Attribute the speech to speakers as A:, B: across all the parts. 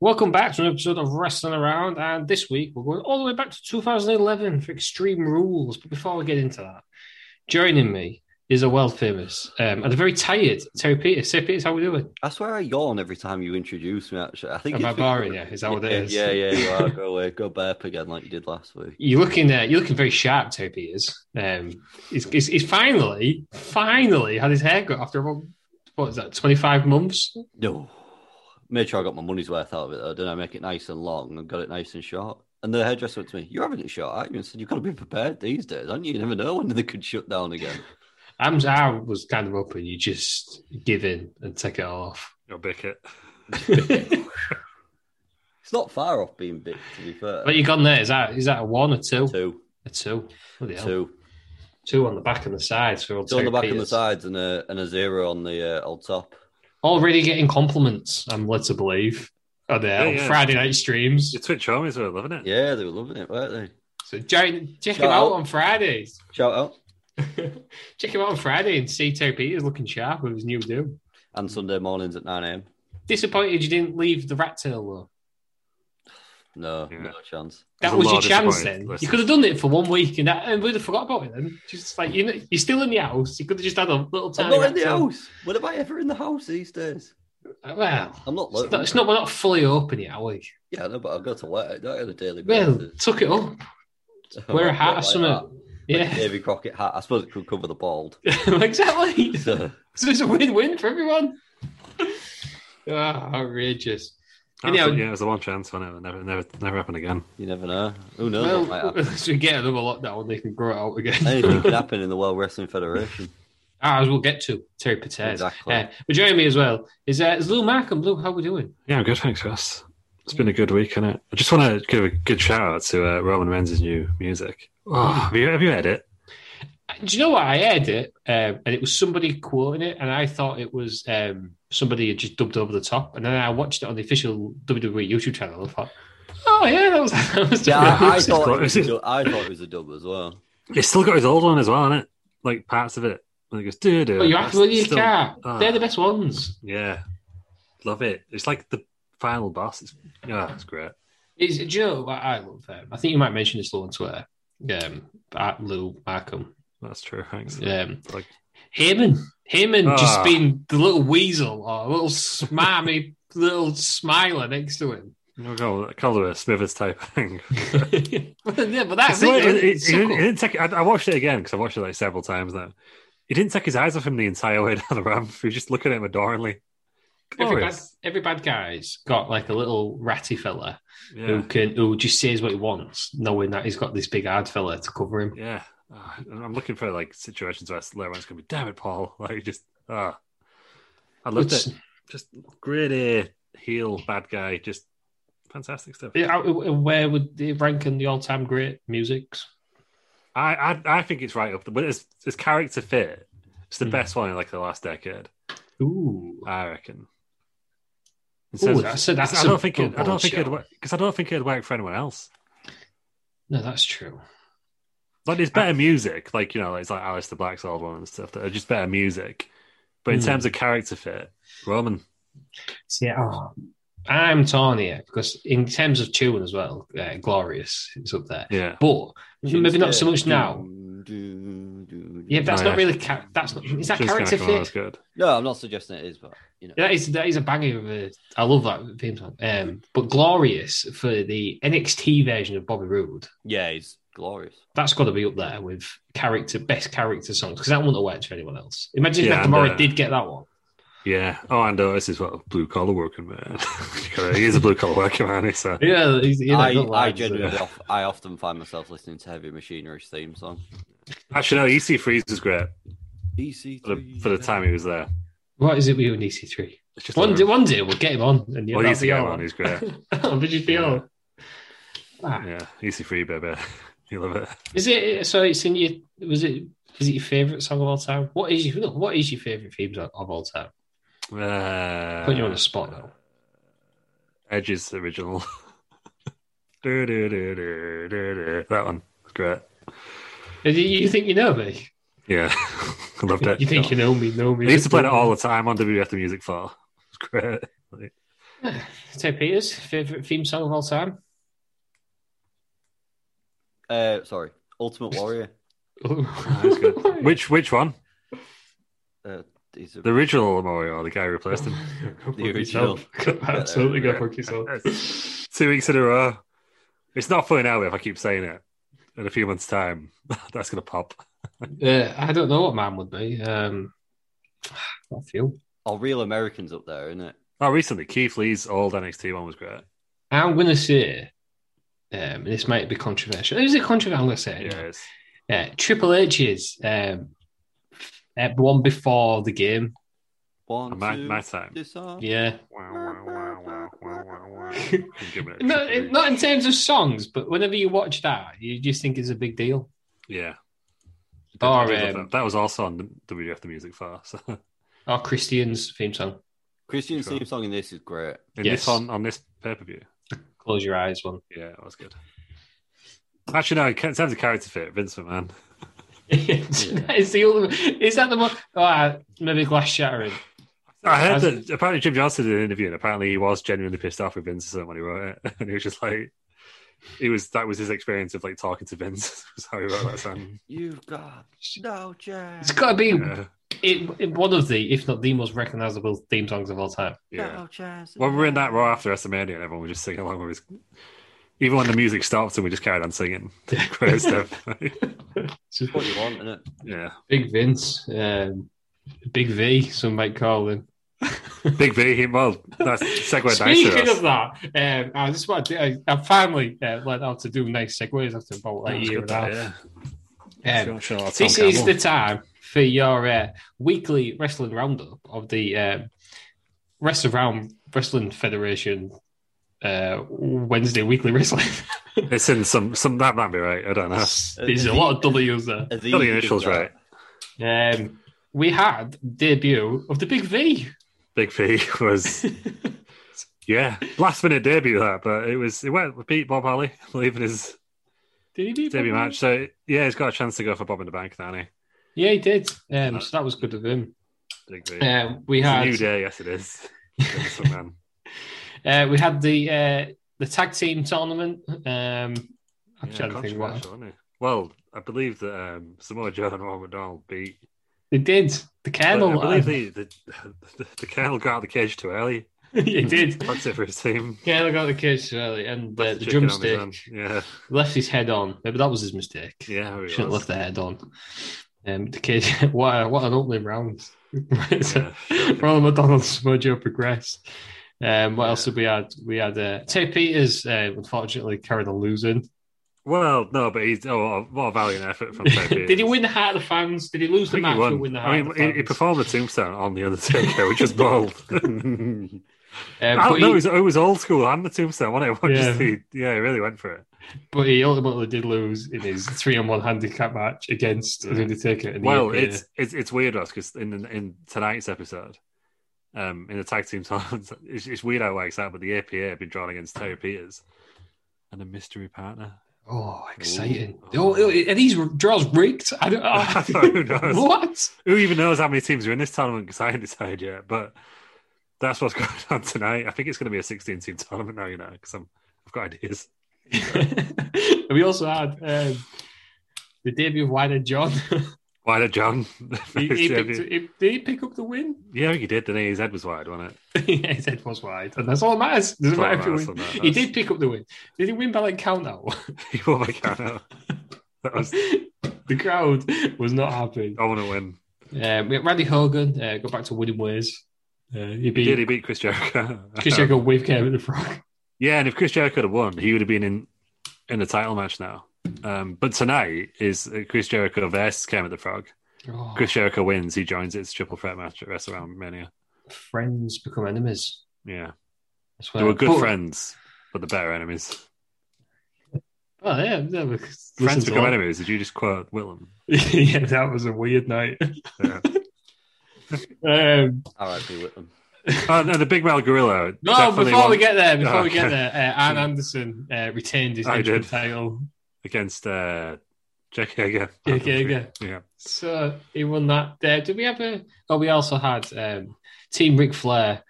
A: Welcome back to an episode of Wrestling Around, and this week we're going all the way back to 2011 for Extreme Rules. But before we get into that, joining me is a world famous um, and a very tired Terry Peters. Terry Peters, how we doing?
B: I swear I yawn every time you introduce me. Actually, I think
A: Am I
B: it's
A: barring you? Is that what it is?
B: yeah, yeah, you are. Go away, go burp again like you did last week.
A: You're looking, uh, you're looking very sharp, Terry Peters. Um, he's, he's, he's finally, finally had his hair cut after what, what is that, 25 months?
B: No, made sure I got my money's worth out of it though. Didn't I make it nice and long and got it nice and short? And the hairdresser went to me, "You're having it short, aren't you?" And said, "You've got to be prepared these days, aren't you? You never know when they could shut down again."
A: Am's I was kind of hoping you just give in and take it off.
C: You'll bick it.
B: It's not far off being big, to be fair.
A: But you gone there. Is that is that a one or two?
B: Two,
A: A two. Bloody hell.
B: two,
A: Two on the back and the sides for old
B: two on the
A: Terry
B: back and the
A: Peters.
B: sides, and a and a zero on the uh, old top.
A: Already getting compliments, I'm led to believe. Are there
C: Yeah,
A: on
C: yeah.
A: Friday night streams?
C: Your Twitch homies were loving it.
B: Yeah, they were loving it, weren't they?
A: So join, check
B: Shout
A: him out
B: out.
A: on Fridays.
B: Shout out
A: check him out on Friday and see Terry Peters looking sharp with his new do.
B: and Sunday mornings at nine a.m.
A: Disappointed you didn't leave the rat tail though.
B: No,
C: Yeah.
B: no chance.
A: That
C: There's a
A: was your
C: lot of
A: chance
C: disappointed
A: then. You
C: listeners.
A: could have done it for one week and that, and we'd have forgot about it then. Just like you know, you're still in the house. You could have just had a little
B: I'm
A: tiny
B: not in
A: rat
B: the
A: tail.
B: house. When am I ever in the house these days?
A: Well,
B: I'm not
A: it's
B: looking.
A: not, it's not- we're not fully open yet, are we?
B: Yeah, no, but I go to work. Not on a daily
A: Well,
B: basis.
A: tuck it up.
B: I'm
A: Wear a
B: not
A: hat or
B: like
A: something.
B: that.
A: yeah.
B: Davy Crockett hat. I suppose it could cover the bald.
A: exactly. So
B: So,
A: it's a win-win for everyone. Ah, outrageous.
C: That was
A: Anyhow-
C: it, yeah, it was the one chance on it. Never, never, never happened again.
B: you never know. Who knows what might
A: Well,
B: happen?
A: as we get another lockdown, they can grow it out
B: Anything
A: again.
B: can happen in the World Wrestling Federation.
A: Ah, as we'll get to Terry Patez.
B: Exactly.
A: Uh, but joining me as well is, uh, is Lou Markham. Lou, how we doing?
C: Yeah, I'm good. Thanks, Russ. It's been a good week, innit? I just want to give a good shout out to uh, Roman Reigns' new music. Oh, have you have you heard it?
A: Do you know what? I heard it, um, and it was somebody quoting it, and I thought it was um, somebody had just dubbed over the top, and then I watched it on the official WWE YouTube channel. and I thought, oh yeah, that was. That was
B: Yeah, I, I
C: This is
B: thought
C: quite-
B: it was a
C: this is-
B: dub, I thought it was a dub as well.
C: It's still got his old one as well, isn't it? Like parts of it. Like it goes, dude,
A: But you absolutely
C: still,
A: can't.
C: Ah.
A: They're the best ones.
C: Yeah, love it. It's like the final boss. It's, yeah, it's great.
A: Is do you know what I love them? I think you might mention this Lou on Twitter. Um, at Lou Markham.
C: That's true. Thanks.
A: Um,
C: Like,
A: Heyman. Heyman just
C: Ah.
A: being the little weasel or a little smarmy little smiler next to him.
C: no, go on, call it a Smithers type thing.
A: yeah, but that's
C: It's the way-
A: it.
C: it- it-
A: It's
C: he
A: so
C: didn't-
A: cool.
C: he didn't take- I, I watched it again because I watched it like several times now. He didn't take his eyes off him the entire way down the ramp. He was just looking at him adoringly.
A: every bad,
C: Glorious.
A: every bad guy's got like a little ratty fella who
C: Yeah,
A: can who just says what he wants, knowing that he's got this big hard fella to cover him.
C: yeah. Ah, I'm looking for like situations where everyone's going to be, damn it, Paul. Like just ah, I loved
A: It's-
C: it. Just great A heel bad guy. Just fantastic stuff.
A: Yeah, uh, Where would they rank in the all-time great musics?
C: I, I I think it's right up. But his his character fit. It's the
A: Hmm.
C: best one in like the last decade.
A: Ooh,
C: I reckon. In
A: Ooh,
C: terms of-
A: that's, a- that's
C: I
A: a
C: don't think it, I
A: bold
C: don't think it'd
A: shout.
C: work because I don't think it'd work for anyone else.
A: No, that's true.
C: Like there's better music, like you know, it's like Alice the Black's old one and stuff that are just better music. But in
A: Hmm.
C: terms of character fit, Roman.
A: See, oh, I'm torn here because in terms of tune as well, uh, glorious is up there.
C: Yeah.
A: But maybe not so much now. Yeah, but
B: Yeah.
A: that's
C: Oh,
A: not
C: yeah.
A: really ca- that's not is that
C: Shinsuke
A: character
C: Nakamura was
A: fit?
C: good.
B: No, I'm not suggesting it is, but you know,
A: That is that is a banger of a. I love that theme song. Um, but glorious for the NXT version of Bobby Roode.
B: yeah, he's glorious.
A: That's got to be up there with character best character songs because that wouldn't have worked for anyone else. Imagine
C: Yeah,
A: if
C: and,
A: Nakamura
C: uh,
A: did get that one.
C: Yeah. Oh, and uh, this is what a blue collar working man. he is a blue collar working man. So.
A: Yeah, he's- you know,
B: I,
A: not
B: I
A: lying, so-
B: genuinely, of, I often find myself listening to Heavy Machinery's theme song.
C: Actually, no, EC Freeze was great
B: EC3,
C: for the, for the time he was there.
A: What is it with you and E EC3?
C: It's just
A: One
C: like-
A: day, one day we'll get him on. And that'll
C: Well, he's
A: be
C: the guy
A: all.
C: one who's great.
A: That'll be just be
C: Yeah.
A: all. Ah,
C: Yeah, EC Free, baby. you love it.
A: Is it so? It's in your. Was it? Is it your favorite song of all time? What is your? What is your favorite theme song of all time?
C: Uh,
A: Putting you on the spot now.
C: Edge's original. Du- du- du- du- du- du. that one was great.
A: You- Uh, You think you know me?
C: Yeah, I loved it.
A: You think you know me? Know me?
C: They used to play it all the time on WF the Music 4. It was great. Like,
A: Ted Peters' favorite theme song of all time.
B: uh, sorry, Ultimate Warrior.
C: that was Oh, good. Which which one?
B: Uh, he's a-
C: The original Mario or the guy who replaced him?
B: The original.
A: Absolutely, go fuck yourself.
C: Two weeks in a row. It's not funny now if I keep saying it. In a few months' time, that's going to pop.
A: Uh, I don't know what mine would be. Um, I feel.
B: oh, Real Americans up there, isn't it?
C: Oh, recently, Keith Lee's old NXT one was great.
A: I'm gonna say. Um, this might be controversial. Is it controversial? I'm gonna say. it anyway.
C: Yeah, it's-
A: Yeah, Triple H's um, uh, one before the game.
B: One,
C: My-
B: two,
C: my time.
B: this song.
A: Yeah,
C: Wow, wow, wow, wow, wow, wow, wow. Give it a
A: not,
C: triple
A: not in terms of songs, but whenever you watch that, you just think it's a big deal.
C: Yeah. Oh,
A: Or,
C: I did love
A: um,
C: that. that was also on the WF the Music Far. So in
A: Or Christian's theme song,
B: Christian's
C: Sure.
B: theme song in this is great.
A: Yes.
C: this on, on this pay per view.
A: "Close Your Eyes" one.
C: Yeah, that was good. Actually, no, in terms of character fit, Vince McMahon.
A: That is the ultimate. Is that the one? Oh, uh, maybe glass shattering.
C: I heard
A: As-
C: that apparently Jim Johnson did an interview, and apparently he was genuinely pissed off with Vince when he wrote it, and he was just like, "It was that was his experience of like talking to Vince." was how he wrote that song.
B: You've got no chance.
A: It's got to be
C: Yeah,
A: it, it- one of the, if not the most recognizable theme songs of all time.
C: yeah.
B: No chance.
C: When we were in that row after WrestleMania, and everyone was just singing along with his. Even when the music stopped, and we just carried on singing. Great stuff.
B: It's what you want, isn't it?
C: yeah.
A: Big Vince, um, Big V, some might call him.
C: Big V, he, well, that's segue nice
A: Speaking
C: to us.
A: of that, um, I just want to, I, I finally uh, learned how to do nice segues after about a
C: That's
A: year and
C: good,
A: a half.
C: yeah.
A: Um,
C: Sure, sure,
A: this
C: Tom
A: is the
C: Campbell.
A: time for your uh, weekly wrestling roundup of the um, Rest Around Wrestling Federation uh, Wednesday weekly wrestling.
C: It's in some, some, that might be right. I don't know.
A: There's a lot of W's there.
B: As
C: Got
B: easy
C: the
B: as
C: initials
B: that.
C: right.
A: Um, we had debut of the Big V.
C: Big V was, yeah, last minute debut that, but it was, it went with Pete Bob Holly leaving his
A: Did he beat
C: debut
A: Bobby?
C: match. So, yeah, he's got a chance to go for Bob in the Bank, now.
A: Yeah, he did. Um, so that was good of him.
C: Big V.
A: Um, we
C: It's a
A: had
C: new day, yes, it is. It's a man.
A: Uh, we had the uh, the tag team tournament. Um, I'm
C: Yeah,
A: trying to think what
C: controversial, isn't it? Well, I believe that um, Samoa Joe and Ron McDonald beat.
A: they did. The
C: uh, I
A: Colonel,
C: believe the,
A: uh,
C: the, the, the Colonel got out of the cage too early.
A: he did.
C: That's it for his team.
A: Colonel got the kids early, and uh,
C: Left
A: the
C: chicken on his
A: drumstick
C: own. Yeah,
A: left his head on. Maybe that was his mistake.
C: yeah. he
A: shouldn't have left
C: was.
A: the head on. Um, the kid, what a, what an opening round. so,
C: shocking.
A: Ronald McDonald's Mojo progressed. Um, what else
C: Yeah.
A: did we had? We had uh, Ted Peters, uh, unfortunately, carried a losing.
C: Well, no, but he's oh, what a valiant effort from Ted
A: did he
C: Peters.
A: win the heart of the fans? Did he lose
C: I
A: the
C: think he
A: match or
C: won.
A: win the heart
C: I
A: of
C: mean,
A: the fans?
C: he, he performed the tombstone on the Undertaker, which is bold.
A: Uh, but
C: I don't know,
A: he-
C: it was, it was old school and the tombstone, wasn't it?
A: Yeah.
C: Just the- yeah, he really went for it.
A: But he ultimately did lose in his three on one handicap match against
C: Yeah.
A: the Undertaker. in the
C: Well,
A: year-
C: it's, it's it's weird because in in tonight's episode, um, in the tag team tournament, it's, it's weird how it works out. But the APA had been drawn against Terry Peters and a mystery partner.
A: Oh, exciting! Oh, are these draws rigged? I don't. I,
C: Who knows?
A: What?
C: Who even knows how many teams are in this tournament? Because I haven't decided yet. But that's what's going on tonight. I think it's going to be a 16 team tournament now, you know, because I've got ideas.
A: we also had um, the debut of Wider John.
C: Why did John?
A: he, he picked, he, did he pick up the win?
C: yeah, I think he did, didn't he? His head was wide, wasn't it?
A: yeah, his head was wide, and that's all that matters. Doesn't
C: That's all
A: matter
C: that
A: if he
C: matters,
A: win.
C: that's all that
A: He
C: matters.
A: did pick up the win. Did he win by like count out?
C: He won by count out. That was,
A: the crowd was not happy.
C: I want to win.
A: Um, we had Randy Hogan uh, go back to winning ways. Uh, he
C: He
A: beat
C: did. He beat Chris Jericho.
A: Chris Jericho with Kermit the Frog.
C: Yeah, and if Chris Jericho had won, he would have been in in the title match now. Um, but tonight is uh, Chris Jericho versus Kermit the Frog.
A: Oh,
C: Chris Jericho wins. He joins its triple threat match at WrestleMania. Mania.
A: Oh, friends become enemies.
C: Yeah,
A: That's
C: they were
A: what-
C: good
A: but-
C: friends, but the better enemies.
A: Oh, yeah, yeah, but listen
C: Friends
A: to
C: become
A: that.
C: enemies. Did you just quote Willem?
A: yeah, that was a weird night.
C: Yeah.
A: Um,
B: R.I.P. Whitlam.
C: oh, no, the Big Mel Gorilla.
A: no,
C: definitely
A: before we
C: won
A: get there, before
C: Oh,
A: we get
C: okay.
A: there, uh, Arn Anderson uh, retained his
C: I
A: interim
C: did.
A: title.
C: against uh, Jack Hager.
A: Jack Hager.
C: Yeah,
A: So he won that. There, did we have a? Oh, we also had um, Team Ric Flair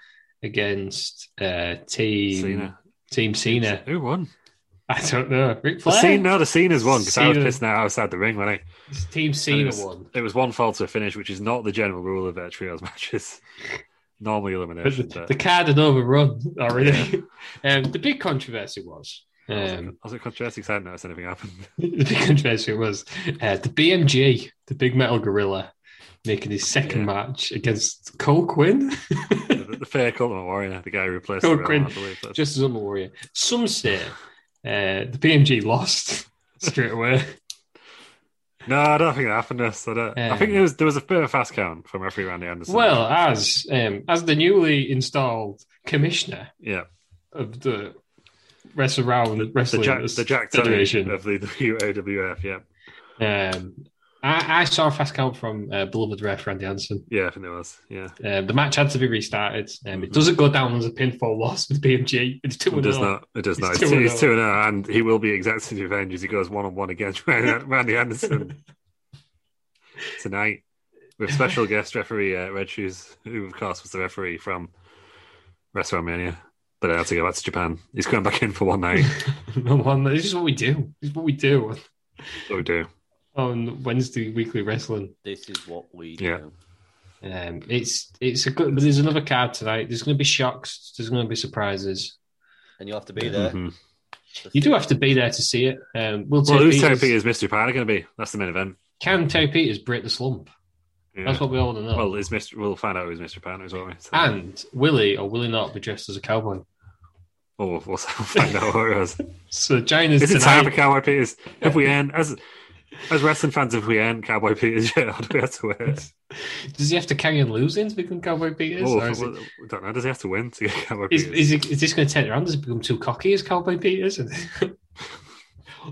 A: against uh, Team
C: Cena.
A: Team Cena.
C: Who won?
A: I don't know. Ric
C: The
A: Flair.
C: scene, no, the Cena's won because I was
A: Cena.
C: pissed now outside the ring when I
A: Team
C: And
A: Cena
C: it was-
A: won.
C: It was one fall to a finish, which is not the general rule of uh, trios matches. Normally
A: But
C: elimination,
A: the,
C: but
A: the card had overrun already. um, the big controversy was.
C: I was,
A: Um,
C: I was controversy because I didn't notice anything happened.
A: the big controversy was uh, the BMG, the Big Metal Gorilla, making his second
C: Yeah. Mm-hmm.
A: match against Cole Quinn,
C: the, the fake Ultimate Warrior, the guy who replaced
A: Oh,
C: the real
A: Quinn.
C: one, I believe. But
A: just as I'm a warrior. Some say uh, the BMG lost straight away.
C: No, I don't think that happened. Us, I, don't, I
A: Um,
C: think there was there was a bit of a fast count from referee Randy Anderson.
A: well, as um, as the newly installed commissioner
C: yeah,
A: of the Wrestle Round
C: the
A: Wrestling
C: Jack, the Jack Tony
A: Federation.
C: of the WAWF. Yeah,
A: Um, I, I saw a fast count from uh, beloved ref Randy Anderson.
C: yeah, I think there was. Yeah,
A: Um, the match had to be restarted. Um, It
C: Mhm.
A: doesn't go down as a pinfall loss with BMG. It's two
C: it
A: and
C: does
A: oh.
C: not. It does
A: It's
C: not. It's
A: two
C: two,
A: and
C: it's
A: oh.
C: two and oh, and he will be exacting revenge as he goes one on one against Randy Randy Anderson. tonight with special guest referee uh, Red Shoes, who of course was the referee from WrestleMania, but I had to go back to Japan. He's coming back in for one night.
A: no one. This is what we do. This is what we do
C: so we do.
A: on Wednesday weekly wrestling.
B: This is what we
C: Yeah.
B: do.
A: Um, it's it's a good. But there's another card tonight. There's going to be shocks. There's going to be surprises.
B: And you'll have to be there.
C: Mhm.
A: Mm-hmm. You do have to be there to see it. Um, will
C: Well,
A: Terry
C: who's
A: Peters-
C: Terry Peters, Mr. Japan going to be? That's the main event.
A: Can Terry Peters break the slump?
C: Yeah.
A: That's what we all want to know.
C: well, it's Mr. We'll find out who's Mr. Japan is what we. So,
A: and will he or will he not be dressed as a cowboy?
C: oh, we'll, we'll find out what it was.
A: So Jane is
C: Is it time for
A: tonight.
C: Cowboy Peters? If we end as as wrestling fans, if we end Cowboy Peters, yeah, do we have to wait?
A: Does he have to carry on losing to become Cowboy Peters?
C: Oh,
A: or is, it,
C: we don't know. Does he have to win to get Cowboy
A: is,
C: Peters?
A: is, it, is this going to turn around? Does he become too cocky as Cowboy Peters? And-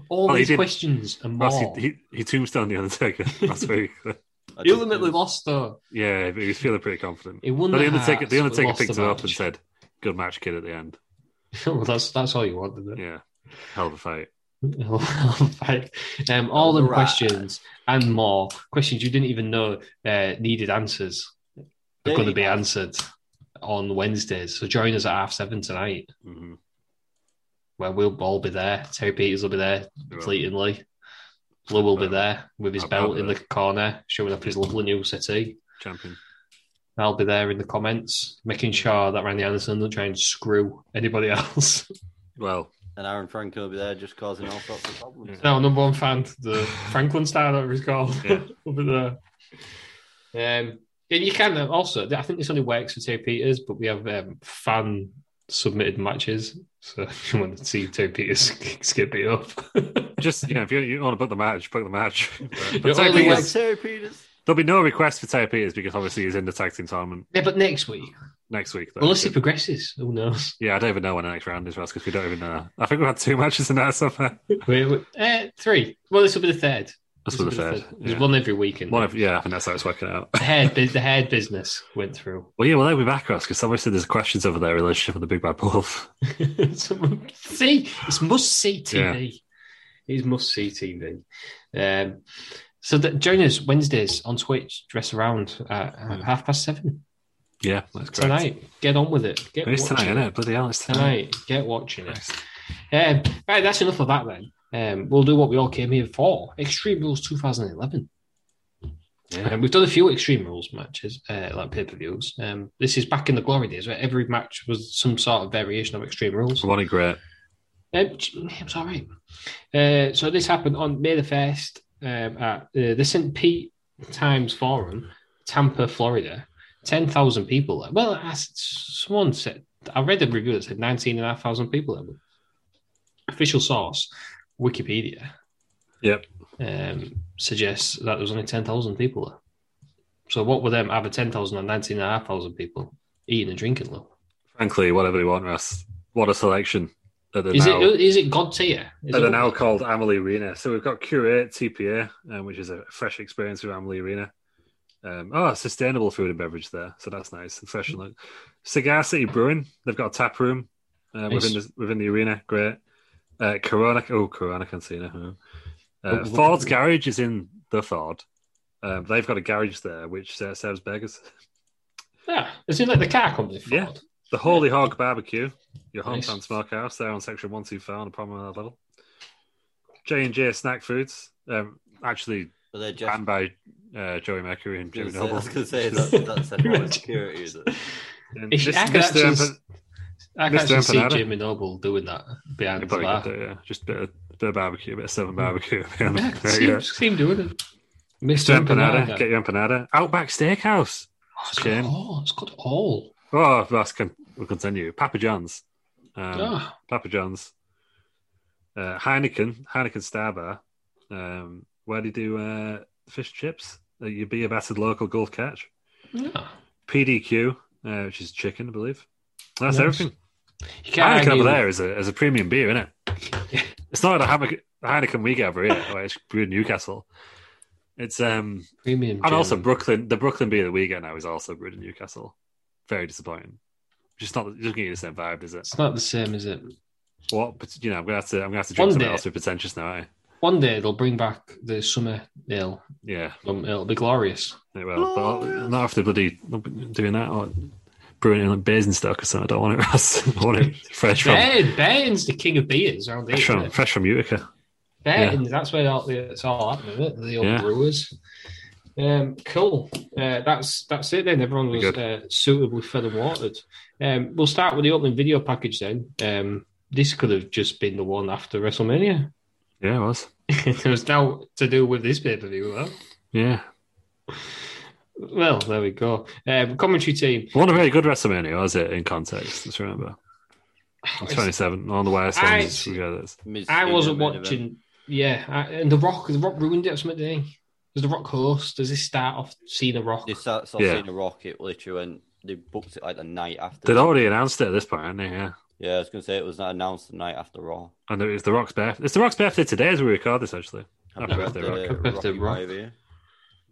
A: All
C: Well, he
A: these
C: did-
A: questions and more.
C: Ross, he, he, he tombstone the Undertaker last week.
B: I
A: He
B: do
A: ultimately
B: do.
A: lost though.
C: Yeah, but he was feeling pretty confident.
A: He won
C: But
A: the
C: the Undertaker,
A: Hearts,
C: the
A: but
C: Undertaker
A: lost
C: picked
A: the
C: him up
A: match.
C: and said, "Good match, kid." At the end,
A: well, that's that's all you want, isn't it?
C: yeah, hell of a fight.
A: Like, um, all the
B: Alright.
A: questions and more questions you didn't even know uh, needed answers are going to be answered on Wednesdays. So join us at half seven tonight.
C: Mm-hmm.
A: where we'll all be there. Terry Peters will be there,
C: will.
A: fleetingly. Blue will be
C: Um,
A: there with his
C: I'll be
A: belt in
C: there.
A: the corner, showing up his lovely new city.
C: Champion.
A: I'll be there in the comments, making sure that Randy Anderson doesn't try and screw anybody else.
C: Well,
B: And Aaron Franco will be there just causing all sorts of problems.
A: no, number one fan, the Franklin star, whatever he's called,
C: Yeah.
A: will be there. Um, and you can also, I think this only works for Terry Peters, but we have um, fan submitted matches. So if you want to see Terry Peters skip it up.
C: just you know, if you, you want to book the match, book the match. But,
A: You're
C: but Terry
A: only
C: Peters-
B: Like Terry Peters.
C: there'll be no request for Terry Peters because obviously he's in the tag team tournament
A: Yeah, but next week,
C: next week. Though.
A: unless he progresses, who knows?
C: yeah, I don't even know when the next round is, Ross, because we don't even know. I think we've had two matches in that so far.
A: Wait, wait, uh, three. Well, this will be the third. This
C: That's for
A: will
C: the
A: be
C: third.
A: There's
C: Yeah.
A: one every weekend.
C: One of, yeah, I think that's how it's working out.
A: the hair, bu- the hair business went through.
C: Well, yeah, well, they'll be back, Ross, because obviously there's questions over their relationship with the Big Bad Wolf.
A: Someone- see, it's must see TV. is must see TV. Um, so that join us Wednesdays on Twitch. Dress around at, at half past seven
C: Yeah, that's correct.
A: tonight. Get on with it. Get
C: It is tonight,
A: watching
C: isn't it? Bloody hell, it's tonight.
A: Tonight, get watching it. Um, right, that's enough of that then. Um, we'll do what we all came here for Extreme Rules 2011.
C: Yeah.
A: Um, we've done a few Extreme Rules matches, uh, like pay per views. Um, this is back in the glory days where every match was some sort of variation of Extreme Rules.
C: What a great.
A: Um, it was all right. Uh, so this happened on May the 1st um, at uh, the St. Pete Times Forum, Tampa, Florida. 10,000 people. there. Well, I, s- someone said, I read a review that said 19,500 people. there, but Official source, Wikipedia,
C: Yep.
A: um, suggests that there was only 10,000 people there. So what were them either 10,000 or 19,500 people eating and drinking though?
C: Frankly, whatever they want, Russ. What a selection. That they're
A: Is
C: now,
A: it is it God tier? Is
C: that
A: it-
C: are now called Amelie Arena. So we've got Curate TPA, um, which is a fresh experience with Amelie Arena. Um, oh, sustainable food and beverage there. So that's nice and fresh. and look. Cigar City Brewing, they've got a tap room uh,
A: Nice.
C: within, the, within the arena. Great. Uh, Corona, oh, Corona Cantina. huh.
A: Oh,
C: Uh, Ford's Garage is in the Ford. Um, they've got a garage there which uh, serves burgers.
A: Yeah, is it like the car company? Ford?
C: Yeah. The Holy Hog Barbecue, your
A: Nice.
C: hometown smokehouse, there on section one two four on the promenade level. J and J Snack Foods, um, actually
B: But they're just.
C: banned by uh, Joey Mercury
B: I
C: and Jimmy
B: was gonna
C: Noble.
B: say- I was going to say that, that's a
A: Imagine.
B: security. Is it?
C: And
A: If
C: this-
A: I could
C: Mr.
A: actually
C: Empa-
A: s- I can
C: Mr.
A: actually see
C: Empanada.
A: Jamie Noble doing that behind
C: you
A: the
C: probably
A: bar.
C: could do it, yeah. Just a bit of, bit of barbecue, a bit of
A: Mm.
C: southern barbecue. Yeah,
A: Yeah, I
C: there
A: can
C: you
A: see,
C: go.
A: him- see him doing it.
C: Mr.
A: Mr.
C: Empanada,
A: Empanada.
C: get your empanada. Outback Steakhouse.
A: Oh, it's got
C: Shame.
A: all. It's got all.
C: Oh, that's con- we'll continue. Papa John's. Um,
A: Ah,
C: Papa John's, uh, Heineken, Heineken Star Bar. Um, where do you do uh, fish and chips? Uh, you be a battered local Gulf catch.
A: yeah.
C: PDQ, uh, which is chicken, I believe. That's
A: Nice.
C: everything.
A: You
C: Heineken
A: argue-
C: over there is a, is a premium beer, isn't it? it's not like the Hammer- Heineken we get over here. where It's brewed in Newcastle. It's um
A: Premium.
C: and also
A: German.
C: Brooklyn. The Brooklyn beer that we get now is also brewed in Newcastle. Very disappointing. Just not just getting the same vibe, is it?
A: It's not the same, is it?
C: What? But, you know, I'm gonna have to. I'm gonna have to drink
A: One
C: something
A: day.
C: else with pretentious now. Eh?
A: One day they'll bring back the summer ale.
C: Yeah,
A: Um, it'll be glorious.
C: it will. But
A: Oh.
C: I'll- not after bloody doing that or brewing it in like Basingstoke or something. I don't want it. Russ. I want it fresh from
A: Ben, Ben's the king of beers around here.
C: fresh
A: isn't
C: from,
A: it?
C: fresh from Utica.
A: Ben's, that's where all, it's all happening, isn't it? The old
C: Yeah.
A: brewers. Um, cool. Uh, that's that's it then. Everyone was
C: Good.
A: uh, suitably fed and watered. Um, we'll start with the opening video package then. Um, this could have just been the one after WrestleMania.
C: Yeah, it was.
A: it was now to do with this pay per view. Well,
C: Yeah,
A: well, there we go. Um, commentary team.
C: it wasn't a very good WrestleMania, was it? In context, let's remember. I'm 27 on the worst
A: I-
C: ones. We got this.
B: Miz
A: I
B: Cena
A: wasn't
B: main event.
A: watching. Yeah, I, and The Rock, The Rock ruined it or something. Didn't he? Does The Rock host? Does this start off Cena Rock?
B: They saw, saw
C: Yeah.
B: Cena rocket literally, and they booked it like the night after.
C: They'd already announced it at this point, hadn't they? Yeah.
B: Yeah, I was going to say it was not announced the night after Raw.
C: And it was The Rock's birthday. It's The Rock's birthday today as we record this, actually. Happy
A: Happy
C: birthday, Rock.
A: Rock. Happy birthday,
B: Rocky
A: Rock.
B: Maivia.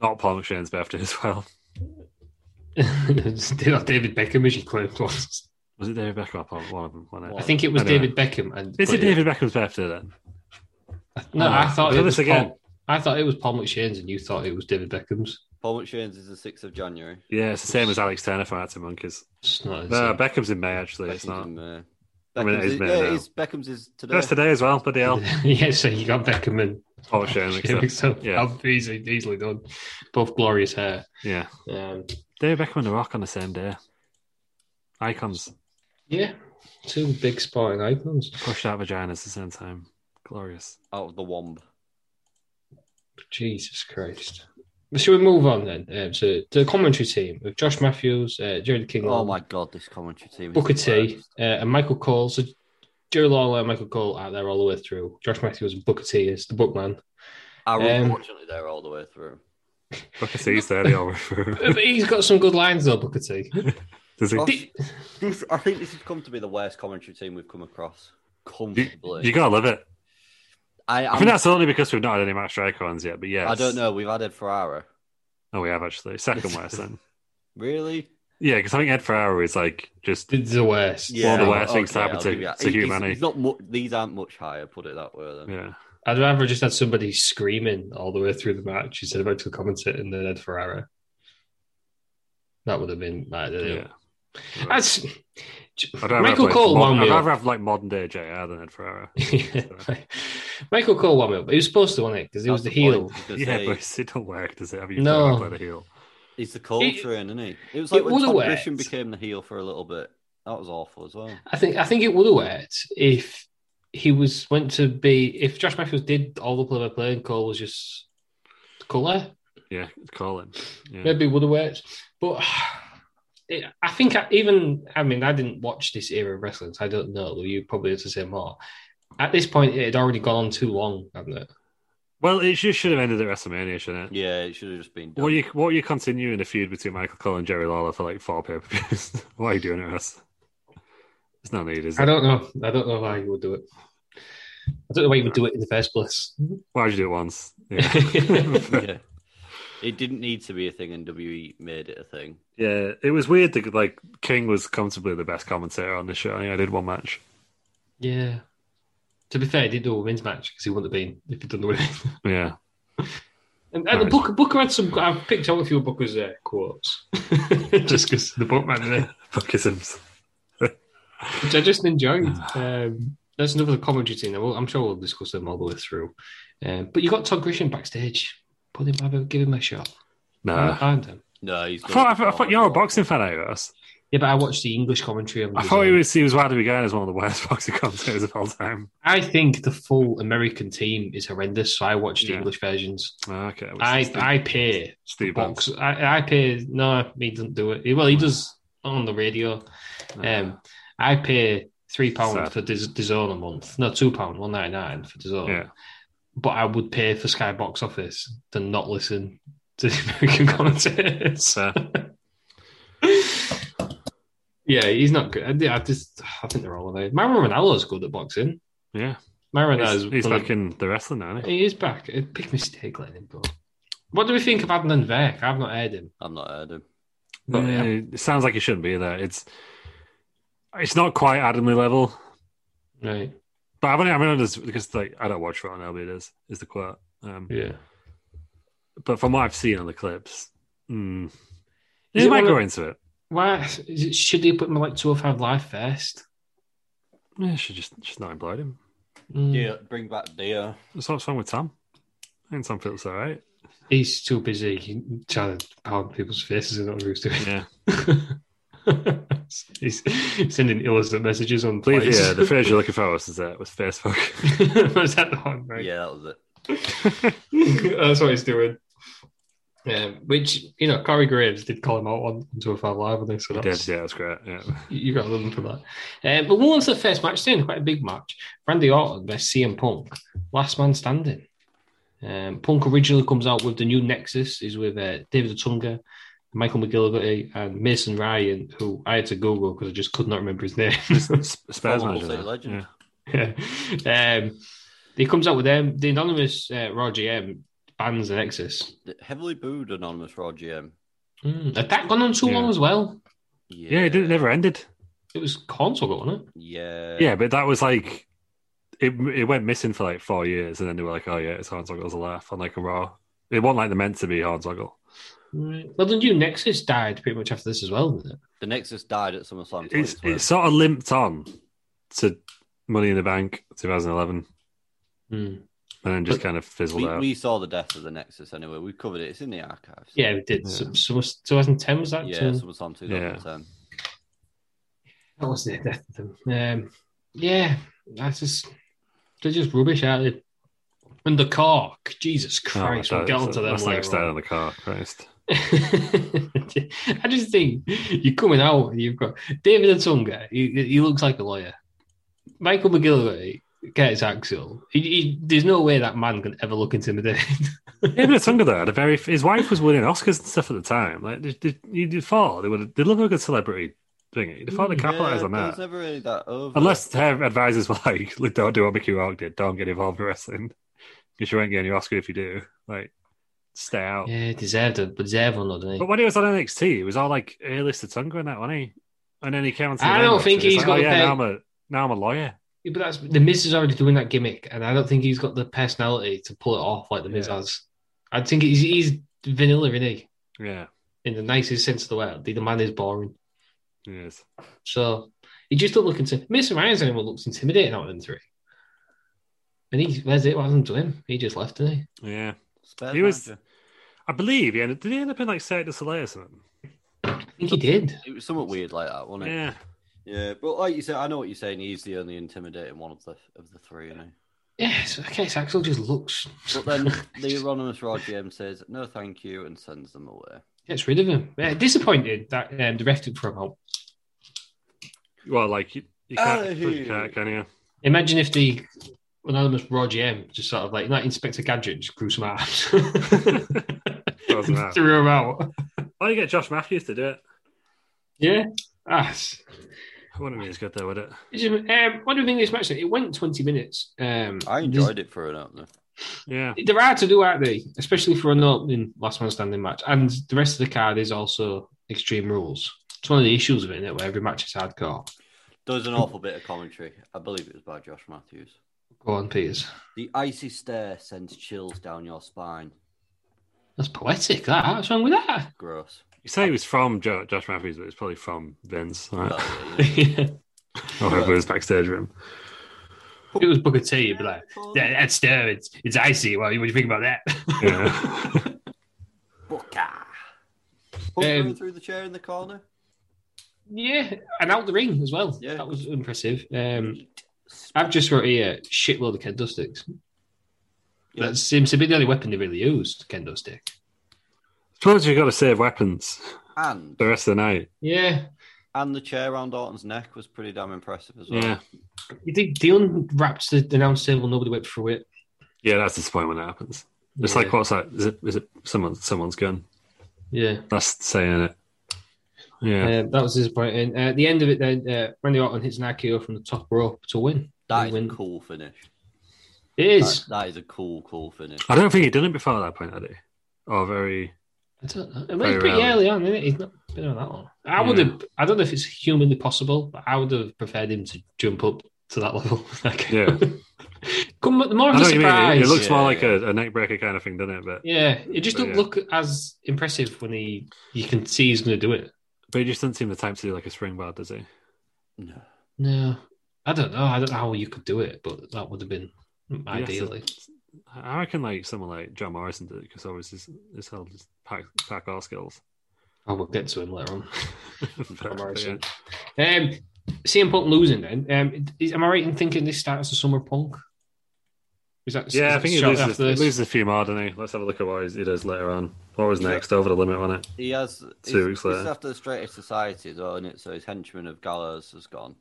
C: Not Paul McShane's birthday as well.
A: David Beckham as you claimed once.
C: Was it David Beckham or Paul? One of them. Wasn't it?
A: I think it was
C: Anyway.
A: David Beckham. And
C: Is it
A: but-
C: David Beckham's birthday then?
A: No, I
C: Oh,
A: thought
C: do
A: it
C: this
A: was
C: again.
A: Paul, I thought it was Paul McShane's, and you thought it was David Beckham's.
B: Paul McShane's is the sixth of January.
C: Yeah, it's the same as Alex Turner from Arctic Monkeys.
A: It's not. is
C: No,
A: it?
C: Beckham's in May actually. It's
B: Beckham's
C: not.
B: in May.
C: I mean, it
B: Beckham's
C: is
B: is,
C: May
B: yeah, it
C: now.
B: is. Beckham's is today.
C: That's today as well. Bloody hell.
A: yeah, so you got Beckham and
C: Oh, shame.
A: Beckham,
C: except-
A: so
C: Yeah,
A: easily, easily done. Both glorious hair.
C: yeah.
A: Um,
C: David Beckham and The Rock on the same day. Icons
A: yeah, two big sporting icons.
C: pushed out vaginas at the same time. Glorious.
B: Out of the womb.
A: Jesus Christ. Should we move on then um, to, to the commentary team with Josh Matthews, uh, Jared King,
B: Oh my god, this commentary team. is
A: Booker
B: the
A: T,
B: worst.
A: uh, and Michael Cole. So Joe Lawler and Michael Cole out there all the way through. Josh Matthews and Booker T is the bookman.
B: Arrow,
A: Um,
B: unfortunately, they're all the way through.
C: Booker T's there. They all refer.
A: But he's got some good lines though, Booker T.
C: Does he?
B: Gosh, this- I think this has come to be the worst commentary team we've come across.
C: You,
B: Comfortably.
C: you gotta love it.
B: I,
C: I
B: I'm-
C: think that's only because we've not had any match strike ones yet. But yeah,
B: I don't know. We've added Ferrara.
C: Oh, we have actually second worst then.
B: Really?
C: Yeah, because I think Ed Ferrara is like just
A: It's the worst.
C: Yeah. One of the worst things to happen
B: I'll
C: to-
B: give you that.
C: to
B: He's-
C: humanity.
B: he's not mu- these aren't much higher, put it that way. Then.
C: yeah.
A: I'd rather just had somebody screaming all the way through the match instead of actually commentating than Ed Ferrara. That would have been my idea.
C: Yeah.
A: That's
C: I'd rather
A: Michael
C: have, like,
A: Cole
C: mod-
A: won me
C: I'd
A: up.
C: rather have like modern day JR than Ed Ferrara.
A: Michael Cole won me up. He was supposed to win it because he was the heel.
C: yeah, but it's- it don't work, does it? Have you
A: No.
C: played a heel?
B: He's the cold
A: It-
B: train, isn't he? It was
A: it
B: like when
A: would've
B: Todd Grisham
A: worked.
B: became the heel for a little bit. That was awful as well.
A: I think I think it would have worked if he was went to be if Josh Matthews did all the play by play and Cole was just colour.
C: Yeah, call him. Yeah.
A: Maybe it would have worked, but it, I think I, even I mean I didn't watch this era of wrestling, so I don't know. You probably have to say more. At this point, it had already gone on too long, hadn't it?
C: Well, it just should have ended at WrestleMania, shouldn't it?
B: Yeah, it should have just been. Done.
C: What are you what are you continuing a feud between Michael Cole and Jerry Lawler for like four pay per views? Why are you doing it, Russ? It's not needed, is
A: I
C: it?
A: don't know. I don't know why you would do it. I don't know why you would do it in the first place.
C: Why would you do it once? Yeah.
B: yeah. It didn't need to be a thing, and WE made it a thing.
C: yeah, it was weird that like King was comfortably the best commentator on the show. I, think I did one match.
A: Yeah. To be fair, he did do a women's match because he wouldn't have been if he'd done the women.
C: Yeah,
A: And, and
C: Right.
A: Booker, Booker had some. I've picked out a few of Booker's uh, quotes just because the book man there,
C: fuckisms.
A: which I just enjoyed.
C: Ah.
A: Um, there's another commentary team. We'll, I'm sure we'll discuss them all the way through. Um, but you got Todd Grisham backstage. Put him, have a, give him a shot. I'm
C: Nah.
A: behind him.
B: No, he's.
C: I thought, I, thought- I thought you're a
B: box.
C: boxing fan, eh, I guess.
A: Yeah, but I watched the English commentary. On
C: I
A: his
C: thought he
A: own.
C: was he was widely regarded as one of the worst boxing commentators of all time.
A: I think the full American team is horrendous, so I watched the
C: Yeah.
A: English versions.
C: Ah, Okay, it was
A: I,
C: Steve,
A: I pay
C: Steve Box.
A: box. I, I pay. No, he doesn't do it. Well, he does on the radio. Um, I pay three pounds
C: Uh-huh. Sad.
A: for Diz- DAZN a month. No, two pound one ninety nine for DAZN.
C: Yeah.
A: But I would pay for Sky Box Office to not listen to the American commentators.
C: Fair.
A: yeah, he's not good. I, I just, I think they're all away. Myron Ronaldo's good at boxing.
C: yeah,
A: Myron
C: he's,
A: is
C: he's
A: one of-
C: back in the wrestling now. Isn't he?
A: He is back. A big mistake letting him go. What do we think of Adnan Vek? I've not heard him.
B: I'm not heard him.
A: But, yeah.
C: Yeah, uh, It sounds like it shouldn't be there. It's it's not quite Adam Lee level,
A: Right.
C: but I've only, I've only noticed because like I don't watch what on LB does is the quote. Um,
A: Yeah.
C: But from what I've seen on the clips, mm,
A: Is
C: he
A: it
C: might
A: one
C: go
A: of-
C: into it.
A: Why is it, should they put him like two or five live first?
C: Yeah, should just just not employ him.
A: Mm.
B: Yeah, bring back Dio.
C: That's what's wrong with Tom. I think Tom Phillips all right.
A: He's too busy trying to pound people's faces and not who's doing.
C: Yeah,
A: He's sending illicit messages on
C: believe
A: planes.
C: yeah. The phrase you're looking for was is that was Facebook.
A: Was that the one, right?
B: Yeah, that was it.
A: That's what he's doing. Um, which you know, Corey Graves did call him out on, on 205 Live, I think. So
C: He
A: that's,
C: did, yeah, that's great. Yeah,
A: you got to love him for that. Um, but once the first match, then quite a big match. Randy Orton versus CM Punk, last man standing. Um, Punk originally comes out with the new Nexus. He's with uh, David Otunga, Michael McGilligan, and Mason Ryan, who I had to Google because I just could not remember his name.
C: Sp- Spurs
B: Former
C: manager.
B: City
C: though.
B: legend.
C: Yeah.
A: um, he comes out with them. The anonymous uh, Raw GM bans the Nexus.
B: Heavily booed anonymous for GM.
A: Mm. Had that gone on too long
C: Yeah.
A: as well?
C: Yeah, it didn't- never ended.
A: It was console, wasn't it?
B: Yeah,
C: Yeah, but that was like it. It went missing for like four years, and then they were like, "Oh yeah, it's Hornswoggle's a laugh on like a raw." It wasn't like the meant to be Hornswoggle.
A: Right. Well, the new Nexus died pretty much after this as well, didn't it?
B: The Nexus died at SummerSlam.
C: It's
B: 2012.
C: it sort of limped on to Money in the Bank 2011,
A: Mm.
C: and then just
B: But
C: kind of fizzled
B: we,
C: out.
B: we saw the death of the Nexus anyway. We covered it. It's in the archives.
A: Yeah, we did.
C: Yeah.
A: So, so was 2010 was that?
B: yeah,
A: So-
B: SummerSlam 2010.
A: that was the death of them. Um, yeah, that's just they're just rubbish, aren't they? And the cork, Jesus
C: Oh,
A: Christ!
C: that-
A: we'll get onto them
C: that's like
A: later.
C: staying
A: on.
C: on the car. Christ.
A: I just think you're coming out and you've got David Atunga, he, he looks like a lawyer. Michael McGillivray gets Axel. He, he, there's no way that man can ever look intimidated.
C: Yeah, but it's under there. The very his wife was winning Oscars and stuff at the time. Like they, they, you'd thought they would. They love a good celebrity thing. You'd thought they capitalized
B: yeah,
C: on
B: there
C: that.
B: was never really that over.
C: Unless her advisors were like, "Look, don't do what Mickey Rourke did. Don't get involved in wrestling because you won't get any Oscar if you do. Like, stay out."
A: yeah, deserved a deserved one, though, didn't he?
C: But when he was on NXT, it was all like A-list Tunga and that, wasn't he? And then he came on.
A: I don't think
C: he's
A: he's got the
C: oh, yeah,
A: pay-
C: now I'm a now I'm a lawyer.
A: Yeah, but that's the Miz is already doing that gimmick, and I don't think he's got the personality to pull it off like the Miz
C: Yeah.
A: has. I think he's, he's vanilla, isn't he?
C: Yeah,
A: In the nicest sense of the word. The, the man is boring.
C: he is.
A: So he just don't look intimidating. Miz Ryan's anyone looks intimidating out of them three. And he, where's it? What happened to him? He just left, didn't he?
C: Yeah,
B: Spare
C: He was-
B: manager.
C: I believe. Yeah, did he end up in like Cirque du Soleil or something?
A: I think he did.
B: It was somewhat weird like that, wasn't it?
C: Yeah,
B: Yeah, but like you said, I know what you're saying. He's the only intimidating one of the of the three, you know.
A: Yes, I guess Axel just looks.
B: But then the anonymous Rod GM says no, thank you, and sends them away.
A: gets rid of him. Yeah, disappointed that um, the ref didn't throw him out.
C: well, like you, you can't,
B: Oh,
C: you
B: he-
C: can't, can you?
A: Imagine if the anonymous Roger M just sort of like, like Inspector Gadget just grew some arms,
C: Doesn't happen.
A: threw him out.
C: Why do you get Josh Matthews to do it?
A: Yeah. Ass.
C: I wouldn't be as good though, would it?
A: It's just- Um, what do we think of this match? then? It went 20 minutes. Um,
B: I enjoyed it for an opener.
C: Yeah,
A: there's- They're hard to do, aren't they? Especially for an opening last man standing match. And the rest of the card is also Extreme Rules. It's one of the issues of it, isn't it? Where every match is hardcore.
B: There was an awful bit of commentary. I believe it was by Josh Matthews.
A: Go on, Peters.
B: The icy stare sends chills down your spine.
A: That's poetic, that. What's wrong with that?
B: Gross.
C: you say he was from jo- Josh Matthews, but it's probably from Vince. Right?
B: Well, yeah, yeah.
A: it
C: Or whoever was backstage with him.
A: was Booker T. You'd be like, yeah, that's there. It's, it's icy. Well, what do you think about that?
C: Yeah.
B: Booker. Booker
A: Um,
B: through the chair in the corner.
A: Yeah, and out the ring as well.
B: Yeah.
A: That was impressive. Um, I've just wrote here shitload of kendo sticks.
B: Yeah.
A: That seems to be the only weapon they really used, kendo stick.
C: Suppose you've got to save weapons
B: And
C: the rest of the night.
A: Yeah,
B: and the chair around Orton's neck was pretty damn impressive as well.
C: Yeah,
A: you think they unwrapped the announce table, nobody went through it.
C: yeah, that's disappointing when it happens. It's
A: Yeah.
C: like what's that? Is it is it someone someone's gun?
A: Yeah,
C: That's saying it. Yeah,
A: Uh, that was disappointing. Uh, at the end of it, then uh, Randy Orton hits an RKO from the top rope to win.
B: That
A: He
B: is
A: win.
B: a cool finish.
A: It
B: That,
A: is.
B: that is a cool, cool finish.
C: I don't think he'd done it before at that point, had he? Or very
A: I don't know. I mean,
C: Very
A: it's pretty
C: rarely.
A: early on, isn't it? He's not been on that long. I would have. I don't know if it's humanly possible, but I would have preferred him to jump up to that level. Like,
C: Yeah.
A: Come on, more
C: I
A: of
C: know
A: a
C: what you mean.
A: surprise.
C: It, it looks
B: Yeah,
C: more like
B: yeah.
C: a, a neck breaker kind of thing, doesn't it? But
A: yeah, it just
C: But
A: don't
C: yeah.
A: look as impressive when he you can see he's going to do it.
C: but he just doesn't seem the type to do like a springboard, does he?
B: No.
A: No, I don't know. I don't know how you could do it, but that would have been ideally.
C: I I reckon like someone like John Morrison did it because obviously his, his whole just pack pack our skills.
A: I will get to him later on.
C: But- but
A: Morrison. Um, CM Punk losing then. Um, is, am I right in thinking this starts a summer Punk? Is that
C: yeah, yeah I
A: is that
C: think he
A: shortly
C: loses,
A: after
C: he
A: this?
C: loses a few more, doesn't he? Let's have a look at what he's- he does later on. What was next? Over the limit, wasn't it?
B: He has two
C: weeks
B: This is
C: later.
B: after the Straightest Society as well, isn't it? So his henchman of Gallows has gone.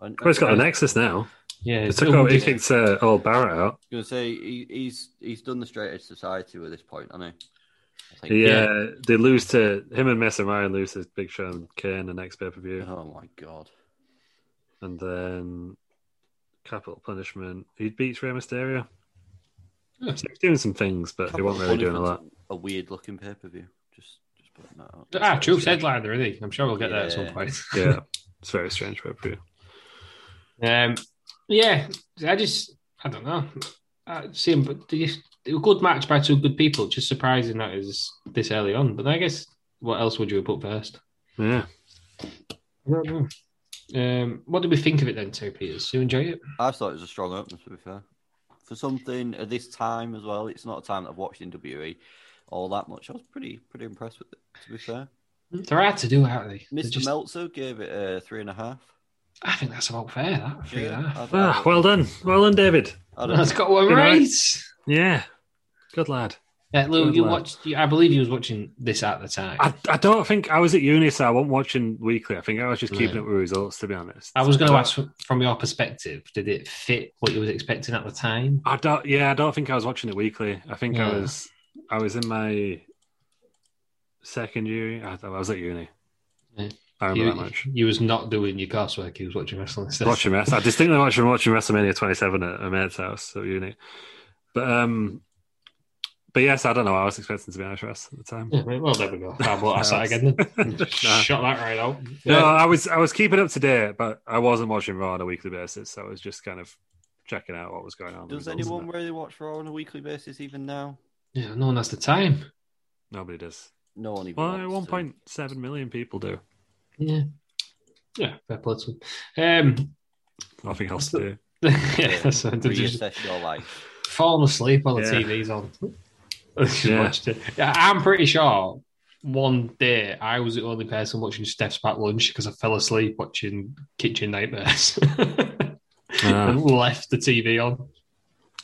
B: And,
C: Well, he's got a
B: and-
C: Nexus now.
A: Yeah,
C: It
A: it's
C: took
A: no
C: over, he
A: wonder-
C: kicked uh, old Barrett out.
B: I was gonna say he, he's he's done the Straight Edge Society at this point, hasn't he? I think.
C: He,
A: Yeah.
C: uh, they lose to him and Miss and Ryan lose to Big Show and Kane the next pay per view,
A: Uh-huh.
B: Oh my god.
C: and then Capital Punishment. He beats Rey Mysterio.
A: Yeah.
C: So he's doing some things, but he wasn't really doing a lot.
B: A weird looking pay per view. Just just putting that out.
A: Ah, true. Headliner, isn't he? I'm sure we'll get there at some
B: Yeah.
A: point.
C: Yeah, it's very strange pay per view.
A: Um, yeah, I just, I don't know. I see him, but the- a good match by two good people. Just surprising that is this early on. But I guess what else would you have put first?
C: Yeah,
A: I don't know. Um, what did we think of it then, Terry Peters? You enjoy it?
B: I thought it was a strong opener to be fair. For something at this time as well, it's not a time that I've watched in WE all that much. I was pretty pretty impressed with it, to be fair.
A: They're hard to do, aren't they? They're
B: Mr.
A: just-
B: Meltzer gave it a three and a half.
A: I think that's about fair. That three and a half.
B: I- I-
C: ah, well done, well done, David.
B: I don't know.
A: That's got one
C: You know,
A: right.
C: Yeah, good lad.
A: Yeah, Lou,
C: Good
A: you
C: lad.
A: watched. you- I believe you was watching this at the time.
C: I, I don't think I was at uni, so I wasn't watching weekly. I think I was just keeping
A: Yeah.
C: up with results, to be honest.
A: I was going to
C: don't-
A: ask from- from your perspective, did it fit what you was expecting at the time?
C: I don't. Yeah, I don't think I was watching it weekly. I think I
A: Yeah.
C: was. I was in my second year. I, I was at uni.
A: Yeah.
C: I remember
A: You,
C: that much.
A: you was not doing your coursework. You was watching wrestling. instead.
C: Watching Wrest, I distinctly remember watching WrestleMania 27 at a mate's house at uni. But um, But yes, I don't know. I was expecting to be Irish Rest at the time.
A: Yeah, right, well, there we go. I bought that side again. Then. Shot that right out.
C: No,
A: Yeah.
C: I was I was keeping up to date, but I wasn't watching Raw on a weekly basis. So I was just kind of checking out what was going on. with
B: Does
C: the results and
B: anyone
C: that.
B: really watch Raw on a weekly basis even now?
A: yeah, no one has the time.
C: Nobody does.
B: No one even.
C: Well,
B: wants
C: one
B: to.
C: point seven million people do.
A: Yeah. Yeah, fair play to them. Um,
C: Nothing else to do.
A: yeah, so they're just
B: Reassess your life.
A: falling asleep while the
C: Yeah.
A: TV's on. Just
C: Yeah.
A: watched it. Yeah, I'm pretty sure one day I was the only person watching Steph's Packed Lunch because I fell asleep watching Kitchen Nightmares
C: Ah,
A: and left the TV on.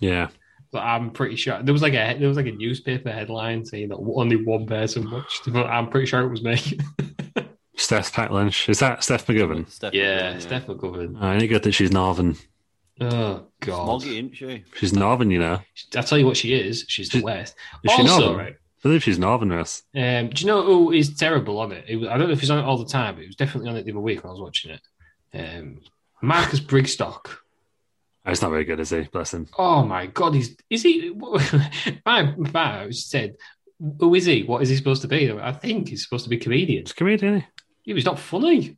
C: yeah.
A: But I'm pretty sure there was like a there was like a newspaper headline saying that only one person watched. But I'm pretty sure it was me.
C: Steph Pat Lynch. Is that Steph McGovern?
B: Steph
A: yeah,
B: Curry,
A: Steph McGovern.
C: Oh, any good that she's Northern.
A: Oh God!
B: Smoggy, isn't she?
C: She's Northern, you know.
A: I tell you what, she is. She's the worst.
C: Is she
A: also,
C: Northern?
A: right,
C: I believe she's Northern Russ.
A: um, do you know who is terrible on it? It was- I don't know if he's on it all the time, but he was definitely on it the other week when I was watching it. Um, Marcus Brigstock.
C: Oh, he's not very good, is he? Bless him.
A: Oh my God! He's is he? my my said, who is he? What is he supposed to be? I think he's supposed to be a comedian.
C: He's a comedian. isn't
A: He was not funny.
C: He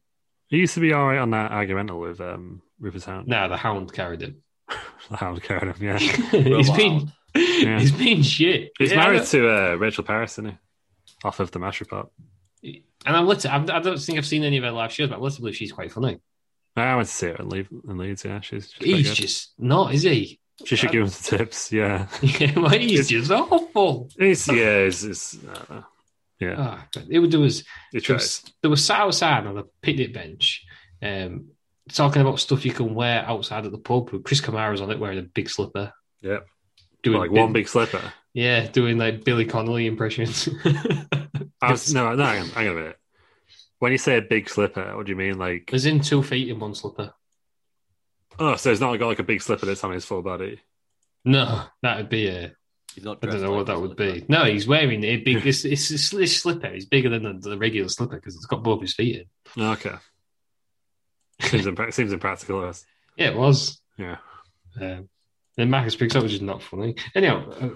C: He used to be all right on that argumental with um, Rufus Hound.
A: No, the hound carried him.
C: The Hound carried him, yeah.
A: he's
B: Robot
A: been he's been shit.
C: He's
A: Yeah, I
C: married
A: don't-
C: to uh, Rachel Paris, isn't he? Off of the MASH report.
A: and I'm lit. I'm, I don't think I've seen any of her live shows, but I'm lit to believe she's quite funny.
C: I went to see her in, Le- in Leeds, yeah. She's, she's quite
A: He's
C: good.
A: just not, is he?
C: she should give him some tips, yeah.
A: Yeah, well, he's
C: It's-
A: just awful.
C: It's, yeah, it's, it's I don't know. yeah.
A: Ah, but it was there was
C: It
A: there
C: tries.
A: was, there was sat outside on the picnic bench, um, talking about stuff you can wear outside at the pub. with Chris Kamara's on it wearing a big slipper.
C: Yep.
A: doing
C: like one big slipper.
A: yeah, doing like Billy Connolly impressions.
C: I was, no, no, hang on, hang on a minute. When you say a big slipper, what do you mean? Like,
A: As in two feet in one slipper.
C: oh, so it's not got like a big slipper that's on his full body.
A: No, that would be a.
B: He's not
A: I don't
B: dressed
A: know what
B: like
A: that
B: this,
A: would
B: like
A: be. No, he's wearing a big. It's, it's, it's this slipper. It's bigger than the, the regular slipper because it's got both his feet in.
C: Okay. Seems, impra- seems impractical. Us.
A: Yeah, it was.
C: Yeah.
A: Um, then Marcus picks up, which is not funny. Anyhow, uh,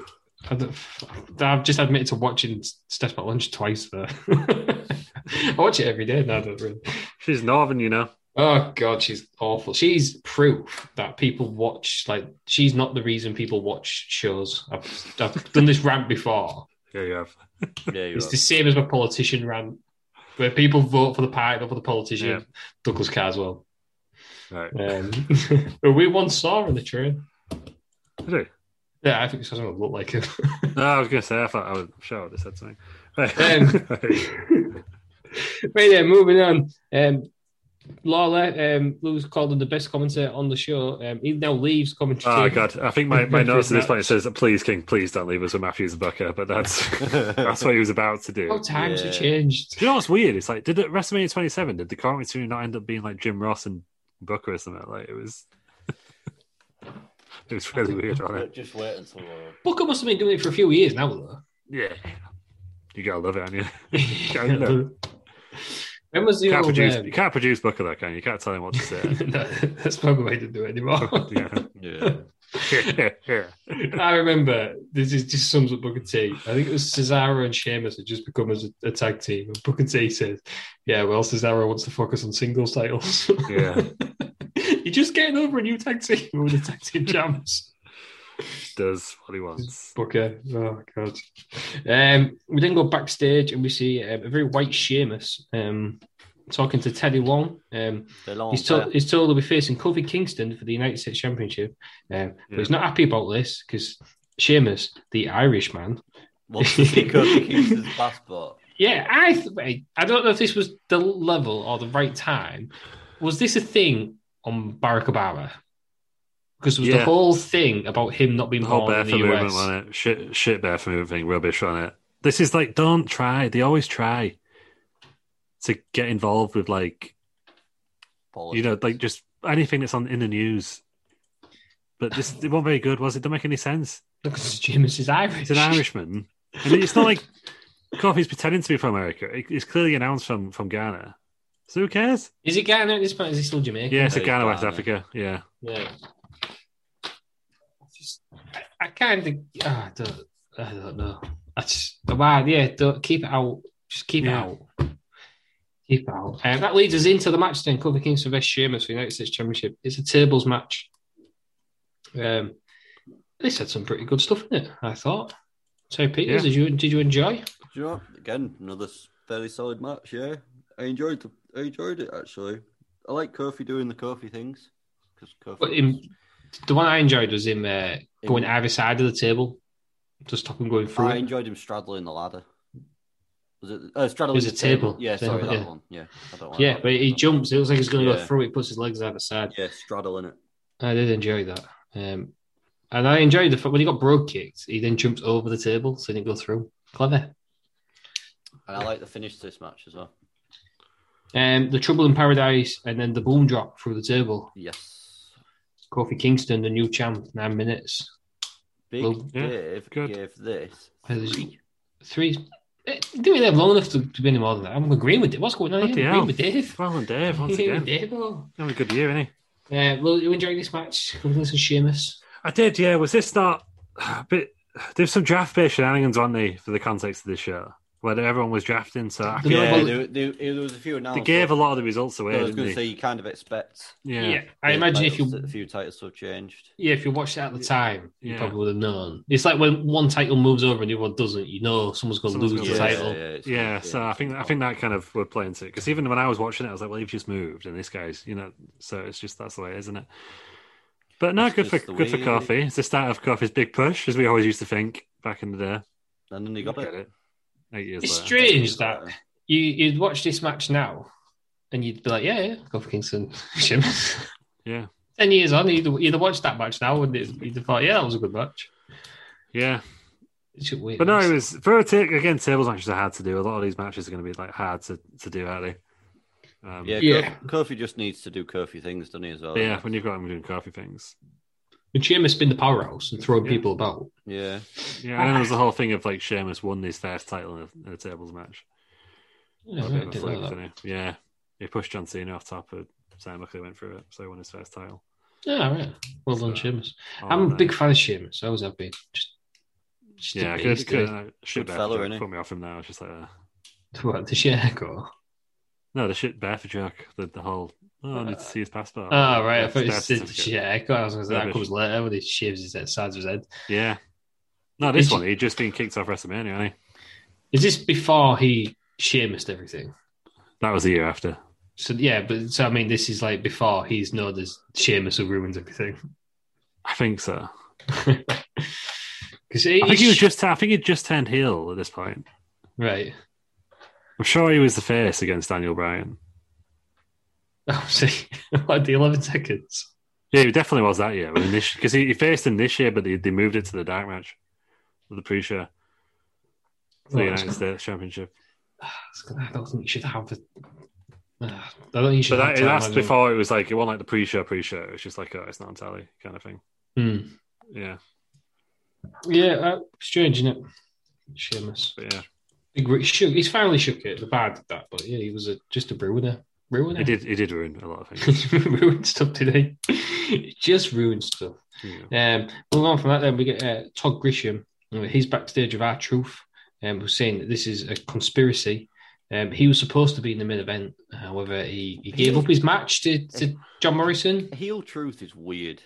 A: I don't- I've just admitted to watching Steph at Lunch twice. There, I watch it every day now. Don't really.
C: She's Northern, you know.
A: Oh God, she's awful. She's proof that people watch. Like, she's not the reason people watch shows. I've, I've done this rant before.
C: Yeah, you have.
B: that. Yeah, you
A: It's
B: are.
A: the same as my politician rant, where people vote for the party, not for the politician.
C: Yeah.
A: Douglas Carswell,
C: Right.
A: um, who we once saw in the train.
C: I do.
A: Yeah, I think it's something that looked like him.
C: No, I was going to say, I thought I was sure they said something. Right.
A: Um,
C: Right.
A: right then, moving on. Um, Lawler, um, Lou's called him the best commentator on the show. Um, he now leaves commentary.
C: Oh god, I think my, my notes at this point says, "Please, King, please don't leave us with Matthews and Booker," but that's that's what he was about to do.
A: How times
B: Yeah.
A: have changed.
C: Do you know what's weird? It's like, did it, WrestleMania 27 did the commentary team not end up being like Jim Ross and Booker or something? Like it was, it was really weird, wasn't it?
B: But Just wait until. uh,
A: Booker must have been doing it for a few years now, though.
C: Yeah, you gotta love it, aren't you? Kind of.
A: when was the
C: You can't
A: old?
C: produce,
A: um,
C: you can't produce Booker though, can you? You can't tell him what to say.
A: no, that's not the way to do it anymore.
B: Yeah.
C: yeah, yeah.
A: I remember this is just sums up Booker T. I think it was Cesaro and Sheamus had just become as a, a tag team. And Booker T says, Yeah, well, Cesaro wants to focus on singles titles.
C: Yeah.
A: You're just getting over a new tag team with the tag team champs.
C: Does what he wants.
A: Booker. Oh, God. Um, we then go backstage and we see um, a very white Sheamus um, talking to Teddy Long. Um,
B: They're long
A: He's told,
B: hair.
A: he's told he'll be facing Kofi Kingston for the United States Championship, um, but he's not happy about this because Sheamus, the Irishman,
B: Wants to see Kofi Kingston's passport.
A: yeah, I th- I don't know if this was the level or the right time. Was this a thing on Barack Obama? Because there was
C: Yeah.
A: the whole thing about him not being
C: The whole
A: born
C: bear
A: in
C: for
A: the
C: movement
A: US.
C: on it. Shit, shit bear for moving rubbish on it. This is like, don't try. They always try to get involved with like, you know, like just anything that's on in the news. But this it wasn't very good, was it? Don't make any sense.
A: Because James is Irish.
C: It's an Irishman, and it's not like Coffee's pretending to be from America. It- It's clearly announced from from Ghana. So who cares?
A: Is he Ghana at this point? Is he still Jamaican?
C: Yeah, it's a
B: Hey,
C: Ghana, West
B: Ghana.
C: Africa. Yeah,
A: Yeah. Just, I kind of. ah, I don't- I don't know. I just, wow, yeah, don't, keep it out. Just keep
C: Yeah.
A: it out. Keep it out. Uh, that leads us into the match then. Kofi Kingston vs. Sheamus for the United States Championship. It's a tables match. Um, this had some pretty good stuff in it, I thought. So, Peters,
C: Yeah.
A: did you did you enjoy?
B: Do you know, what? again, another s- fairly solid match. Yeah, I enjoyed the, I enjoyed it actually. I like Kofi doing the Kofi things because
A: But
B: Kofi.
A: in, the one I enjoyed was him uh, going
B: In-
A: either side of the table to stop him going through.
B: I
A: it.
B: enjoyed him straddling the ladder. Was it uh, straddling
A: was
B: the
A: a table.
B: Yeah,
A: Table,
B: sorry, that
A: yeah.
B: one. Yeah, I don't like
A: yeah,
B: that
A: but he
B: one.
A: jumps. It looks like he's going to go
B: Yeah.
A: through. He puts his legs either side.
B: Yeah, straddling it.
A: I did enjoy that. Um, and I enjoyed the fact when he got broad kicked, he then jumps over the table so he didn't go through. Clever.
B: And I like the finish to this match as well.
A: Um, the Trouble in Paradise and then the boom drop through the table.
B: Yes.
A: Kofi Kingston, the new champ, nine minutes.
B: Big
A: Well,
C: yeah,
B: Dave
C: good.
B: gave this
A: I was-
B: three.
A: Uh, Three. eh, Didn't really have long enough to, to be any more than that. I'm agreeing with it. What's going on
C: Bloody
A: here?
C: hell.
A: Agreeing with Dave.
C: Well and Dave, once
A: Agreeing with
C: again.
A: Dave. oh.
C: Having a good year, isn't he?
A: Uh, well, you enjoyed this match. This is Sheamus.
C: I did, yeah. Was this not a bit? There's some draft based shenanigans, on not they, for the context of this show, where everyone was drafting. So I
A: The
C: feel
B: Yeah,
A: Well,
B: there, there, there was a few
C: they
B: announcements.
C: gave a lot of the results away,
B: I was
C: didn't
B: going
C: they?
B: to say you kind of expect.
C: yeah.
A: I
B: the
A: imagine if you
B: titles- a few titles have changed.
A: Yeah, if you watched it at the time, you
C: Yeah.
A: probably would have known. It's like when one title moves over and the other one doesn't, you know someone's going to
C: Someone's
A: lose
C: gonna
A: the
C: lose.
A: title.
B: it's-
C: Yeah, so I think I think that kind of we're playing to it because even when I was watching it, I was like, "Well, you've just moved," and this guy's, you know, so it's just that's the way, it is, isn't it? But no,
B: It's
C: good for
B: just the
C: good for
B: way-
C: coffee. It's the start of coffee's big push, as we always used to think back in the day.
B: And then they got
C: Look
B: it.
C: at Eight years
A: It's
C: later.
A: strange that you, you'd watch this match now and you'd be like, yeah, yeah, go for Kingston Sheamus.
C: Yeah,
A: 10 years on, you'd, you'd have watched that match now and it- you'd have thought, yeah, that was a good match.
C: yeah.
A: It's just weird.
C: But no, it was for a take again. Tables matches are hard to do. A lot of these matches are going to be like hard to, to do, aren't they? Um,
B: Yeah,
A: Yeah.
B: Kofi, Kofi just needs to do Kofi things, doesn't he, as well?
C: but yeah. When you've got them doing coffee things,
A: And Sheamus spin the powerhouse and throwing
C: Yeah.
A: people about.
B: Yeah.
C: yeah. And then there was the whole thing of like Sheamus won his first title in a, in a tables match.
A: Yeah,
C: Got
A: right,
C: a bit of a
A: didn't
C: fluke,
A: know that.
C: didn't he? Yeah, he pushed John Cena off top, but Sam Buckley went through it, so he won his first title.
A: Yeah, right. Well done,
C: So,
A: Sheamus.
C: Oh,
A: I'm a
C: no.
A: big fan of Sheamus. I always have been. Just, just a
C: yeah.
A: beast,
C: Good,
A: dude.
C: good. uh, Shit
B: Good
C: bear
B: fella,
C: for joke.
B: isn't he?
C: Put me off him now. It's just like uh,
A: What, the Jericho?
C: no, the shit bear for joke. The, the whole oh,
A: Uh,
C: I need to see his passport.
A: Oh, right. I
C: Yeah,
A: thought you
C: birth
A: said
C: certificate.
A: Jericho. I was going to say that
C: Rubbish.
A: comes later when he shaves his head, sides of his head.
C: Yeah. No, this
A: Did
C: one he'd just been kicked off WrestleMania, hadn't he?
A: Is this before he Sheamused everything?
C: That was the year after.
A: So, yeah, but so I mean, this is like before he's known as Sheamus who ruins everything.
C: I think so.
A: Because
C: I think he was just. I think he just turned heel at this point.
A: Right.
C: I'm sure he was the face against Daniel Bryan.
A: Oh, see, like the 11 seconds.
C: Yeah, he definitely was that year. Because he, he faced him this year, but they, they moved it to the dark match of the pre-show for the
A: Right.
C: United States Championship.
A: I don't think you should have the. I don't think you should
C: But
A: have
C: that,
A: time
C: that's
A: on him.
C: before it was like it wasn't like the pre-show pre-show. It's just like oh, it's not entirely kind of thing.
A: Hmm.
C: Yeah,
A: Yeah, uh, strange, isn't it? Sheamus.
C: but yeah,
A: Big Rick shook. He's finally shook it. The bad at that, but yeah, he was a, just a ruiner. Ruiner.
C: he did he did ruin a lot of things.
A: He ruined stuff today. just ruined stuff.
C: Yeah.
A: Um, moving on from that, then we get uh, Todd Grisham. Uh, He's backstage of Our Truth, um, who's saying that this is a conspiracy. Um, he was supposed to be in the main event, however, he, he gave up his match to, to John Morrison.
B: Heel truth is weird.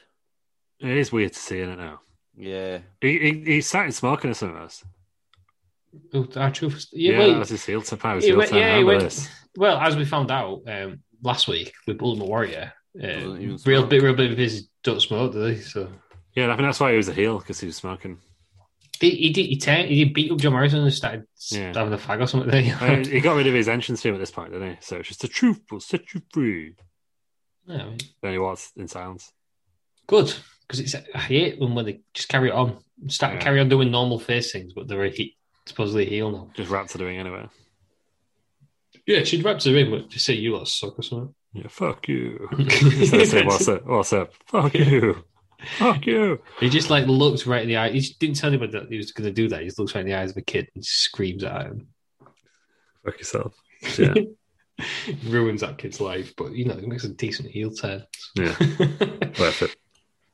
C: It is weird to see in it now.
B: Yeah.
C: He, he, he sat in smoking or something. else.
A: Oh, Our Truth.
C: Yeah,
A: Yeah, well,
C: that was his heel tip. That was
A: he
C: heel
A: went-
C: turn. I
A: yeah, he
C: remember
A: went-
C: this.
A: well, as we found out um, last week with Ultimate Warrior, uh,
B: Doesn't even
A: real
B: smoke.
A: bit, real bit of his don't smoke, do they? So
C: Yeah, and I think that's why he was a heel because he was smoking.
A: He, he did. He, turned, he did beat up John Morrison and started
C: Yeah.
A: having a fag or something. There,
C: I mean, he got rid of his entrance theme at this point, didn't he? So it's just the truth will set you free.
A: Yeah, I mean,
C: Then he walks in silence.
A: good because it's. I hate them when they just carry it on, start
C: Yeah.
A: carry on doing normal face things, but they're a he, supposedly a heel now.
C: Just rats are doing anyway.
A: Yeah, she'd wrapped her in, but just say you lot suck or something.
C: Yeah, fuck you. Instead of saying, what's up? What's up? Fuck you. Fuck you.
A: He just like looked right in the eye. He just didn't tell anybody that he was going to do that. He just looks right in the eyes of a kid and screams at him.
C: Fuck yourself. Yeah.
A: Ruins that kid's life, but you know it makes a decent heel turn.
C: Yeah.
A: Um,
C: Worth it.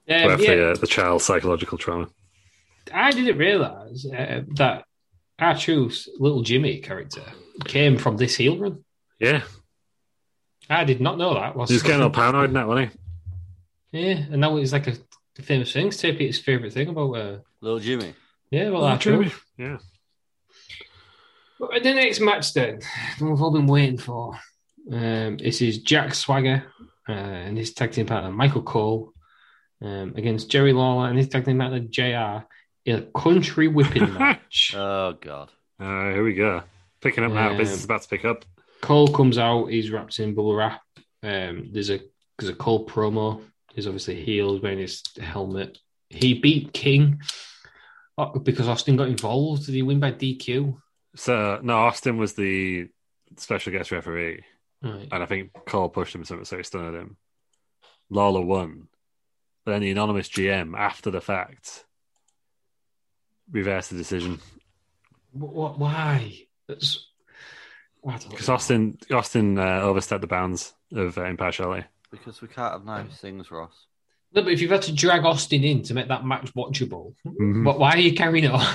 A: yeah.
C: the, uh, the child psychological trauma.
A: I didn't realize uh, that our Truth's little Jimmy character came from this heel run.
C: Yeah,
A: I did not know that. Was
C: he's getting all paranoid now, wasn't he?
A: Yeah, and now it's like a famous thing. It's Peter's favorite thing about. Uh,
B: Little Jimmy.
A: yeah, well,
C: Oh,
A: our Truth.
C: Jimmy. Yeah,
A: But the next match, then, the one we've all been waiting for, um, this is Jack Swagger uh, and his tag team partner Michael Cole um, against Jerry Lawler and his tag team partner JR in a country whipping match.
B: Oh God.
C: uh, here we go. Picking up now.
A: Um,
C: Business is about to pick up.
A: Cole comes out, he's wrapped in bubble wrap. Um, there's a there's a Cole promo. He's obviously healed wearing his helmet. He beat King uh, because Austin got involved. Did he win by DQ?
C: So no, Austin was the special guest referee,
A: Right.
C: and I think Cole pushed him something, so he stunned him. Lawler won. But then the anonymous GM, after the fact, reversed the decision
A: What? Why? That's, I don't know.
C: because Austin Austin uh, overstepped the bounds of uh, impartiality.
B: Because we can't have nice things, Ross.
A: No, but if you've had to drag Austin in to make that match watchable,
C: Hmm.
A: but why are you carrying it on?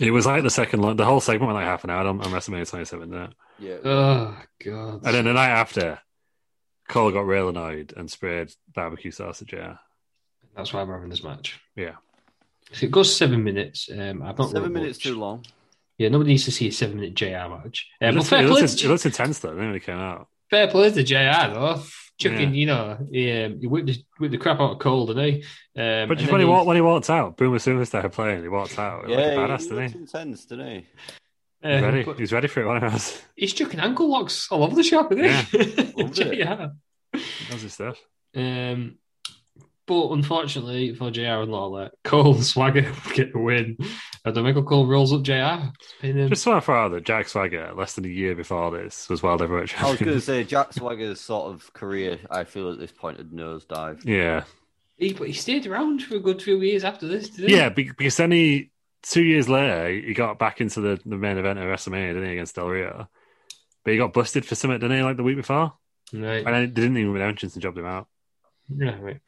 C: It was like the second, lo- the whole segment went like half an hour on, on WrestleMania 27, didn't it?
B: Yeah.
A: oh god!
C: And then the night after, Cole got real annoyed and sprayed barbecue sauce at JR.
A: That's why I'm having this match.
C: Yeah.
A: So it goes seven minutes. Um, I've not
B: Seven
A: really
B: minutes
A: watched.
B: too long.
A: Yeah, nobody needs to see a seven-minute JR match.
C: It
A: Um, but
C: looks,
A: fair,
C: it,
A: play
C: looks, it
A: to,
C: looks intense though, when it came out.
A: fair play to JR though. Chucking,
C: Yeah.
A: you know, he, um, he whipped, the, whipped the crap out of Cole, didn't he? Um,
C: But
A: and
C: just
A: then
C: when he,
A: he-
C: walked, when he walked out, Boomer Sooner started playing. He walked out. Yeah,
B: Yeah,
C: like a badass,
B: he
C: didn't
B: looked
C: he?
B: intense, didn't he?
A: um,
C: ready.
A: but
C: He's ready for it. One of us.
A: he's chucking ankle locks all over the shop, isn't he?
B: Loved it.
A: JR.
C: That's his stuff.
A: Um, but unfortunately for JR and Lawler, Cole and Swagger get the win. And Michael Cole rolls up JR. Pin him.
C: Just so far that Jack Swagger, uh, less than a year before this, was world heavyweight
B: I
A: Oh,
B: was
C: champion.
B: going to say Jack Swagger's sort of career. I feel at this point had nosedive.
C: yeah,
A: He, but he stayed around for a good few years after this, didn't he?
C: yeah, be- because then he two years later he got back into the, the main event of WrestleMania, didn't he, against Del Rio? But he got busted for something, didn't he, like the week before?
A: Right.
C: And then they didn't even mention and jobbed him out.
A: Yeah, right.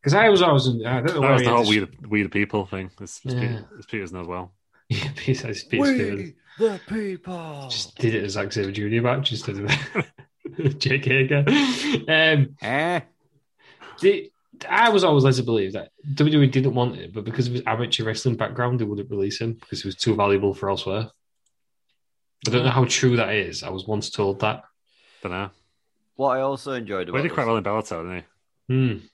A: Because I was always in. I don't know
C: That
A: why
C: was
A: he
C: the
A: had
C: whole
A: this-
C: we the, we the people thing. As, as,
A: Yeah.
C: Peter, as Peter's knows well.
A: Yeah, Peace, Peace, Peace.
B: the people.
A: Just did it as Zack Sabre Jr. match instead of Jake Hager. Um,
B: Eh?
A: the, I was always led to believe that WWE didn't want it, but because of his amateur wrestling background, they wouldn't release him because he was too valuable for elsewhere. I don't know how true that is. I was once told that.
C: Don't know.
B: What I also enjoyed
C: Well,
B: about
C: he did quite
B: this,
C: well in Bellator, didn't he?
A: Hmm.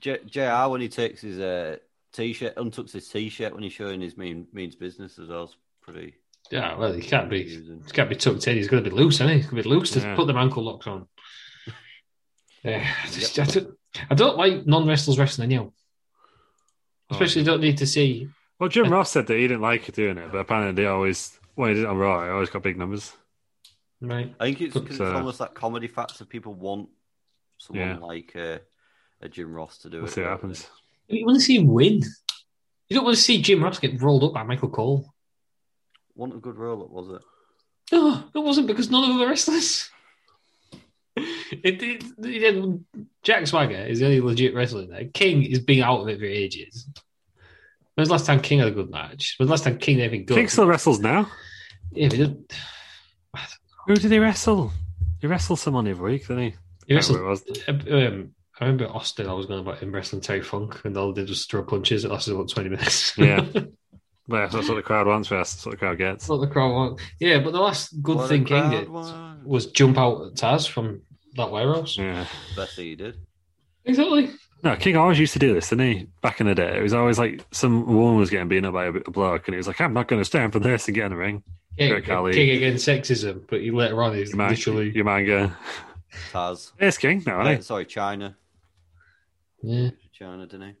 B: J- JR when he takes his uh, t-shirt, untucks his t-shirt when he's showing his mean means business as well. It's pretty.
A: Yeah, well, he can't be. He
B: amusing.
A: can't be tucked in. He's going to be loose, isn't he? He's going to be loose to
C: Yeah.
A: put them ankle locks on. Yeah, I, just- I don't, I don't like non wrestlers wrestling anyhow.
C: Oh,
A: Especially, don't need to see.
C: Well, Jim Ross said that he didn't like doing it, but apparently they always, when he did it on Raw, he always got big numbers.
A: Right.
B: I think it's because
C: But,
B: it's
C: uh,
B: almost like comedy factor. People want someone
C: Yeah.
B: like uh, a Jim Ross to do
C: We'll
B: it.
C: see what
B: don't
C: happens.
A: You want to see him win. You don't want to see Jim Ross get rolled up by Michael Cole.
B: they? Wasn't a good roll up, was it?
A: No, Oh, it wasn't because none of them are wrestlers. It, it, it- Jack Swagger is the only legit wrestler there. King is being out of it for ages. When's the last time King had a good match? When's the last time King had anything good?
C: King still wrestles now.
A: Yeah, but he doesn't-
C: Who did he wrestle? He wrestled someone the other week, didn't he?
A: he
C: Can't
A: wrestled.
C: remember who it was.
A: Um, I remember Austin. I was going about him wrestling Terry Funk, and all they did was throw punches. It lasted about twenty minutes.
C: Yeah. But that's that's what the crowd wants for us. That's what the crowd gets.
A: that's not the crowd. want. Yeah, but the last good
B: What a
A: thing King
B: crowd
A: did
B: was.
A: was jump out at Taz from that warehouse.
B: Mm.
C: Yeah.
B: Best thing he did.
A: Exactly.
C: No, King always used to do this, didn't he? Back in the day, it was always like some woman was getting beaten up by a, a bloke, and he was like, "I'm not going to stand for this," and get in the ring.
A: King,
C: Great colleague.
A: King against sexism, but he later on is
C: Your man,
A: literally.
C: your manga.
B: Taz.
C: There's King now,
B: Uh,
C: isn't
B: sorry, China.
A: Yeah.
B: China, didn't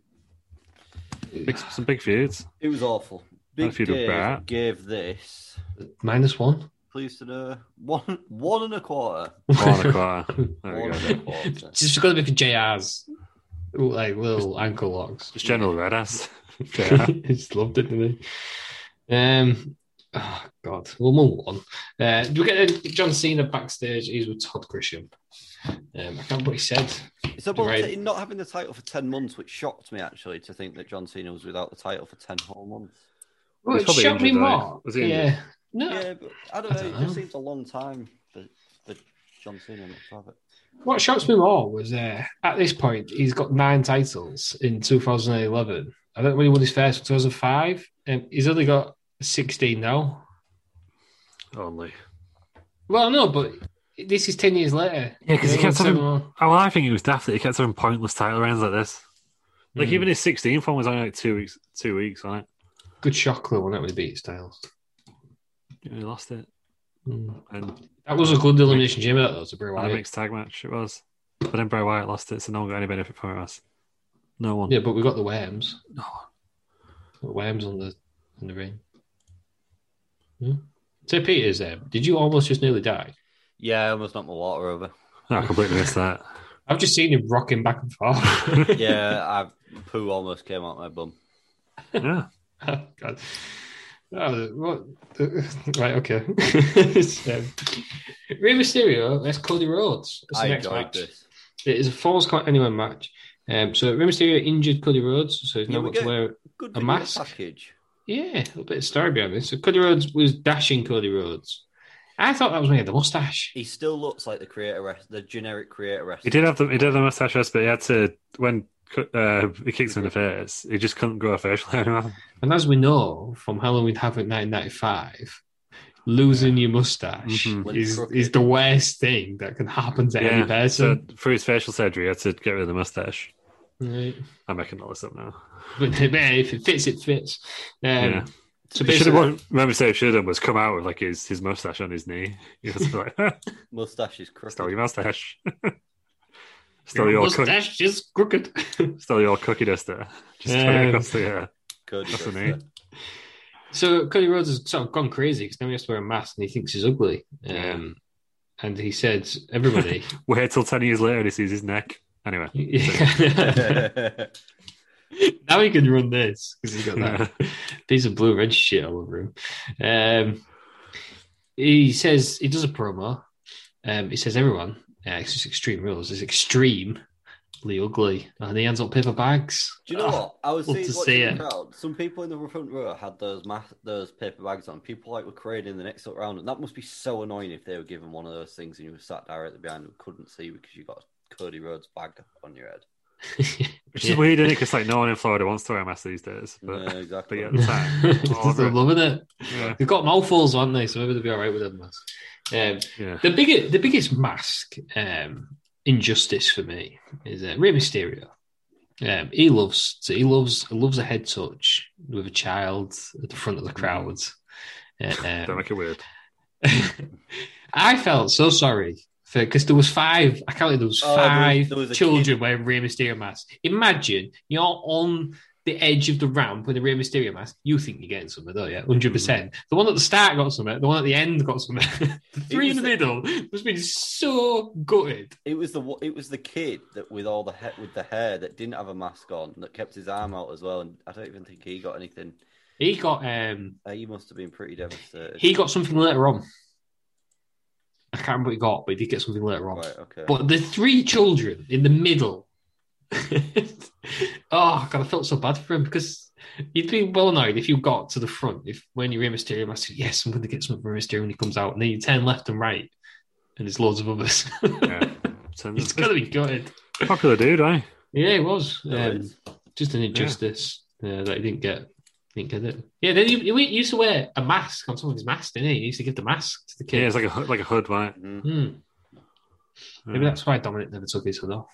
B: he?
C: he? Big, some big feuds.
B: It was awful.
C: Had a
B: Big
C: feud with
B: Dave
C: Bart.
B: gave this.
A: Minus one.
B: Pleased to know one one and a quarter.
C: Four and a quarter. There we
B: One
C: go.
B: and a quarter.
A: Just because of JR's like little ankle locks.
C: Just general badass. Yeah.
A: he just loved it, didn't he? Um, oh God, we'll move on. Uh, we get uh, John Cena backstage. He's with Todd Grisham. Um, I can't remember what he said.
B: He It's about
A: Right.
B: t- not having the title for 10 months, which shocked me actually to think that John Cena was without the title for 10 whole months.
A: Well,
C: He's
A: it
C: probably
A: shocked me
C: injured, right?
A: more.
C: Was he injured?
A: yeah. No.
B: Yeah, but I don't
A: I
B: know.
A: don't
B: it just
A: know.
B: seems a long time for, for John Cena not to have it.
A: What shocks me more was uh, at this point, he's got nine titles in 2011. I don't know when he won his first in 2005. Um, he's only got 16 now.
C: Only.
A: Well, no, but this is 10 years later.
C: Yeah, 'cause he kept
A: Seven
C: having-
A: more.
C: Oh, well, I think it was daft that he kept having pointless title rounds like this. Like
A: Hmm.
C: even his 16th one was only like two weeks, two weeks on it.
A: Hmm. Good shock, though, when that was beat Styles.
C: Yeah, He lost it,
A: Mm.
C: and
A: That was a good elimination chamber, that, though, to Bray
C: on a
A: Wyatt.
C: mixed tag match it was. But then Bray Wyatt lost it, so no one got any benefit from it. Was. No one.
A: Yeah, but we got the Worms.
C: No one.
A: The Worms on the on the ring. Yeah. So, Peters, um, did you almost just nearly die?
B: Yeah, I almost knocked my water over.
C: No, I completely missed that.
A: I've just seen him rocking back and forth.
B: Yeah, I poo almost came out my bum.
C: Yeah.
A: Oh, God. Oh, what? Right, okay. It's, um, Rey Mysterio vs. Cody Rhodes. That's the
B: I
A: next
B: enjoyed
A: match.
B: this.
A: It is a falls count anywhere match. Um, so Rey Mysterio injured Cody Rhodes, so he's
B: Yeah,
A: now
B: we
A: got to
B: get-
A: wear.
B: Good
A: A
B: video
A: mask?
B: package.
A: Yeah, a little bit of story behind this. So Cody Rhodes was dashing Cody Rhodes. I thought that was when he had the mustache.
B: He still looks like the creator, wrest- the generic creator wrestler.
C: He did have the he did have the mustache, yes, but he had to when uh, he kicked him in the face. He just couldn't grow a facial hair anymore.
A: And as we know from Halloween Havoc 1995, losing your mustache
C: Mhm.
A: is, is the worst thing that can happen to any
C: Yeah. So
A: person.
C: for his facial surgery, he had to get rid of the mustache.
A: Right.
C: I'm making all this up now.
A: But man, if it fits, it fits. Um,
C: Yeah.
A: So
C: He should
A: basically,
C: have remember say should have was come out with like his, his mustache on his knee. He was like
B: Mustache is crooked.
C: stole your mustache. stole
A: your
C: your cook,
A: mustache is crooked.
C: stole your cookie duster. Just throw it
A: Um,
C: across the air.
B: Cody
C: That's
B: does
C: the name.
B: that.
A: so Cody Rhodes has sort of gone crazy because now he has to wear a mask and he thinks he's ugly. Um,
C: Yeah.
A: And he said, "Everybody,
C: Wait till ten years later and he sees his neck. Anyway.
A: now he can run this because he's got that piece of blue red shit all over him." Um, he says he does a promo. Um, he says, "Everyone, uh, it's just extreme rules. It's extremely ugly," and he hands out paper bags. Oh.
B: Do you know what? I was
A: Love
B: seeing
A: to
B: watching
A: see
B: the
A: it.
B: crowd. Some people in the front row had those ma- those paper bags on. People like were craning the next up round, and that must be so annoying if they were given one of those things and you were sat directly behind and couldn't see because you got a Cody Rhodes bag on your head.
C: Which is weird, isn't it? Because like no one in Florida wants to wear a mask these days. But
B: Yeah,
C: but
B: exactly.
C: yeah, at the time, all
A: Just
C: over
A: They're
C: it.
A: loving it.
C: yeah.
A: They've got mouthfuls, aren't they? So maybe they'll be all right with them. Um,
C: yeah.
A: the biggest, the biggest mask um, injustice for me is uh, Rey Mysterio. Um, he loves, so he loves, he loves a head touch with a child at the front of the
C: Mm-hmm.
A: crowd. Uh,
C: Don't
A: um,
C: make it weird.
A: I felt so sorry for because there was five. I counted there was
B: Oh, there was-
A: five
B: there was a
A: children wearing Rey Mysterio masks. Imagine you're on the edge of the ramp with a Rey Mysterio mask. You think you're getting something, don't you?
B: Mm.
A: Hundred percent. The one at the start got something. The one at the end got something. the three in the
B: was-
A: middle must been so gutted.
B: It was the wa- it was the kid that with all the he- with the hair that didn't have a mask on that kept his arm out as well, and I don't even think he got anything.
A: He got um
B: Uh, He must have been pretty devastated.
A: he got something later on. I can't remember what he got, but he did get something later on.
B: right, okay.
A: But the three children in the middle. oh god, I felt so bad for him because you'd be well annoyed if you got to the front. If when you're in Mysterio, I said, "Yes, I'm going to get something from Mysterio," when he comes out, and then you turn left and right, and there's loads of others.
C: Yeah. So
A: it's going to be good.
C: popular dude, eh?
A: Yeah, it was
B: There
A: um,
B: is.
A: just an injustice uh, that he didn't get. Didn't get it. Yeah, then he, he used to wear a mask on someone's mask, didn't he? He used to give the mask to the
C: Yeah,
A: kids.
C: it's like a hood- like a hood, right?
B: Mhm.
A: Hmm. Maybe
C: Yeah.
A: that's why Dominic never took his hood off.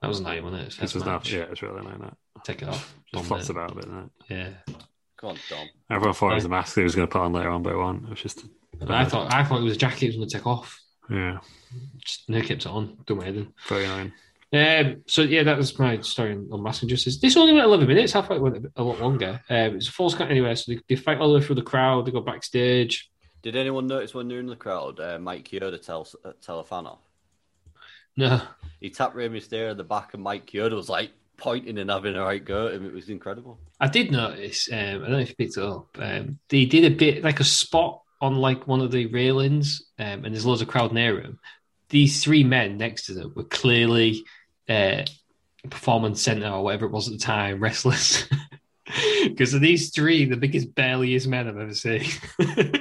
A: That was annoying, wasn't it?
C: This
A: First
C: was not.
A: match. Oh,
C: Yeah, it's really like that.
A: Take it off.
C: Just
A: Dominic.
C: flops about a bit. Isn't it?
A: Yeah.
B: Come on, Dom.
C: Everyone thought it was
A: Yeah.
C: a mask he was going to put on later on, but it wasn't. It was just.
A: And I thought I thought it was a jacket he was going to take off.
C: Yeah,
A: Just no, he kept it on. Don't mind him.
C: very annoying.
A: Um, so yeah, that was my story on, on Mass Injustice. This only went eleven minutes. I thought it went a, bit- a lot longer. Um, it's a false count anyway. So they, they fight all the way through the crowd. They go backstage.
B: Did anyone notice when they're in the crowd? Uh, Mike Chioda tells uh, tell a fan off.
A: No,
B: He tapped Rey Mysterio in the back, and Mike Kyoto was like pointing and having a right go at him. It was incredible.
A: I did notice. Um, I don't know if you picked it up. Um, they did a bit like a spot on like one of the railings, um, and there's loads of crowd near him. these three men next to them were clearly uh, performance center or whatever it was at the time wrestlers. Because of these three, the biggest, bareliest men I've ever seen,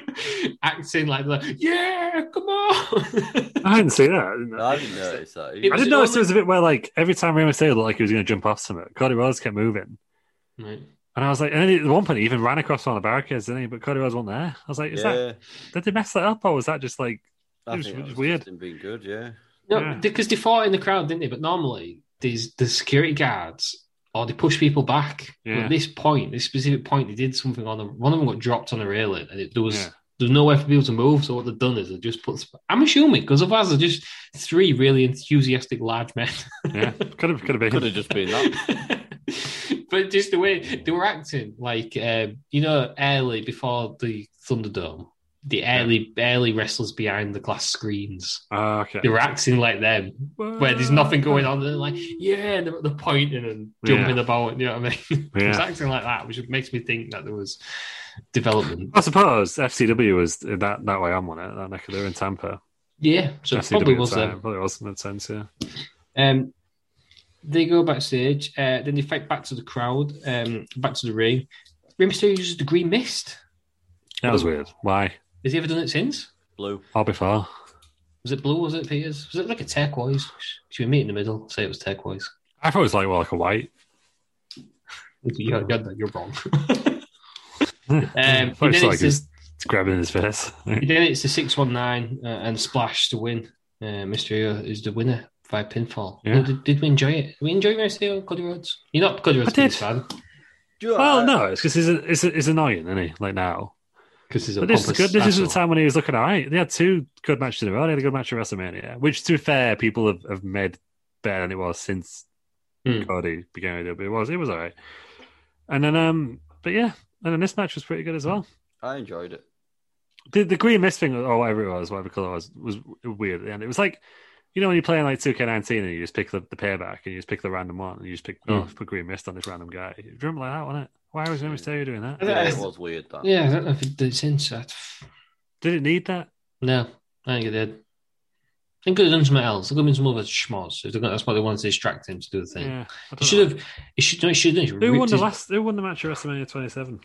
A: acting like, they're, yeah, come on.
C: I didn't see that. I didn't,
B: No, I didn't notice
A: It
B: that.
C: I
A: was
C: didn't
A: the
C: notice
A: only-
C: there was a bit where like every time Rey Mysterio looked like he was going to jump off something, Cody Rhodes kept moving,
A: Right.
C: and I was like, and then at one point he even ran across one of the barricades, didn't he? But Cody Rhodes wasn't there. I was like, is that
B: yeah,
C: did they mess that up or was that just like
B: I
C: it was-
B: think
C: it
B: that
C: was
B: was
C: weird.
B: just him being good, yeah.
A: No,
C: Yeah.
A: because they fought in the crowd, didn't they? But normally, these the security guards or they push people back. But
C: Yeah.
A: At this point, this specific point, they did something on them. One of them got dropped on a railing, and it, there was
C: Yeah.
A: there was nowhere for people to move. So what they've done is they just put. I'm assuming because otherwise they're just three really enthusiastic large men.
C: yeah could have could
B: Could
C: have been
B: have just been that.
A: but just the way they were acting, like um, you know, early before the Thunderdome, the early early wrestlers behind the glass screens,
C: Ah, okay
A: they were acting like them where there's
C: Mm.
A: nothing going on. They're like, yeah, and they're at the pointing and jumping
C: Yeah.
A: about. You know what I mean?
C: Yeah.
A: it's acting like that, which makes me think that there was development.
C: I suppose FCW was that that way on one it that neck of the in Tampa
A: Yeah, so it
C: FCW
A: probably
C: at the
A: was
C: time.
A: them.
C: probably was in that sense yeah
A: Um, they go backstage, uh, then they fight back to the crowd, um, back to the ring. Rey Mysterio uses the green mist.
C: that was weird why
A: Has he ever done it since?
B: Blue.
C: I'll be far
A: Was it blue? Was it Peters? Was it like a turquoise? Should we meet in the middle? Say it was turquoise.
C: I thought it was like well like a white
A: You're, you're, you're wrong. Um,
C: I thought
A: and
C: it was
A: then
C: like
A: Um, it's
C: it's grabbing his face
A: Then it's the 619 uh, and Splash to win. Uh, Mysterio is the winner by pinfall.
C: Yeah.
A: No, did, did we enjoy it? We enjoyed Mysterio, Cody Rhodes. You're not Cody Rhodes'
C: I did.
A: biggest fan
B: Do you know
C: well
B: what,
C: no it's because it's, it's, it's annoying isn't he like now
A: because he's a
C: But this is
A: pompous
C: good. This is the
A: asshole.
C: time when he was looking all right. They had two good matches in a row. They had a good match at WrestleMania, which, to be fair, people have, have made better than it was since
A: Hmm.
C: Cody began with it. But it was it was all right. And then, um, but yeah, and then this match was pretty good as well.
B: I enjoyed it.
C: The, the green mist thing, or whatever it was, whatever color it was, was weird. at the end. it was like, you know, when you're playing like 2K19 and you just pick the, the payback and you just pick the random one and you just pick,
A: Hmm.
C: oh, put green mist on this random guy. Do you remember like that, wasn't it? Why was Rey Mysterio doing that?
A: Yeah,
B: Yeah, it
A: it's-
B: was weird that.
A: Yeah, I don't know if it did since that.
C: Did it need that?
A: No, I think it did. I think it could have done something else. It could have been some other schmoz. If they're gonna- That's what they wanted to distract him to do the thing.
C: Yeah.
A: He
C: I don't know.
A: should have. He should. No, he should have.
C: Who won the last? Who won the match at WrestleMania 27?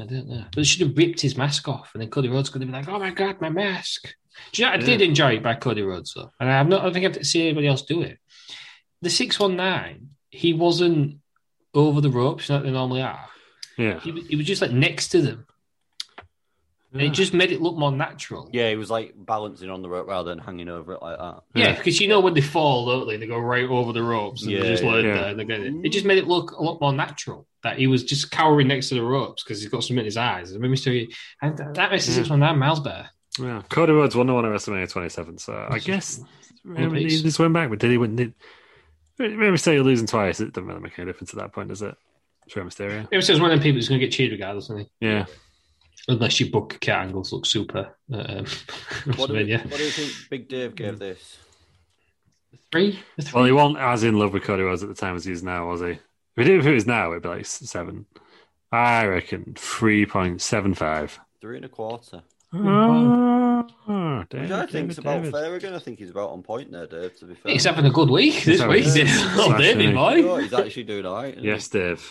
A: I don't know. But he should have ripped his mask off, and then Cody Rhodes could have been like, "Oh my god, my mask." Do you know, I did enjoy it by Cody Rhodes though, and I've not. I don't think I've seen anybody else do it. The six one nine, he wasn't over the ropes like they normally are.
C: Yeah,
A: He, was- he was just like next to them, and it just made it look more natural.
B: Yeah, he was like balancing on the rope rather than hanging over it like that.
A: Yeah, because you know when they fall, don't they? They go right over the ropes, and
B: Yeah, Mm.
A: they just like
C: yeah.
A: there, and they get it. It just made it look a lot more natural that he was just cowering next to the ropes because he's got something in his eyes. It made me so. and That makes the
C: Yeah.
A: six one nine miles better.
C: yeah. Cody Rhodes won the one at WrestleMania 27, so I
A: That's
C: guess I
A: one
C: mean, he
A: piece.
C: just went back. But did he win? Did, Rey Mysterio losing twice? It doesn't really make any difference at that point, does it? It's Rey Mysterio.
A: It was just one of them people who's going to get cheered regardless, isn't he?
C: Yeah,
A: Unless you book Kurt Angle's look super. at, Um,
B: What do, we,
A: WrestleMania.
B: what do you think Big Dave gave this?
A: Three? The three?
C: well, he wasn't as in love with Cody Rhodes at the time as he is now, was he? If, he did, if it was now, it'd be like s- seven. I reckon 3.75.
B: Three and a quarter.
C: Oh,
B: Which
C: David,
B: I think is
C: David,
B: about
C: David.
B: fair again. I think he's about on point there, Dave, to be fair.
A: He's having a good week this
C: having
A: week.
C: a-
A: Oh, Davey,
C: Smashing.
B: No,
A: boy.
B: he's actually doing all right. isn't he?
C: Yes, Dave.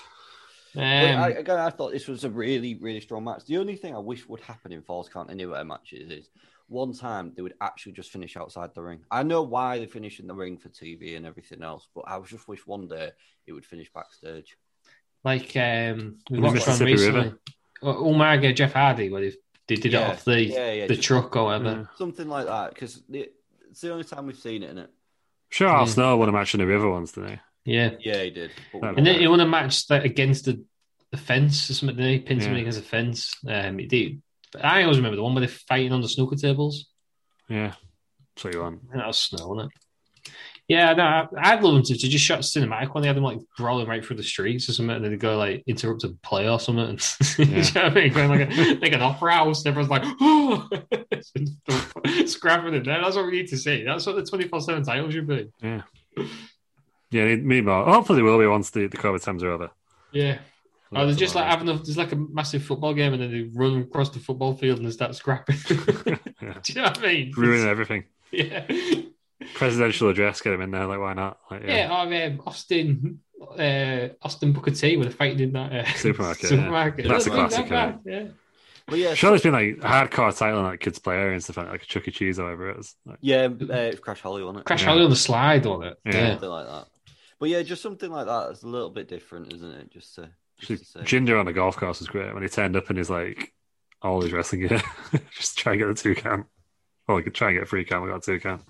B: But I,
A: Um,
B: again, I thought this was a really, really strong match. The only thing I wish would happen in Falls Count Anywhere matches is one time they would actually just finish outside the ring. I know why they finish in the ring for TV and everything else, but I just wish one day it would finish backstage.
A: like um, we watched
C: The
A: one
C: Mississippi
A: recently.
C: River.
A: Uh, Umaga, Jeff Hardy, where they, they did it
B: Yeah.
A: off the,
B: Yeah, Mm. yeah,
A: the
B: just-
A: truck or whatever.
C: Yeah.
B: Something like that, because it's the only time we've seen it, isn't it?
C: Sure,
A: Yeah.
C: Al Snow won a match in the river once, didn't he?
A: Yeah.
B: Yeah, he did. But
C: And
A: And then he won a match that against the, the fence or something. They pinned something
C: Yeah.
A: against the fence. Um, it did. but I always remember the one where they're fighting on the snooker tables.
C: Yeah. That's what you want.
A: That was snow, wasn't it? Yeah, no, I- I'd love them to, to just shot cinematic when they had them like brawling right through the streets or something, and then they go like interrupt a play or something. And, you know what I mean? Going like, a, like an opera house, and everyone's like, oh, scrapping in there. That's what we need to see. That's what the 24 7 title should be.
C: Yeah. Yeah, meanwhile, Oh, hopefully they will be once the, the COVID times are over.
A: Yeah. Oh, they're just like
C: Tomorrow.
A: having a, there's like a massive football game, and then they run across the football field and they start scrapping. Do
C: Yeah.
A: you know what I mean?
C: ruin everything.
A: yeah.
C: Presidential address, get him in there. Like, why not? Like,
A: Yeah, or um, Austin uh, Austin Booker T would have fighted in that uh,
C: Supermarket, yeah.
A: supermarket.
C: That's a
A: Not
C: classic,
A: bad, yeah.
B: But yeah,
C: Sure, there's been like hardcore title on like kids' player and stuff like, like Chuck E. Cheese or whatever it is. Like,
B: yeah, uh, it's Crash Holly on it.
A: Crash
C: Yeah.
A: Holly on the slide on it.
C: Yeah.
A: Yeah.
B: something like that. But yeah, just something like that. It's a little bit different, isn't it? Just to,
C: actually,
B: just to say.
C: Jinder on the golf course was great when he turned up in his like all his wrestling gear. Just try and get the two count. Or like try and get a free count. We got a two count.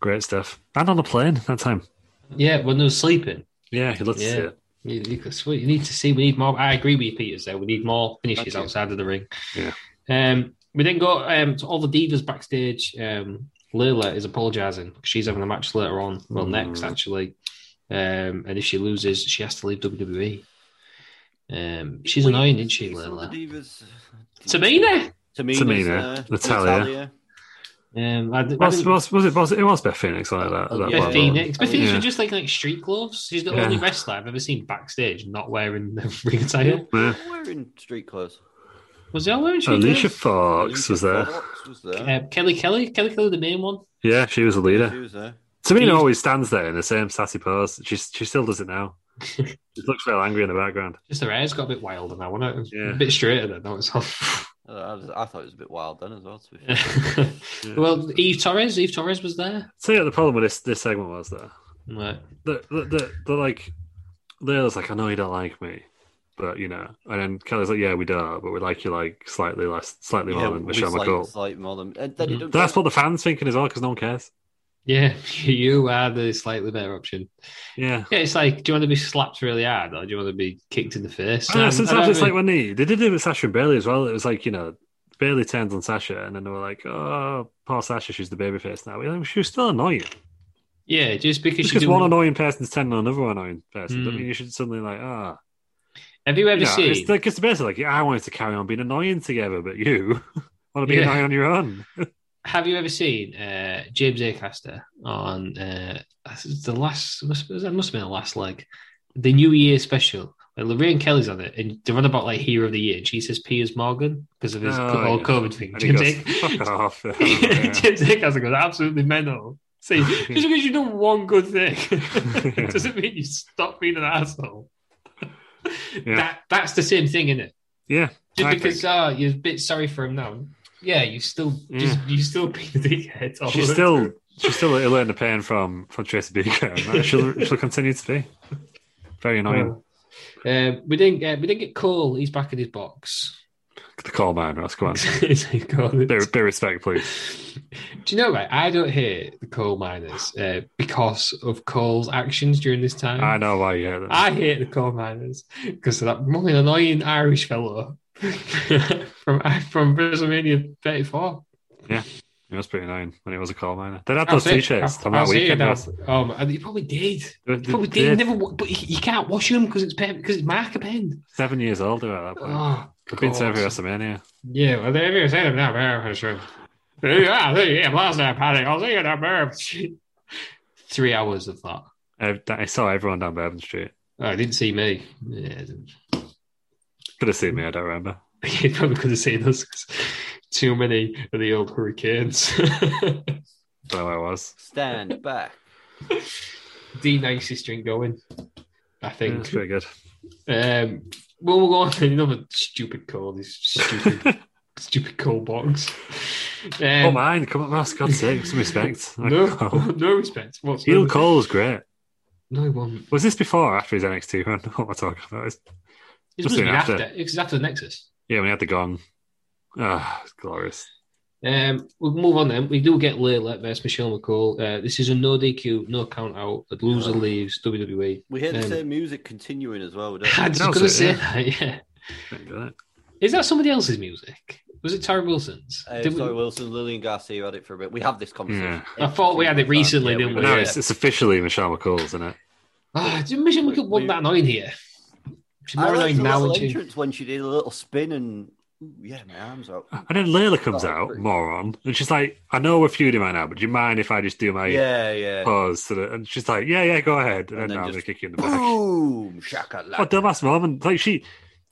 C: Great stuff. And on the plane that time.
A: Yeah, when they were sleeping.
C: Yeah, he looked.
A: Yeah.
C: Yeah.
A: You, you could- we need to see. We need more. I agree with you, Peters. There, we need more
B: Thank
A: finishes
B: you.
A: outside of the ring.
C: Yeah.
A: Um, we then go um, to all the divas backstage. Um, Layla is apologising because she's having a match later on. Well,
C: Mm.
A: next actually, um, and if she loses, she has to leave WWE. Um, she's
B: Wait,
A: annoying, isn't she,
B: some of the
A: Layla?
B: divas. uh,
A: Tamina.
B: Tamina's
C: Tamina,
B: there,
C: Natalia.
A: Um, I, I
C: Was,
A: didn't-
C: was, was it was it was Beth Phoenix on that, that
B: Yeah.
A: Beth
C: level.
A: Phoenix. Beth Phoenix
C: Yeah.
A: was just like like street gloves. She's the
C: Yeah.
A: only wrestler I've ever seen backstage not wearing the ring attire.
C: Yeah.
B: They're wearing street clothes.
A: Was there wearing street
C: Alicia
A: gloves?
C: Fox was there.
B: Fox was there.
A: Uh, Kelly Kelly, Kelly Kelly, the main one.
C: Yeah, she was the leader.
B: She was there.
C: Tamina
A: She's-
C: always stands there in the same sassy pose. She she still does it now. she looks real angry in the background.
A: Just her hair's got a bit wild on that one. It was
C: Yeah.
A: A bit straighter than that was all.
B: I, Uh, I was- I thought it was a bit wild then as well. To be fair.
A: Yeah. well, Eve Torres, Eve Torres was there.
C: Tell you what the problem with this this segment was though.
A: Right.
C: The the the, the like Layla's like, I know you don't like me, but you know. And then Kelly's like, Yeah, we don't, but we like you like slightly less, slightly more than
B: we
C: Michelle
B: slight-
C: McCool.
B: slight more than- and then it
A: Mhm.
B: don't-
C: That's what the fans thinking as well, because no one cares.
A: Yeah, you are the slightly better option.
C: Yeah.
A: Yeah, it's like, do you want to be slapped really hard or do you want to be kicked in the face?
C: And
A: Um, I
C: sometimes
A: don't
C: it's like
A: really-
C: when they they did it with Sasha and Bailey as well. It was like you know Bailey turns on Sasha, and then they were like, "Oh, poor Sasha, she's the babyface now." We're Like, she was still annoying.
A: yeah, just because
C: Just
A: you
C: because
A: do.
C: one annoying person's turning on another annoying person, I
A: Mm.
C: mean, you should suddenly like, ah,
A: Have you ever
C: you know,
A: seen?
C: it's like it's basically like, yeah, I wanted to carry on being annoying together, but you want to be
A: Yeah.
C: annoying on your own.
A: Have you ever seen uh, James Acaster on uh, the last? Must, that must have been the last leg, the New Year special. Where Lorraine Kelly's on it, and they're on about like Hero of the Year, and she says Piers Morgan because of his
C: Oh,
A: co- whole
C: yeah.
A: COVID thing.
C: And he
A: James,
C: goes,
A: Ac-
C: "Fuck off."
A: James Acaster goes absolutely mental. See, just because you've done one good thing doesn't mean you stop being an asshole.
C: Yeah.
A: That that's the same thing, isn't it?
C: yeah,
A: Just
C: I
A: because
C: think.
A: oh, you're a bit sorry for him now. Yeah, you still just you still be the dickhead. all
C: Mm. she's
A: the
C: still
A: time.
C: she's still learning the pain from from Tracy Beaker, and that she'll she'll continue to be very annoying.
A: Um, we didn't get we didn't get Cole. He's back in his box.
C: The coal mine, Ross, come on.
A: Is he called it?
C: Bit, bit of respect, please.
A: Do you know right? I don't hate the coal miners uh, because of Cole's actions during this time.
C: I know why you heard that.
A: I hate the coal miners because of that fucking annoying Irish fellow from from WrestleMania 34.
C: It was pretty annoying when it was a coal miner. They had
A: I'll
C: those
A: say-
C: t-shirts
A: I'll-
C: on that
A: I'll say
C: weekend.
A: it now.
C: Ross.
A: Um, and he probably did.
C: They-
A: He probably
C: they-
A: did.
C: they're
A: Never, wa- but you you can't wash them because it's pen, because it's marker pen.
C: Seven years older at that point.
A: Oh,
C: I've been to
A: God.
C: every WrestleMania.
A: Yeah, well, they haven't said it now, man. Yeah, yeah, last night, Paddy. I'll see you now, man. Three hours of that.
C: I, I saw everyone down Bourbon Street.
A: Oh, he didn't see me. Yeah, I didn't.
C: Could have seen me. I don't remember.
A: he probably could have seen us. 'cause Too many of the old hurricanes.
C: Don't know where I was.
B: Stand back.
A: the nicest drink going, I
C: Yeah,
A: think.
C: it's pretty good.
A: Um, well, we'll go on to another stupid call. This stupid, stupid call box. Um,
C: oh mine, come on, Ross. God's sake, some respect. Like,
A: No,
C: oh.
A: no respect. What's
C: Heel Cole was great.
A: No he won't.
C: Was this before or after his NXT run? What am I talking about? It's-
A: It
C: Must
A: must
C: have
A: be
C: been
A: after.
C: after.
A: It's after the Nexus.
C: Yeah, when he had the gong. Ah, it's glorious.
A: Um, we'll move on then. We do get Layla versus Michelle McCool. Uh, this is a no DQ, no count out. The loser leaves WWE.
B: We hear the
A: Um,
B: same music continuing as well. Don't
A: I
B: we?
A: was
C: That
A: going
C: was
A: to
C: it,
A: say
C: yeah.
A: that. Yeah.
C: Don't do that.
A: Is that somebody else's music? Was it Tara Wilson's?
B: Uh,
A: Did we-
B: Zoe Wilson, Lillian Garcia had it for a bit. We have this conversation.
C: Yeah.
A: I thought we had it recently,
B: Yeah,
A: didn't we?
C: No,
A: Yeah.
C: it's, it's officially Michelle McCall, isn't it?
A: Ah, do you imagine we could want that annoying here? She's more
B: I liked
A: annoying
B: the
A: now
B: little
A: than she.
B: entrance when she did a little spin and Ooh, yeah, my arms out.
C: And then Layla comes
B: Oh,
C: out,
B: great.
C: moron, and she's like, "I know we're feuding right now, but do you mind if I just do my
B: Yeah, yeah.
C: pause?" So that, and she's like, "Yeah, yeah, go ahead."
B: And
C: And, then,
B: then
C: now I'm
B: just Oh,
C: gonna kick you in the back.
B: Boom, shaka.
C: What a dumbass moment! Like she,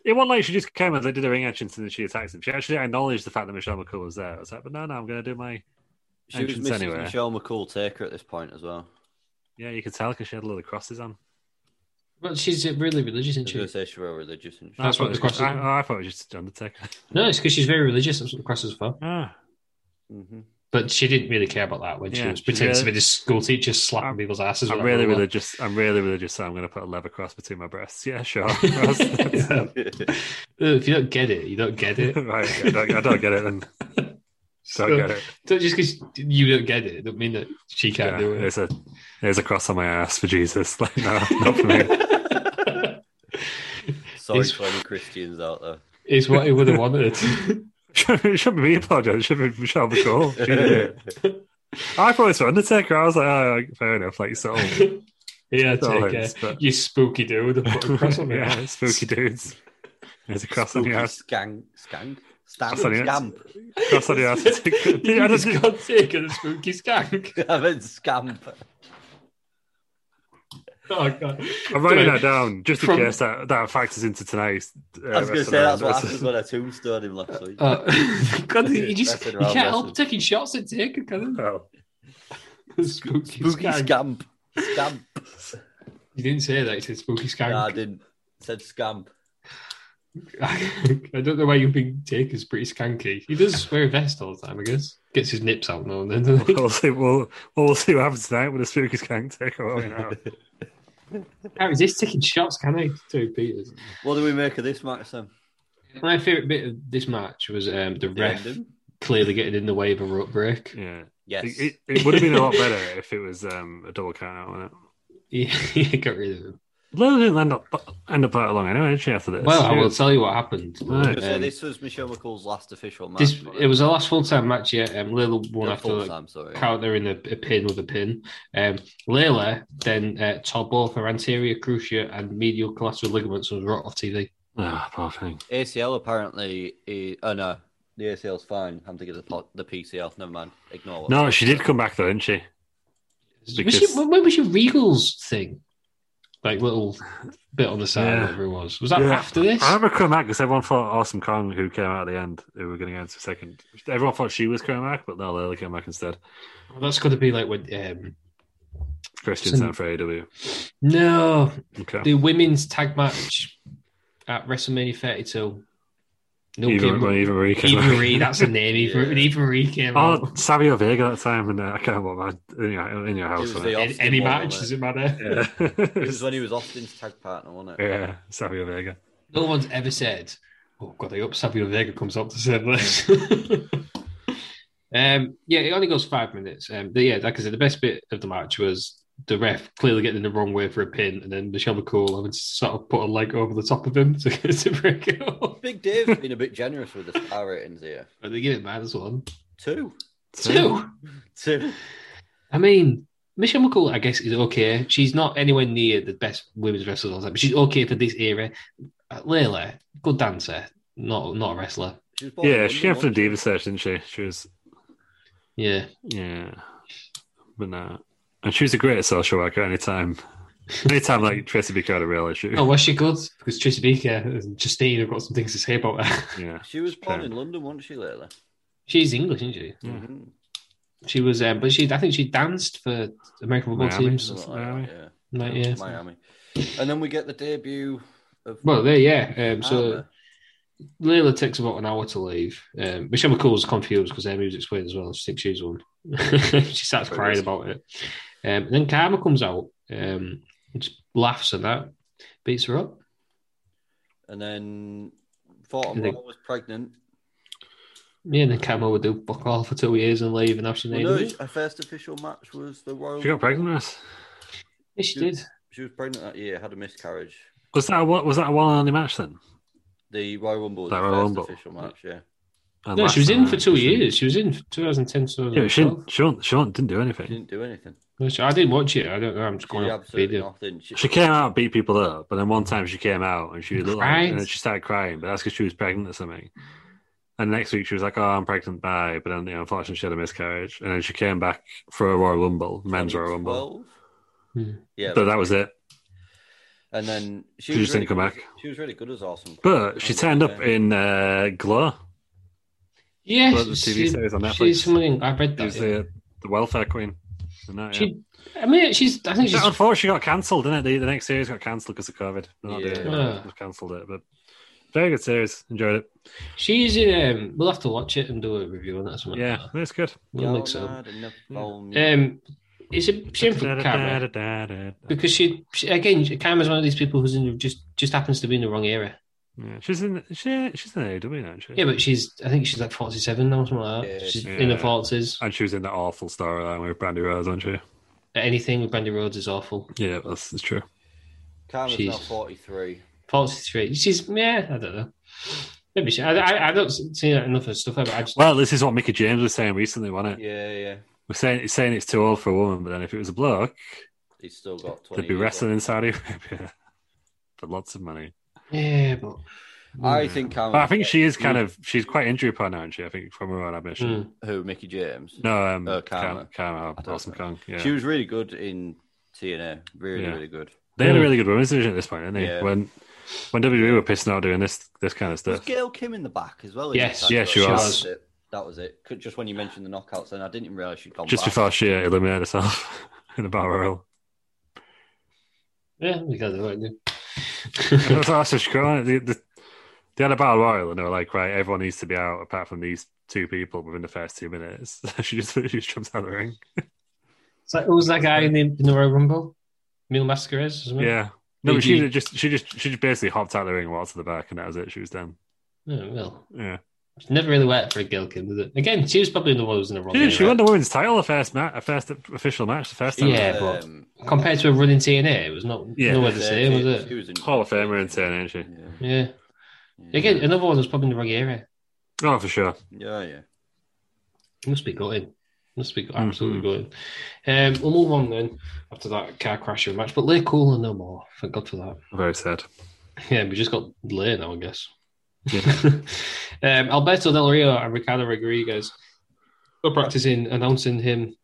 C: it wasn't like she just came and they did a ring entrance and then she attacks him. She actually acknowledged the fact that Michelle McCool was there. I was like, "But no, no, I'm gonna do my
B: She was
C: entrance
B: Mrs.
C: anywhere.
B: Michelle McCool Taker at this point as well.
C: Yeah, you could tell because she had a lot of crosses on.
A: But she's really religious, isn't
B: She was
A: she?
B: say she were religious. isn't she?
A: That's what
C: I
A: the
C: thought it was-
A: crosses-
C: I, I thought it was just Undertaker.
A: No, it's because she's very religious. That's what the cross is for.
C: ah,
B: Mhm.
A: But she didn't really care about that when she
C: Yeah,
A: was
C: she
A: pretending to
C: really-
A: be this school teacher slapping
C: I'm-
A: people's asses.
C: I'm
A: with
C: really
A: that ruler.
C: religious. I'm really religious, so I'm going to put a leather cross between my breasts. Yeah, sure. Cross.
A: Yeah. If you don't get it, you don't get it.
C: right, okay, I don't, I don't get it. Then
A: So,
C: don't get it.
A: don't- just because you don't get it, don't mean that she can't
C: Yeah,
A: do it.
C: there's a there's a cross on my ass for Jesus. Like, no, not for me.
B: Sorry
A: It's-
B: for any Christians out there.
A: It's what he would have wanted.
C: it shouldn't be me apologizing. It should be Michelle McCool. She did it. I thought it was for Undertaker. I was like, oh, fair enough. Like, so
A: yeah,
C: Still
A: take care.
C: is, but-
A: You spooky dude. I put a cross on your
C: yeah,
A: ass.
C: spooky dudes. There's a cross on
B: Spooky
C: your ass.
B: skank, skank,
C: Cross on your
B: stamp,
C: ass.
B: scamp.
C: Cross on your ass. I
A: you
C: don't
A: just
C: think-
A: got taken the spooky skank.
B: I meant scamp.
A: Oh god.
C: I'm writing
A: Anyway,
C: that down just in
A: From-
C: case that, that factors into tonight's. Uh,
B: I was going to
C: wrestling
B: say that's
C: round.
B: what happened when I tombstone him last week.
A: Uh, god, you just
B: Messing
A: you
B: around,
A: can't
B: messing.
A: help taking shots at Taker, can
C: Oh,
A: you? Spooky,
B: Spooky
A: skank.
B: scamp, scamp.
A: You didn't say that. You said spooky skank.
B: Nah, I didn't. Said scamp.
A: I don't know why you think Taker's pretty skanky. He does wear a vest all the time, I guess. Gets his nips out now and then. doesn't he?
C: we'll see. We'll, we'll see what happens tonight with the spooky skank take away now.
A: How is this taking shots? Can I? Two Peters.
B: What do we make of this match then?
A: My favourite bit of this match was um, the
B: The
A: ref
B: ending?
A: clearly getting in the way of a rope break.
C: Yeah,
B: Yes.
C: it, it, it would have been a lot better if it was um, a double count out, wouldn't it?
A: Yeah, he got rid of him.
C: Lola didn't end up end up out long anyway, did she? After this,
A: Well, I
C: She
A: will
C: was-
A: tell you what happened.
C: Right.
A: Um,
B: So this was Michelle McCool's last official match.
A: this,
B: wasn't
A: it was the last full time match yet. Um, Layla won
B: No,
A: after
B: full
A: like,
B: time, sorry.
A: countering a, a pin with a pin. Um, Layla then uh, tore both her anterior cruciate and medial collateral ligaments and was right off TV.
C: Ah, poor thing.
B: ACL apparently. Is, oh no, the ACL's fine. I'm thinking of the, po- the PCL. Never mind. Ignore. what I
C: No,
B: said.
C: she did come back though, didn't she?
A: Was
C: Because-
A: she, when was your Regals thing? Like little bit on the side,
C: Yeah.
A: whatever it was. Was that
C: Yeah.
A: after this?
C: I remember coming back because everyone thought Awesome Kong, who came out at the end, who were going to go into second. Everyone thought she was coming back, but no, Lola came back instead.
A: Well, that's got to be like when. Um,
C: Christian's
A: Some-
C: not for AW.
A: no,
C: Okay.
A: the women's tag match at WrestleMania 32. No,
C: even, well,
A: Eva,
C: even Marie came
A: Eva
C: back.
A: Marie, that's the name. Eva,
B: Yeah.
A: Eva Marie came
C: Oh,
A: out.
C: Savio Vega that time, and uh, I can't remember what man in your, in your house.
B: was
C: wasn't
B: the
C: it?
A: Any,
B: Austin
A: any
B: one,
A: match, doesn't
B: wasn't
A: matter.
B: It was
C: Yeah.
B: when he was Austin's tag partner, wasn't it?
C: yeah, Savio Vega.
A: No one's ever said, "Oh God, I hope Savio Vega comes up to save this." um, yeah, it only goes five minutes. Um, but yeah, like I said, the best bit of the match was the ref clearly getting in the wrong way for a pin, and then Michelle McCool having to sort of put a leg over the top of him to, to break it up.
B: Big Dave's been a bit generous with the star ratings here.
A: But they give it minus one,
B: Two,
A: two.
B: two.
A: I mean. Michelle McCool, I guess, is okay. She's not anywhere near the best women's wrestlers all time, but she's okay for this era. Uh, Layla, good dancer, not not a wrestler.
B: She was born in
C: Yeah, she came
B: London,
C: from the
B: wasn't
C: Diva Search, didn't she? She was,
A: Yeah,
C: yeah, but no. And she was a great social worker. Anytime, anytime like Tracy B. had a real issue.
A: Oh, was she good? Because Tracy Beaker and Justine have got some things to say about her.
C: Yeah,
B: She was born in
C: Fair.
B: London, wasn't she, Layla?
A: She's English, isn't she?
C: Yeah.
B: Mhm.
A: She was, um, but she, I think she danced for American football
C: Miami.
A: teams.
B: Something
C: Miami.
B: like that,
A: Like,
B: yeah.
A: yeah.
B: Miami. And then we get the debut of.
A: Well, there, yeah. Um, so
B: Armour.
A: Layla takes about an hour to leave. Um, Michelle McCool's confused because Amy was explained as well. She thinks she's won. she starts crying about it. Um, then Karma comes out, um, just laughs at that, beats her up.
B: and then Fortin
A: I think-
B: Raw was pregnant.
A: Yeah, and then Karma would do fuck all for two years and leave, and now she
B: Well,
A: needed
B: no,
A: it.
B: her first official match was the Royal.
C: she got pregnant. Russ.
A: Yeah, she did.
B: She was pregnant that year, had a miscarriage.
C: Was that what? Was that a one and only match then?
B: The Royal Rumble was
C: That
B: the
C: Royal
B: first
C: Rumble.
B: official match, yeah.
C: And
A: No,
C: last
A: she was
C: one,
A: in
C: right?
A: for two
C: She-
A: years. She was in 2010 to
C: Yeah, she didn't. She didn't, she didn't, didn't do
B: She
C: anything.
B: didn't do anything.
A: No, sure, I didn't watch it. I don't know. I'm just
B: She
A: going
B: did
A: off
B: absolutely
A: video.
B: nothing. She,
C: She came out, beat people up, but then one time she came out and she looked like,
A: Cried.
C: and then she started crying, but that's because she was pregnant or something. And next week she was like, "Oh, I'm pregnant, bye." But then, you know, unfortunately, she had a miscarriage, and then she came back for a Royal Rumble, men's Royal Rumble.
B: 12?
A: Hmm.
B: Yeah,
C: But that was it.
B: and then she,
C: she
B: was
C: just didn't
B: really
C: come
B: good
C: back. uh,
B: as- She was really good as awesome.
C: But she turned up in uh, Glow.
A: Yes,
C: Well, the TV series on Netflix.
A: She's something I read
C: She
A: that.
C: was
A: yeah.
C: the, the welfare queen. in that, yeah.
A: She, I mean, she's. I think she's.
C: That unfortunately got cancelled, didn't it? The, the next series got cancelled because of COVID. They're not doing it.
A: Yeah.
C: They've cancelled it, but very good series. Enjoyed it.
A: She's in. Um, we'll have to watch it and do a review on that. something like
C: Yeah,
A: that.
C: that's good.
A: we'll make so.
B: Leonard and the phone.
A: Um, it's a shame for Cameron
C: Da-da-da-da-da-da.
A: because she, she again, Cameron's one of these people who's in, just just happens to be in the wrong era.
C: Yeah, she's in. She, she's in AEW, aren't she?
A: Yeah, but she's. I think she's like forty-seven now, something like that.
B: Yeah.
A: she's in her
C: Yeah.
A: forties.
C: and she was in that awful storyline with Brandy Rose, wasn't she?
A: Anything with Brandy Rhodes is awful.
C: Yeah, that's, that's true.
B: Carmen's now
A: she's-
B: 43.
A: Forty-three. She's. Yeah, I don't know. Maybe she. I, I, I don't see that enough of stuff. But I just.
C: Well, this is what Mickey James was saying recently, wasn't it?
B: Yeah, yeah.
C: We're saying it's saying it's too old for a woman, but then if it was a bloke,
B: He's still got 20.
C: they'd be
B: years
C: wrestling in Saudi Arabia for lots of money.
A: yeah, but.
B: left. I think Carmen.
C: But I think she is kind of she's quite injury prone, aren't she? I think from her own admission.
A: Mm.
B: Who, Mickey James?
C: No, um,
B: Uh,
C: Karma,
B: Karma.
C: Karma,
B: I don't
C: Awesome
B: know.
C: Kong. Yeah,
B: She was really good in TNA. Really,
C: Yeah.
B: really good.
C: they had a really good women's division at this point, didn't they?
B: Yeah.
C: When when WWE were pissing out doing this this kind of
B: Was
C: stuff.
B: Gail Kim in the back as well? in
A: Yes.
B: that
C: Yeah,
B: show?
C: she
B: That
A: was.
B: it. That was it. Could- Just when you mentioned the knockouts, then I didn't even realize she'd gone
C: Just
B: back.
C: before she uh, eliminated herself in the battle royal.
A: Yeah, we got it. right,
C: And it
A: yeah.
C: was also scrolling. They, they, they had a battle royal, and they were like, right, everyone needs to be out apart from these two people within the first two minutes. she just she just jumps out of the ring.
A: It's like, who's that guy in the, in the Royal Rumble? Mil Mascares, isn't it?
C: Yeah. No, but
A: Hmm. Maybe-
C: she just she just she just basically hopped out of the ring, and walked to the back, and that was it. She was done.
A: Yeah, well,
C: Yeah,
A: it's never really worked for a Gilkin, did it? Again, she was probably the one who was in the wrong.
C: she, did, she
A: era.
C: won the women's title, the first match, the first official match, the first time.
A: Yeah. but- Compared to a running TNA, Um, it was not
C: Yeah.
A: nowhere the same, was it?
B: She was in
C: Hall of Famer in turn, ain't she?
B: Yeah.
A: Yeah.
B: Yeah.
A: Again, another one was probably in the wrong era.
C: Oh, for sure.
B: Yeah, yeah.
A: It must be gutted. Must be
C: Mm-hmm.
A: absolutely gutted. Um, we'll move on then after that car crasher match. But Lay cool and no more. Thank God for that.
C: Very sad.
A: Yeah, we just got Lay now, I guess.
C: Yeah.
A: um, Alberto Del Rio and Ricardo Rodriguez are practicing announcing him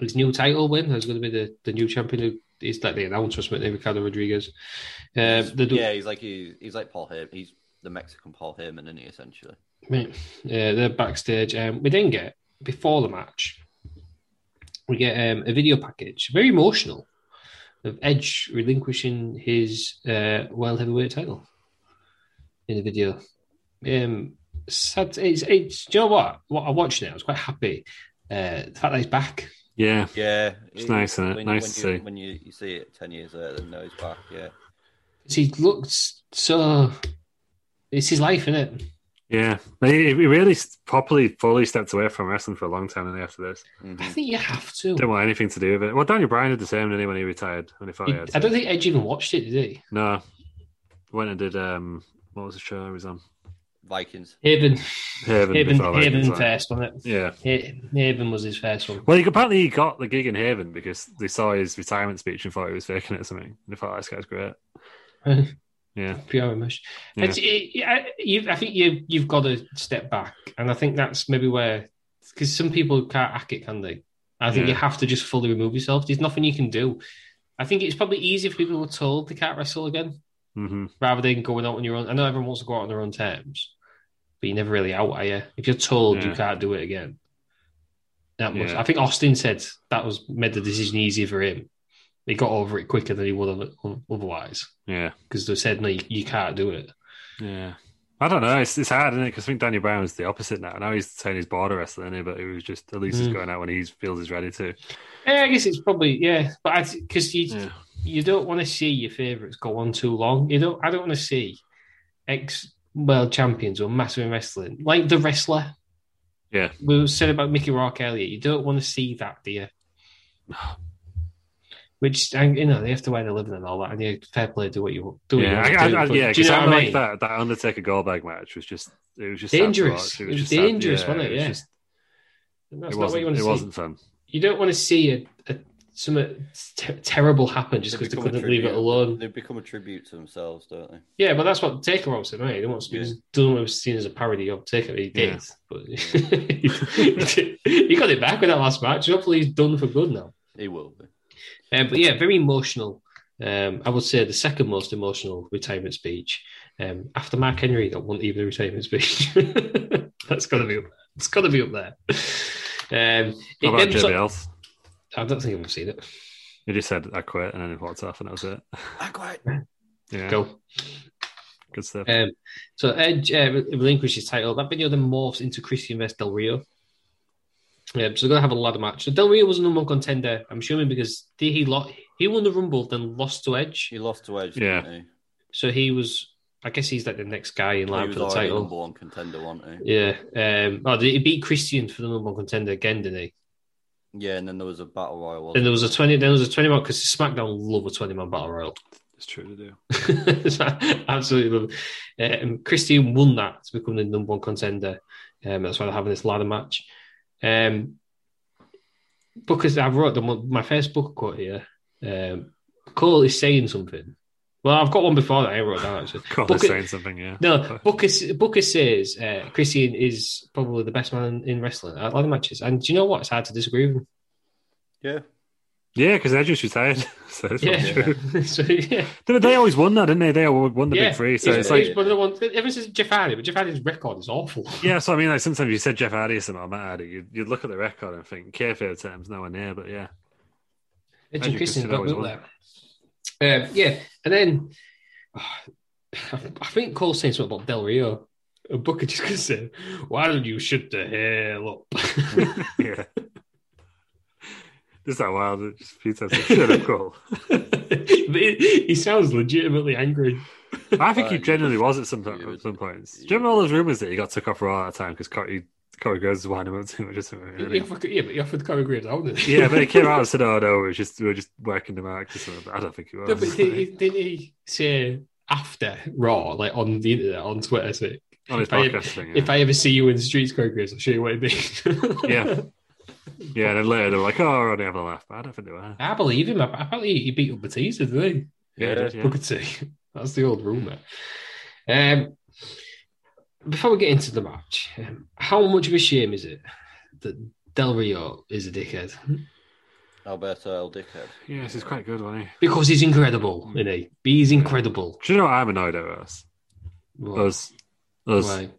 A: his new title win. There's going to be the, the new champion. Who, it's like the announcer, isn't it, Ricardo Rodriguez. Um, they do,
B: yeah, he's like he's, he's like Paul Heyman. He's the Mexican Paul Heyman, isn't he? Essentially,
A: Right. Yeah, they're uh, backstage. Um, we then get before the match, we get um, a video package, very emotional, of Edge relinquishing his uh, world heavyweight title in the video. Um, sad. It's, it's, do you know what? What I watched it, I was quite happy. Uh, the fact that he's back.
C: yeah.
B: yeah,
C: It's nice, isn't it? Nice
B: when
C: to
B: you,
C: see.
B: When you, you see it ten years later, then no, he's back. Yeah,
A: 'Cause He looks so. It's his life, isn't it?
C: Yeah. He, he really s- properly, fully stepped away from wrestling for a long time and after this.
A: I
B: Mm-hmm.
A: think you have to.
C: Didn't want anything to do with it. Well, Daniel Bryan did the same, didn't he, when he retired? When he thought
A: He-
C: he had
A: I
C: to.
A: don't think Edge even watched it, did he?
C: No. Went and did, um, what was the show he was on?
B: Vikings.
A: Haven,
C: Haven.
A: Haven,
C: before that,
A: Haven
C: wasn't it?
A: first, wasn't it?
C: Yeah.
A: Ha- Haven was his first one.
C: Well, he, apparently he got the gig in Haven because they saw his retirement speech and thought he was faking it or something. And they thought, "Oh, this guy's great. Yeah.
A: Pure emotion.
C: Yeah.
A: It's- it- uh, I, you, I think you, you've got to step back. And I think that's maybe where, because some people can't hack it, can they? I think
C: Yeah.
A: you have to just fully remove yourself. There's nothing you can do. I think it's probably easy if people were told they can't wrestle again
C: hmm
A: rather than going out on your own. I know everyone wants to go out on their own terms, but you're never really out, are you? If you're told you
C: Yeah.
A: can't do it again, that much.
C: Yeah.
A: I think Austin said that was made the decision easier for him. He got over it quicker than he would have otherwise.
C: Yeah.
A: because they said no, you, you can't do it.
C: Yeah. I don't know. It's, it's hard, isn't it? Because I think Daniel Brown is the opposite now. Now he's saying he's bored of wrestling, isn't he? but he was just at least he's
A: Mm.
C: going out when he feels he's ready to.
A: Yeah, I guess it's probably yeah, but because you
C: Yeah.
A: you don't want to see your favourites go on too long. You don't. I don't want to see ex world champions or massive in wrestling like the wrestler.
C: Yeah.
A: we were said about Mickey Rourke earlier. You don't want to see that, do you? Which and, you know they have to earn a living and all that, and yeah, fair play, do what you want. Do what
C: yeah,
A: you
C: I,
A: want to
C: I, I,
A: do, but
C: yeah.
A: do you
C: Because
A: know
C: I,
A: what I
C: like
A: mean?
C: that that Undertaker Goldberg match was just it was just sad to
A: Dangerous.
C: watch.
A: It was
C: sad-
A: dangerous, wasn't it? Yeah.
C: just-
A: That's
C: it
A: not what
C: wasn't.
A: you want to
C: It
A: see.
C: wasn't fun.
A: You don't want to see a, a something ter- terrible happen just
B: They
A: because they
B: become a
A: couldn't leave it
B: tribute-
A: alone.
B: They become a tribute to themselves, don't they?
A: Yeah, but that's what Taker also made. He wants to
B: Yeah.
A: doesn't want to be seen as a parody of Taker. He did,
C: Yeah.
A: but he got it back with that last match. Hopefully, he's done for good now.
B: He will be.
A: Uh, but yeah, very emotional Um, I would say the second most emotional retirement speech um, after Mark Henry that won't even a retirement speech. That's got to be up there. It's got to be up there. Um, it
C: How about
A: ends
C: JBLs?
A: up- I don't think I've ever seen it.
C: He just said, I quit, and then he walked off, and that was it.
B: I quit.
C: Yeah,
A: Go.
C: good stuff.
A: Um, so Edge uh, re- relinquishes title. That video then morphs into Christian vs Del Rio. Um, so they're gonna have a ladder match. So Del Rio was a number one contender. I'm assuming because did he lo- he won the Rumble, then lost to Edge.
B: He lost to Edge,
C: Yeah.
B: didn't he?
A: So he was, I guess he's like the next guy in
B: he
A: line
B: was
A: for the
B: already
A: title.
B: number one contender, wasn't he?
A: Yeah. Um, oh, did he beat Christian for the number one contender again? Didn't he?
B: Yeah, and then there was a battle royal.
A: Then
B: Wasn't
A: there was a twenty. Then there was a twenty man because SmackDown love a twenty man battle royal.
C: It's true to do.
A: Absolutely love it. Um, Christian won that to become the number one contender. Um, that's why they're having this ladder match. Um, because I wrote them, my first book quote here. Um, Cole is saying something. Well, I've got one before that I wrote down actually.
C: Cole
A: Booker-
C: is saying something, yeah.
A: No, Booker, Booker says uh, Christian is probably the best man in wrestling at ladder matches. And do you know what? It's hard to disagree with him.
B: he? Yeah.
C: Yeah, because Edge was retired. so it's not
A: Yeah.
C: true.
A: so, yeah.
C: They, they always won that, didn't they? They all won the big three. So
A: he's-
C: it's like,
A: he's one of the ones, ever since Jeff Hardy, but Jeff Hardy's record is awful.
C: yeah, so I mean, like sometimes you said Jeff Hardy or something or Matt Hardy, you'd, you'd look at the record and think, kayfabe terms, nowhere near, but yeah.
A: Edge
C: Andrew
A: and Christian
C: Christian
A: got
C: always
A: built there. Um, yeah, and then I think Cole saying something about Del Rio. And Booker just going to say, "Why don't you shut the hell up?"
C: yeah. Just that wild. Just Peter said, shut up, Cole.
A: But he he sounds legitimately angry.
C: I think he
B: Uh,
C: genuinely was at some,
B: he
C: at
B: was-
C: some points. Do
B: he
C: you remember
B: was-
C: all those rumors that he got took off for all that time because Corey, Corey Graves was winding him up too much? or something,
A: He-
C: really?
A: he offered- yeah, but he offered Corey Graves out. didn't he?
C: yeah, but he came out and said, "Oh no, we were just we were just working the mark." uh, I don't think he
A: No, but
C: was.
A: did, he, did he say after Raw, like on the internet, on Twitter, say,
C: on his
A: if I-
C: podcast thing.
A: "If
C: yeah.
A: I ever see you in the streets, Corey Graves, I'll show you what it means."
C: Yeah. yeah, and then later they were like, "Oh, we're only having a laugh," but I don't think they were.
A: I believe him. Apparently, he beat up Batista, didn't he?
C: Yeah, he did, yeah.
A: Booker T. That's the old rumor. Um, before we get into the match, um, how much of a shame is it that Del Rio is a dickhead?
B: Alberto El Dickhead.
C: Yeah, this is quite good, wasn't he?
A: Because he's incredible, isn't he? He's incredible.
C: Do you know what I'm annoyed at us?
A: What?
C: Us, us,
A: Why?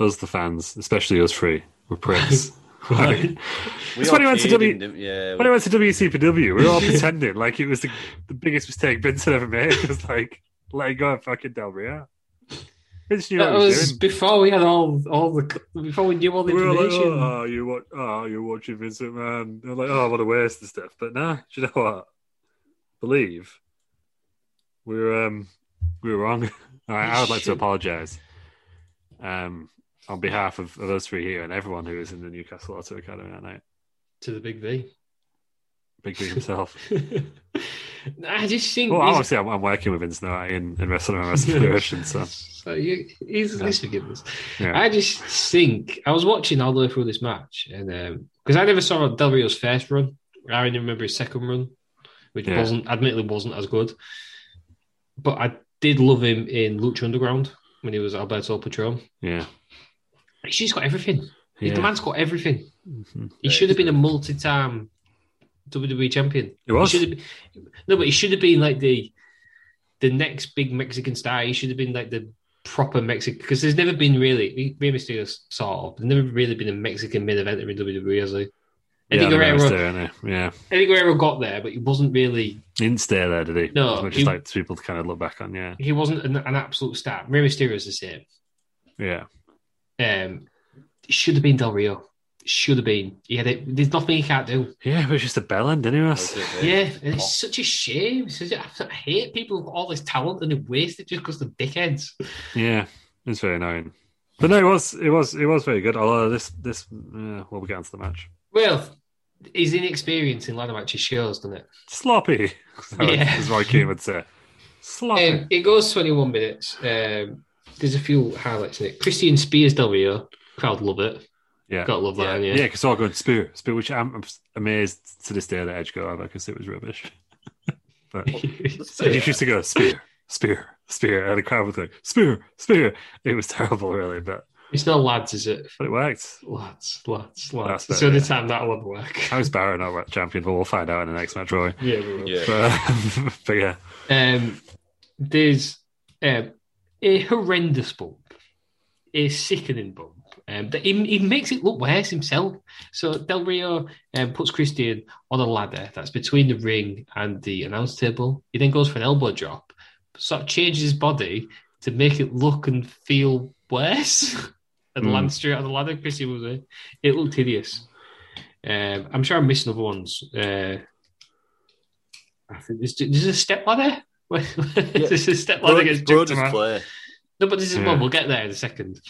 C: us, the fans, especially us three, were pricks. Like,
B: We
C: It's
B: all
C: funny when it's a
B: cheered
C: W-
B: him, didn't we? Yeah.
C: when I went to WCPW, we were all pretending like it was the, the biggest mistake Benson ever made. It was like letting go of fucking Del Rio. Vince knew
A: That
C: what he was
A: was
C: doing.
A: before we had all all the before we knew all the
C: we were like,
A: information.
C: oh, you watch, oh, you're watching Vincent Man. I'm like, oh, what a waste and stuff. But nah, do you know what? Believe we were um we were wrong. All right, I would like to apologise um on behalf of, of us three here and everyone who was in the Newcastle Auto Academy that night.
A: To the big V.
C: Big B himself.
A: I just think
C: well,
A: he's-
C: obviously, I'm, I'm working with Vince now in, in Wrestling and Wrestling Federation, so
A: So you, he's, he's forgiveness.
C: Yeah.
A: I just think I was watching all the way through this match, and because I never saw Del Rio's first run, I only remember his second run, which
C: Yeah.
A: wasn't, admittedly, wasn't as good. But I did love him in Lucha Underground when he was Alberto Patron.
C: yeah.
A: He's just got everything. He- The
C: yeah.
A: man's got everything.
C: Mhm.
A: He
B: Yeah,
A: should have been a
B: he's
A: multi-time WWE champion.
C: He was.
A: should have been, no, but he should have been like the the next big Mexican star. He should have been like the proper Mexican because there's never been really Rey Mysterio sort of. There's never really been a Mexican main eventer in WWE, has he? Eddie
C: Yeah, the
A: Guerrero,
C: man's there, isn't he? yeah.
A: Eddie Guerrero got there, but he wasn't really.
C: He didn't stay there, did he?
A: No,
C: as much
A: he-
C: as like people to kind of look back on. Yeah,
A: He wasn't an, an absolute star. Rey Mysterio's the same.
C: yeah.
A: Um, it should have been Del Rio. Should have been. He had it. There's nothing he can't do.
C: Yeah, it was just a bell end, didn't it?
B: That was
C: Ross?
B: it,
A: Yeah, and it's such a shame. It's such a- I hate people with all this talent and they waste it just because they're dickheads.
C: Yeah, it was very annoying. But no, it was it was it was very good. Although this this uh, well, we get onto the match.
A: Well, his inexperience in ladder matches shows, doesn't it?
C: Sloppy,
A: Yeah.
C: yeah. is what Keane would say. Sloppy.
A: Um, it goes 21 minutes. Um, there's a few highlights in it. Christian Spears W. Crowd love it.
C: yeah,
A: Gotta love that, yeah.
C: yeah, because all good spear, spear, which I'm I'm amazed to this day that Edge got over because it was rubbish. but he used to go spear, spear, spear, and the crowd was like spear, spear. It was terrible, really. But
A: It's not lads, is it?
C: But it worked.
A: Lads, lads, lads.
C: That's
A: It's
C: it,
A: the only
C: yeah.
A: time that will work.
C: How's Barrow not like champion? Well, we'll find out in the next match, Roy.
A: Yeah, we will.
C: But, but yeah,
A: Um, there's um, a horrendous bump, a sickening bump. Um, that he, he makes it look worse himself. So Del Rio um, puts Christian on a ladder that's between the ring and the announce table. He then goes for an elbow drop, sort of changes his body to make it look and feel worse. and
C: Hmm.
A: lands straight on the ladder. Christian was there. It looked hideous. Um, I'm sure I'm missing other ones. Uh, I think there's, there's a step ladder. there's a step ladder
B: Broad,
A: against Broad,
B: is clear.
A: No, but this is
C: Yeah.
A: one. We'll get there in a second.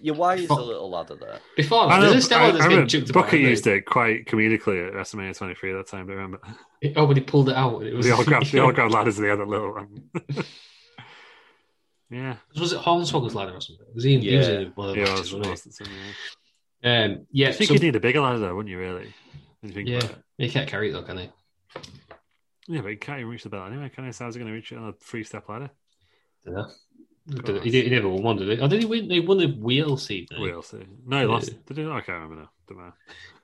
B: Yeah, why is the
A: Fuck.
B: little ladder there?
A: Before
C: I
A: that,
C: know,
A: there's a step
C: I-
A: ladder
C: I
A: that's getting
C: remember
A: jumped
C: Booker used it quite comedically at WrestleMania 23 that time. Do you remember?
A: it. Oh, but he pulled it out. and It was
C: They all grabbed, they all grabbed ladders and they had a little one. yeah,
A: Was it Hornswoggle's ladder or something? Was he in, he was
B: Yeah.
A: in one of the
C: yeah,
A: matches,
C: that's-
A: wasn't
C: that's- that's- yeah.
A: he? Um, yeah,
C: I think
A: so-
C: you'd need a bigger ladder, though, wouldn't you? Really? When you think
A: yeah,
C: about it.
A: he can't carry it though, can he?
C: Yeah, but you can't even reach the bell anyway, can I? So how's it going to reach it on a three-step ladder?
A: Dunno. Dunno. He, did- he never won, one, did he? Or did he win? They won the wheel seat. didn't he?
C: We'll see. No, he
A: Yeah.
C: lost. Did he? I can't remember now. Don't matter.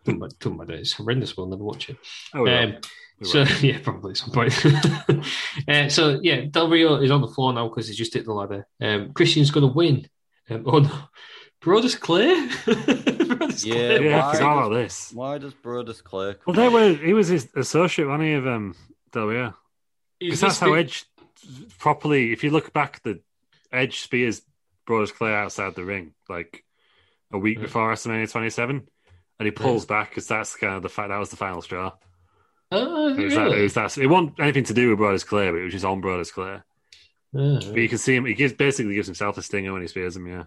A: Doesn't matter- doesn't matter. It's horrendous. We'll never watch it.
C: Oh, we will.
A: Um,
C: We
A: So
C: will.
A: yeah, probably at some point. uh, so yeah, Del Rio is on the floor now because he's just hit the ladder. Um, Christian's going to win. Um, oh no, Brodus Clay. Brodus
B: Yeah,
A: Clay.
C: yeah, I
B: why
C: forgot
B: does-
C: about this.
B: Why does Brodus Clay? come
C: Well, they
B: in?
C: were. He was his associate, wasn't he? Of um, Del Rio.
A: He's
C: Because that's how
A: listed-
C: Edge properly. If you look back, the Edge spears Brodus Clay outside the ring like a week
A: Yeah.
C: before WrestleMania 27, and
A: Hmm.
C: he pulls back because that's kind of the fact that was the final straw.
A: Oh,
C: It was, that, it
A: really?
C: was that. It wasn't anything to do with Brodus Clay, but it was just on Brodus Clay.
A: Oh,
C: But you can see him. He gives basically gives himself a stinger when he spears him. Yeah,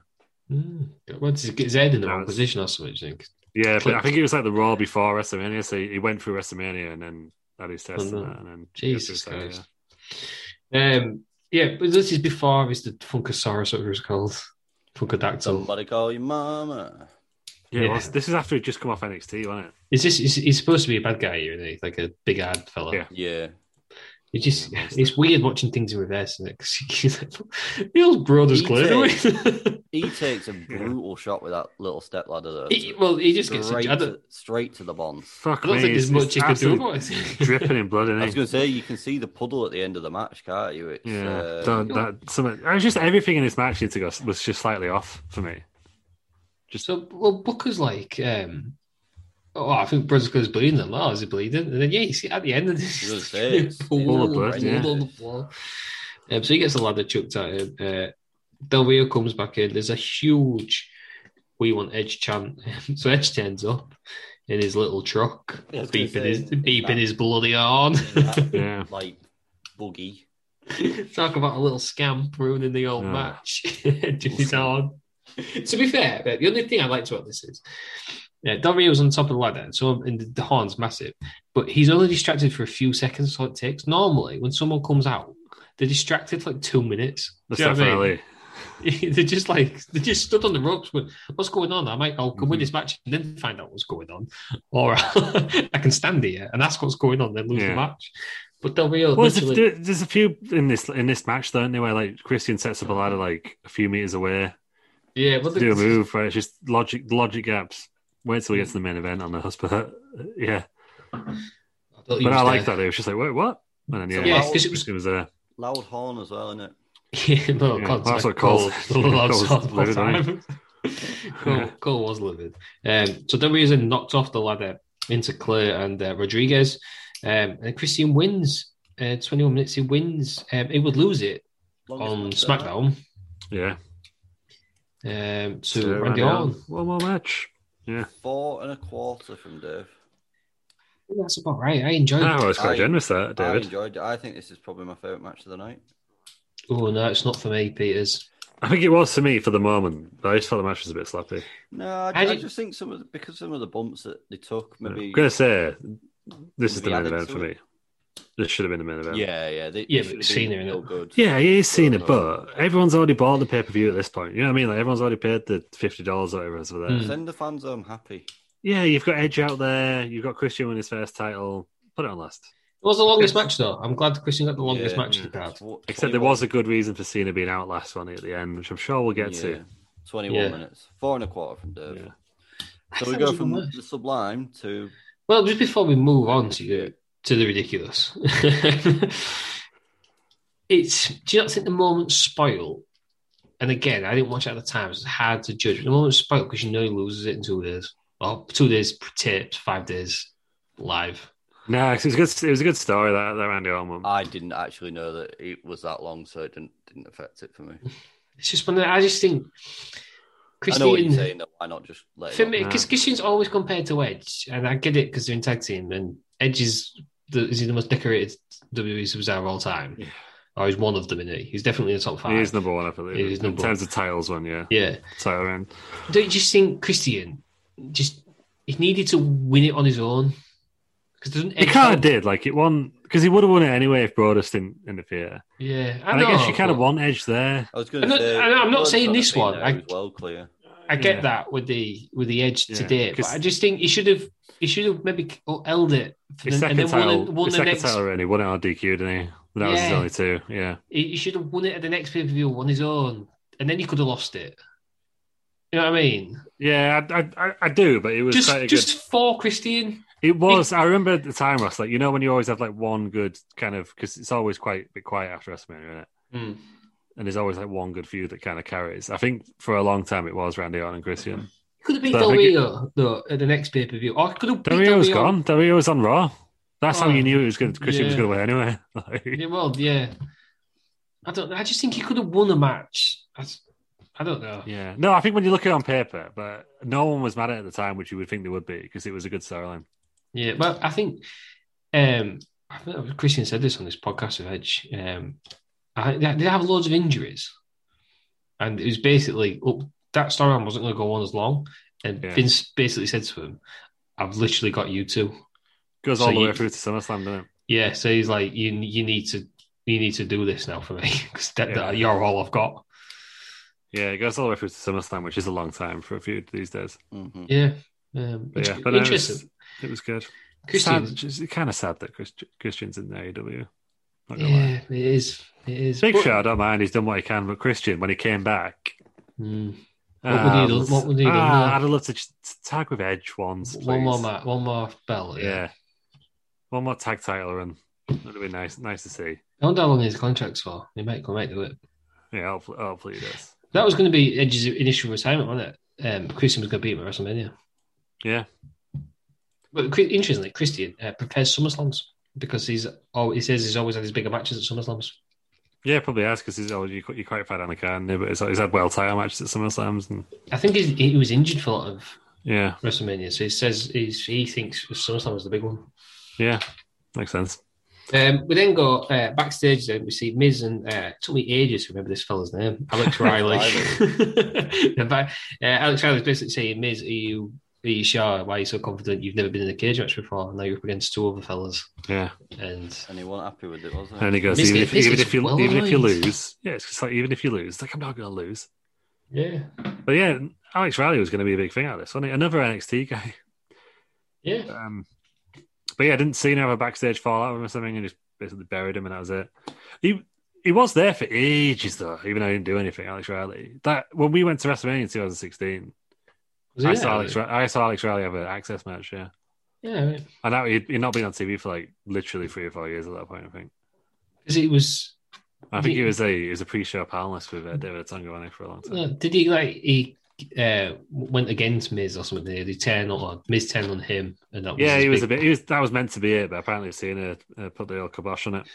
A: mm. Well, does he get his head in the
C: No,
A: wrong
C: it's-
A: position or something? Do you think?
C: yeah. But I
A: Clipped.
C: think it was like the Raw before WrestleMania, so he he went through WrestleMania and then had his test
A: Oh, no.
C: and, that, and then
A: Jesus
C: yeah,
A: Christ. Um, yeah, but this is before it's the Funkasaurus, whatever it's called, Funkadactyl.
B: Somebody call your mama.
C: Yeah,
A: Yeah.
C: well, this is after he'd just come off NXT, wasn't it?
A: Is this? Is, he's supposed to be a bad guy, here, isn't he? Like a big-eyed fella.
C: Yeah.
B: Yeah,
A: It's just
C: Yeah, mostly.
A: it's weird watching things in reverse, isn't it? 'Cause he's like, "Those brothers
B: He
A: clearly.
B: he takes a brutal shot with that little step ladder though.
A: He- well, he just gets.
B: straight,
A: I don't,
B: to, straight to the bonds.
C: Fuck
A: I don't
C: me,
A: think
C: he's-
A: there's much
C: he's
A: you can do
C: absolutely
A: about it.
C: dripping in blood,
B: I
C: isn't
B: was
C: he?
B: going to say you can see the puddle at the end of the match, can't you? It's,
C: Yeah,
B: uh,
C: that, that, some, it was just everything in this match to go was just slightly off for me.
A: so, uh, well, Booker's like, um, oh, I think Brothers goes bleeding. Then, oh, is he bleeding? And then, yeah, you see at the end of this,
B: He was there.
C: Full
A: full
C: of blood, yeah.
A: on the floor. Um, so he gets a ladder chucked at him. Uh, Del Rio comes back in. There's a huge "We Want Edge" chant. so Edge turns up in his little truck,
B: I was gonna
A: beeping
B: say,
A: his beeping
B: that-
A: his bloody horn.
B: that,
C: Yeah.
B: like boogie.
A: Talk about a little scamp ruining the old
C: Yeah.
A: match. Just his arm. To be fair, uh, the only thing I liked about this is yeah, Del Rio's on top of the ladder, and so and the, the horn's massive, but he's only distracted for a few seconds. So it takes normally when someone comes out, they're distracted for like two minutes.
C: That's
A: Do you know what I mean?
C: definitely.
A: they're just like they just stood on the ropes. With what's going on? I might I'll come win
C: Mm-hmm.
A: this match and then find out what's going on, or I can stand here and ask what's going on, then lose
C: Yeah.
A: the match. But Del Rio,
C: Well, there's a,
A: literally-
C: there- there's a few in this in this match, though, isn't there, where like Christian sets up a ladder like a few meters away
A: yeah, well,
C: to do a move, where it's just logic logic gaps. Wait till we get to the main event on the husband. Yeah,
A: I thought he
C: but
A: was
C: I like
A: there.
C: that. It was just like, wait, what? And then, yeah,
A: Yeah,
C: it was,
A: 'cause it was-
C: it was there.
B: Loud horn as well, isn't it?
A: Yeah, well,
C: Yeah,
A: Cole's
C: that's
A: like-
C: what Cole-
A: Cole, Cole,
C: Cole's
A: Cole's all
C: livid,
A: time.
C: Yeah.
A: Cole, Cole was livid. Um, so Del Rio's then knocked off the ladder into Claire and uh, Rodriguez, um, and Christian wins. Uh, 21 minutes, he wins. Um, he would lose it
B: Longest
A: on
B: match ever.
A: SmackDown
C: Yeah,
A: um, to
C: So,
A: Randy Orton.
C: One more match.
B: Four and a quarter from Dave.
A: Yeah, That's about right. I enjoyed
C: Ah, well, it's quite
B: I-
C: generous, that,
B: I
C: David.
B: enjoyed it. I think this is probably my favourite match of the night.
A: Oh, no, it's not for me, Peters.
C: I think it was for me for the moment. but I just felt the match was a bit sloppy.
B: No, I,
A: How
B: I
A: did-
B: just think some of the, because some of the bumps that they took,
C: I'm
B: maybe.
C: gonna say this is
B: Maybe
C: the main
B: added
C: event
B: to
C: for
B: it.
C: me. This should have been the main event.
B: Yeah, yeah, they,
A: Yeah,
B: they should
A: but
B: have been
A: Cena,
B: real
A: innit?
B: good.
C: yeah, he's seen it,
B: Well,
C: but everyone's already bought the pay per view at this point. You know what I mean? Like everyone's already paid the fifty dollars or whatever it is for that.
A: Hmm.
B: Send the fans home happy.
C: Yeah, you've got Edge out there. You've got Christian winning his first title. Put it on last.
A: It was the longest match, though. I'm glad Christian got the longest
B: Yeah,
A: match in the card.
B: Tw-
C: Except there
B: 21.
C: was a good reason for Cena being out last one at the end, which I'm sure we'll get
B: Yeah.
C: to.
B: 21
A: Yeah.
B: minutes, four and a quarter from Derby. So
A: I thought
B: we go
A: it was
B: from
A: even worse.
B: the sublime to
A: Well, just before we move on to uh, to the ridiculous, it's do you not think the moment spoil? And again, I didn't watch it at the time, so it's hard to judge. But the moment spoil because you know he loses it in two days. Well, two days taped, five days live.
C: No, 'cause it was a good. It was a good story that that Randy Orton.
A: Ah,
C: one.
B: I didn't actually know that it was that long, so it didn't didn't affect it for me.
A: It's just one. That, I just think
B: I know what you're
A: Christine.
B: saying. Though. Why not just let
A: For
B: it?
A: me,
C: No.
A: because Christian's always compared to Edge, and I get it because they're in tag team, and Edge is the, is he the most decorated WWE superstar of all time,
C: Yeah.
A: or he's one of them. Isn't he? He's definitely in the top five.
C: He is number one, I believe.
A: He is
C: in
A: number
C: terms of titles, one, yeah,
A: Yeah.
C: title round.
A: Don't you just think Christian just he needed to win it on his own? Because doesn't
C: He kind of did. Like it won because he would have won it anyway if Broadus didn't interfere.
A: Yeah, I,
C: And
A: know,
C: I guess you kind of
A: but
C: want Edge there.
B: I was going
A: I'm not-
B: to say.
A: I know, I'm not
B: Blood's
A: saying
B: gotta
A: this
B: be
A: one.
B: there
A: I-
B: as well clear.
A: I get
C: Yeah.
A: that with the with the edge
C: Yeah,
A: today, but
C: 'cause-
A: I just think he should have he should have maybe held it for
C: His
A: the- and
C: second
A: then
C: title,
A: won, the- won
C: his
A: the
C: second
A: next.
C: title already won it on DQ, didn't he? That was his
A: Yeah.
C: only two. Yeah,
A: He, he should have won it at the next pay per view on his own, and then he could have lost it. You know what I mean?
C: yeah, I, I, I- I do, but it was
A: Just
C: quite a
A: just
C: good.
A: for Christian.
C: It was. I remember at the time, Ross. Like you know, when you always have like one good kind of because it's always quite a bit quiet after WrestleMania, isn't it? And there's always like one good feud that kind of carries. I think for a long time it was Randy Orton and Christian.
A: Could have been
C: But I
A: Del
C: think it-
A: Rio though at the next pay per view, or could have been
C: Del
A: Del
C: was
A: Rio.
C: gone. Del Rio was on Raw. That's how
A: Oh.
C: you knew it was going. Christian was
A: Yeah.
C: going to win anyway. Like-
A: Yeah, well, yeah. I don't. know. I just think he could have won a match. I, s- I don't know.
C: Yeah. No, I think when you look at it on paper, but no one was mad at it at the time, which you would think they would be because it was a good storyline.
A: Yeah, well, I think, um, I think that was- Christian said this on this podcast of Edge. Um, I, they they have loads of injuries, and it was basically up, that storyline wasn't going to go on as long. And
C: Yeah.
A: Vince basically said to him, "I've literally got you two.
C: Goes
A: So
C: all the
A: you-
C: way through to SummerSlam, doesn't it?
A: Yeah, so he's like, you you need to you need to do this now for me because that,
C: Yeah.
A: that you're all I've got.
C: Yeah, it goes all the way through to SummerSlam, which is a long time for a feud these days.
B: Mhm.
A: Yeah, um,
C: But yeah,
A: inter-
C: but no, it, was,
A: interesting.
C: it was good.
A: Christian,
C: Sad, just, kind of sad that Christ- Christian's in the AEW. Not gonna lie.
A: yeah, it is. It is.
C: Big
A: But-
C: Show, I don't mind. He's done what he can, but Christian, when he came back,
A: Mm. What would he
C: ah,
A: do-
C: let's-
A: what would he do?
C: ah,
A: Yeah.
C: I'd have loved to just tag with Edge once.
A: one more
C: please.
A: match, one more belt.
C: Yeah. one more tag title run. That'd be nice. Nice to see.
A: I wonder how long his contract's for. He might come out to it.
C: Yeah, hopefully, hopefully he does.
A: That was going to be Edge's initial retirement, wasn't it? Um, Christian was going to beat him at WrestleMania.
C: Yeah.
A: But Chri- interestingly, Christian uh, prepares SummerSlams because he's oh, he says he's always had his bigger matches at SummerSlams.
C: Yeah, probably has because he's always you, you quite fat on the can, yeah, but he's, he's had well title matches at SummerSlams and
A: I think he's, he was injured for a lot of
C: yeah,
A: WrestleMania, so he says he's, he thinks SummerSlam was the big one.
C: yeah, makes sense.
A: Um, we then go uh, backstage. Then we see Miz and uh, it took me ages to remember this fella's name, Alex Riley. Yeah, but, uh, Alex Riley's basically saying, "Miz, are you are you sure? Why are you so confident? You've never been in a cage match before, and now you're up against two other fellas."
C: Yeah,
A: And
B: And he wasn't happy with it, was he?
C: and he goes
A: This
C: even
A: guy-
C: if
A: this
C: even
A: is
C: if you
A: well
C: even if you
A: aligned.
C: lose, yeah, it's just like even if you lose, it's like I'm not going to lose.
A: yeah,
C: But yeah, Alex Riley was going to be a big thing out of this, wasn't he? Another NXT guy.
A: yeah,
C: Um, but yeah, I didn't see him have a backstage fallout with him or something, and just basically buried him, and that was it. He he was there for ages though, even though he didn't do anything. Alex Riley. That when we went to WrestleMania in 2016,
A: was
C: I
A: he
C: saw
A: there?
C: Alex. Ri- I saw Alex Riley have an access match. Yeah.
A: Yeah, right.
C: And that he'd, he'd not been on TV for like literally three or four years at that point. I think.
A: 'Cause it was.
C: I think
A: Yeah.
C: he was a he was a pre-show panelist with uh, David Otunga on it for a long time.
A: uh, did he like he uh, went against Miz or something? Did he turn on Miz turned on him? And that was
C: yeah,
A: his
C: he was
A: big-
C: a bit. He was that was meant to be it, but apparently Cena uh, put the old kibosh on it.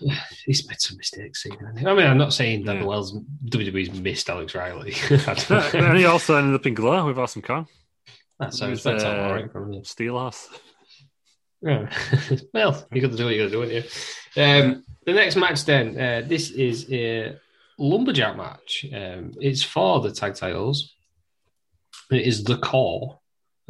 A: He's made some mistakes. you know. I mean, I'm not saying that
C: Yeah.
A: the world's WWE's missed Alex Riley.
C: But- and he also ended up in Glow with Awesome Kong,
A: that sounds
C: There's,
A: that's all
C: uh,
A: right from him.
C: Steel Horse.
A: Yeah. well, you got to do what you got to do, haven't you? Um, the next match, then, uh, this is a lumberjack match. Um, it's for the tag titles. It is the core.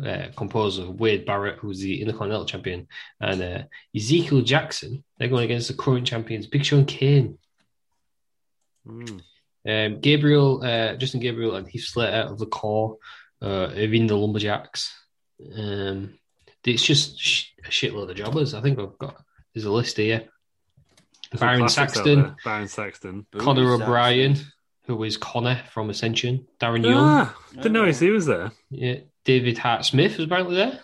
A: Uh, composed of Wade Barrett, who's the Intercontinental Champion, and uh, Ezekiel Jackson. They're going against the current champions, Big Show and Kane.
C: Mm.
A: Um, Gabriel, uh, Justin Gabriel, and Heath Slater of the core uh, are in the Lumberjacks. Um, it's just sh- a shitload of jobbers. I think I've got there's a list here:
C: There's some
A: Byron
C: classics out
A: Saxton,
C: there. Byron Saxton,
B: Booty
A: Connor
B: Saxon.
A: O'Brien, who is Connor from Ascension, Darren Young,
C: Ah, didn't notice he was there.
A: yeah, David Hart Smith was apparently there,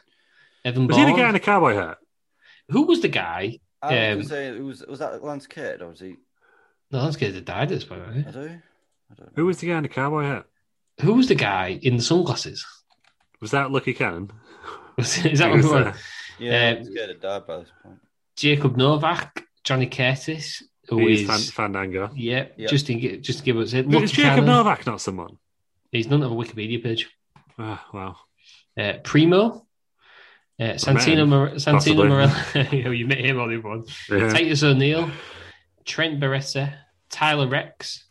A: Evan
C: Was he the
A: Bourne.
C: guy in a cowboy hat?
A: Who was the guy?
B: I
A: Um,
B: was, gonna say, it was was that Lance Kate or was he?
A: No, that's good. They died at this point. wasn't
B: I
A: it?
B: do. I don't know.
C: Who was the guy in a cowboy hat?
A: Who was the guy in the sunglasses?
C: Was that Lucky Cannon?
A: is
C: He
A: that what
C: was
A: we
C: there.
A: want?
B: Yeah,
A: Um,
B: I'm scared of dad by this point.
A: Jacob Novak, Johnny Curtis, who
C: He's
A: is
C: Fan- Fandango.
A: yeah,
B: Yeah.
A: just to gi- just to give us it.
C: Is
A: Lucky
C: Jacob
A: Cannon.
C: Novak not someone?
A: He's none of a Wikipedia page.
C: Ah, wow.
A: Uh, Primo, uh, Santino, Mor- Santino
C: Oh, possibly.
A: Morello. you met him on the one.
C: Yeah.
A: Titus O'Neill, Trent Beretta, Tyler Rex,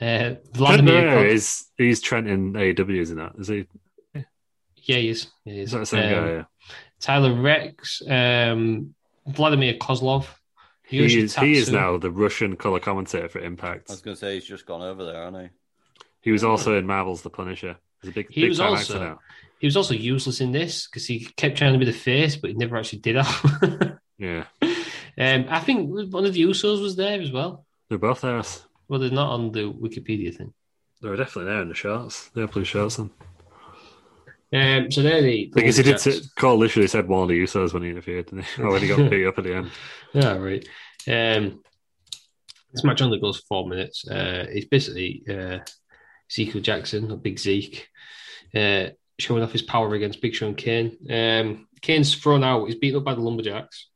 A: uh,
C: Trent
A: Vladimir.
C: Barrera
A: Kod-
C: is he's Trent in AEW, isn't that? Is he?
A: Yeah, he is. He
C: Is
A: is.
C: that the same
A: Um,
C: guy? Yeah.
A: Tyler Rex, um, Vladimir Kozlov.
C: He is, he is
A: Yoshitatsu.
C: now the Russian color commentator for
B: I was
C: Impact.
B: going to say he's just gone over there, hasn't
C: He was also in Marvel's The Punisher. He's a big,
A: He
C: big
A: was
C: time
A: also-
C: actor now.
A: He was also useless in this because he kept trying to be the face, but he never actually did that.
C: Yeah,
A: um, I think one of the Usos was there as well.
C: they're both there.
A: Well, they're not on the Wikipedia thing.
C: They're definitely there in the shorts. They're blue shorts. On.
A: Um, so there the.
C: Because he did.
A: Jacks.
C: Say, Cole literally said one of the Usos when he interviewed, didn't he? Or when he got beat up at the end.
A: Yeah, right. Um, this match only goes four minutes. Uh, it's basically uh, Ezekiel Jackson, or Big Zeke, uh, showing off his power against Big Show and Kane. Um, Kane's thrown out. He's beaten up by the Lumberjacks.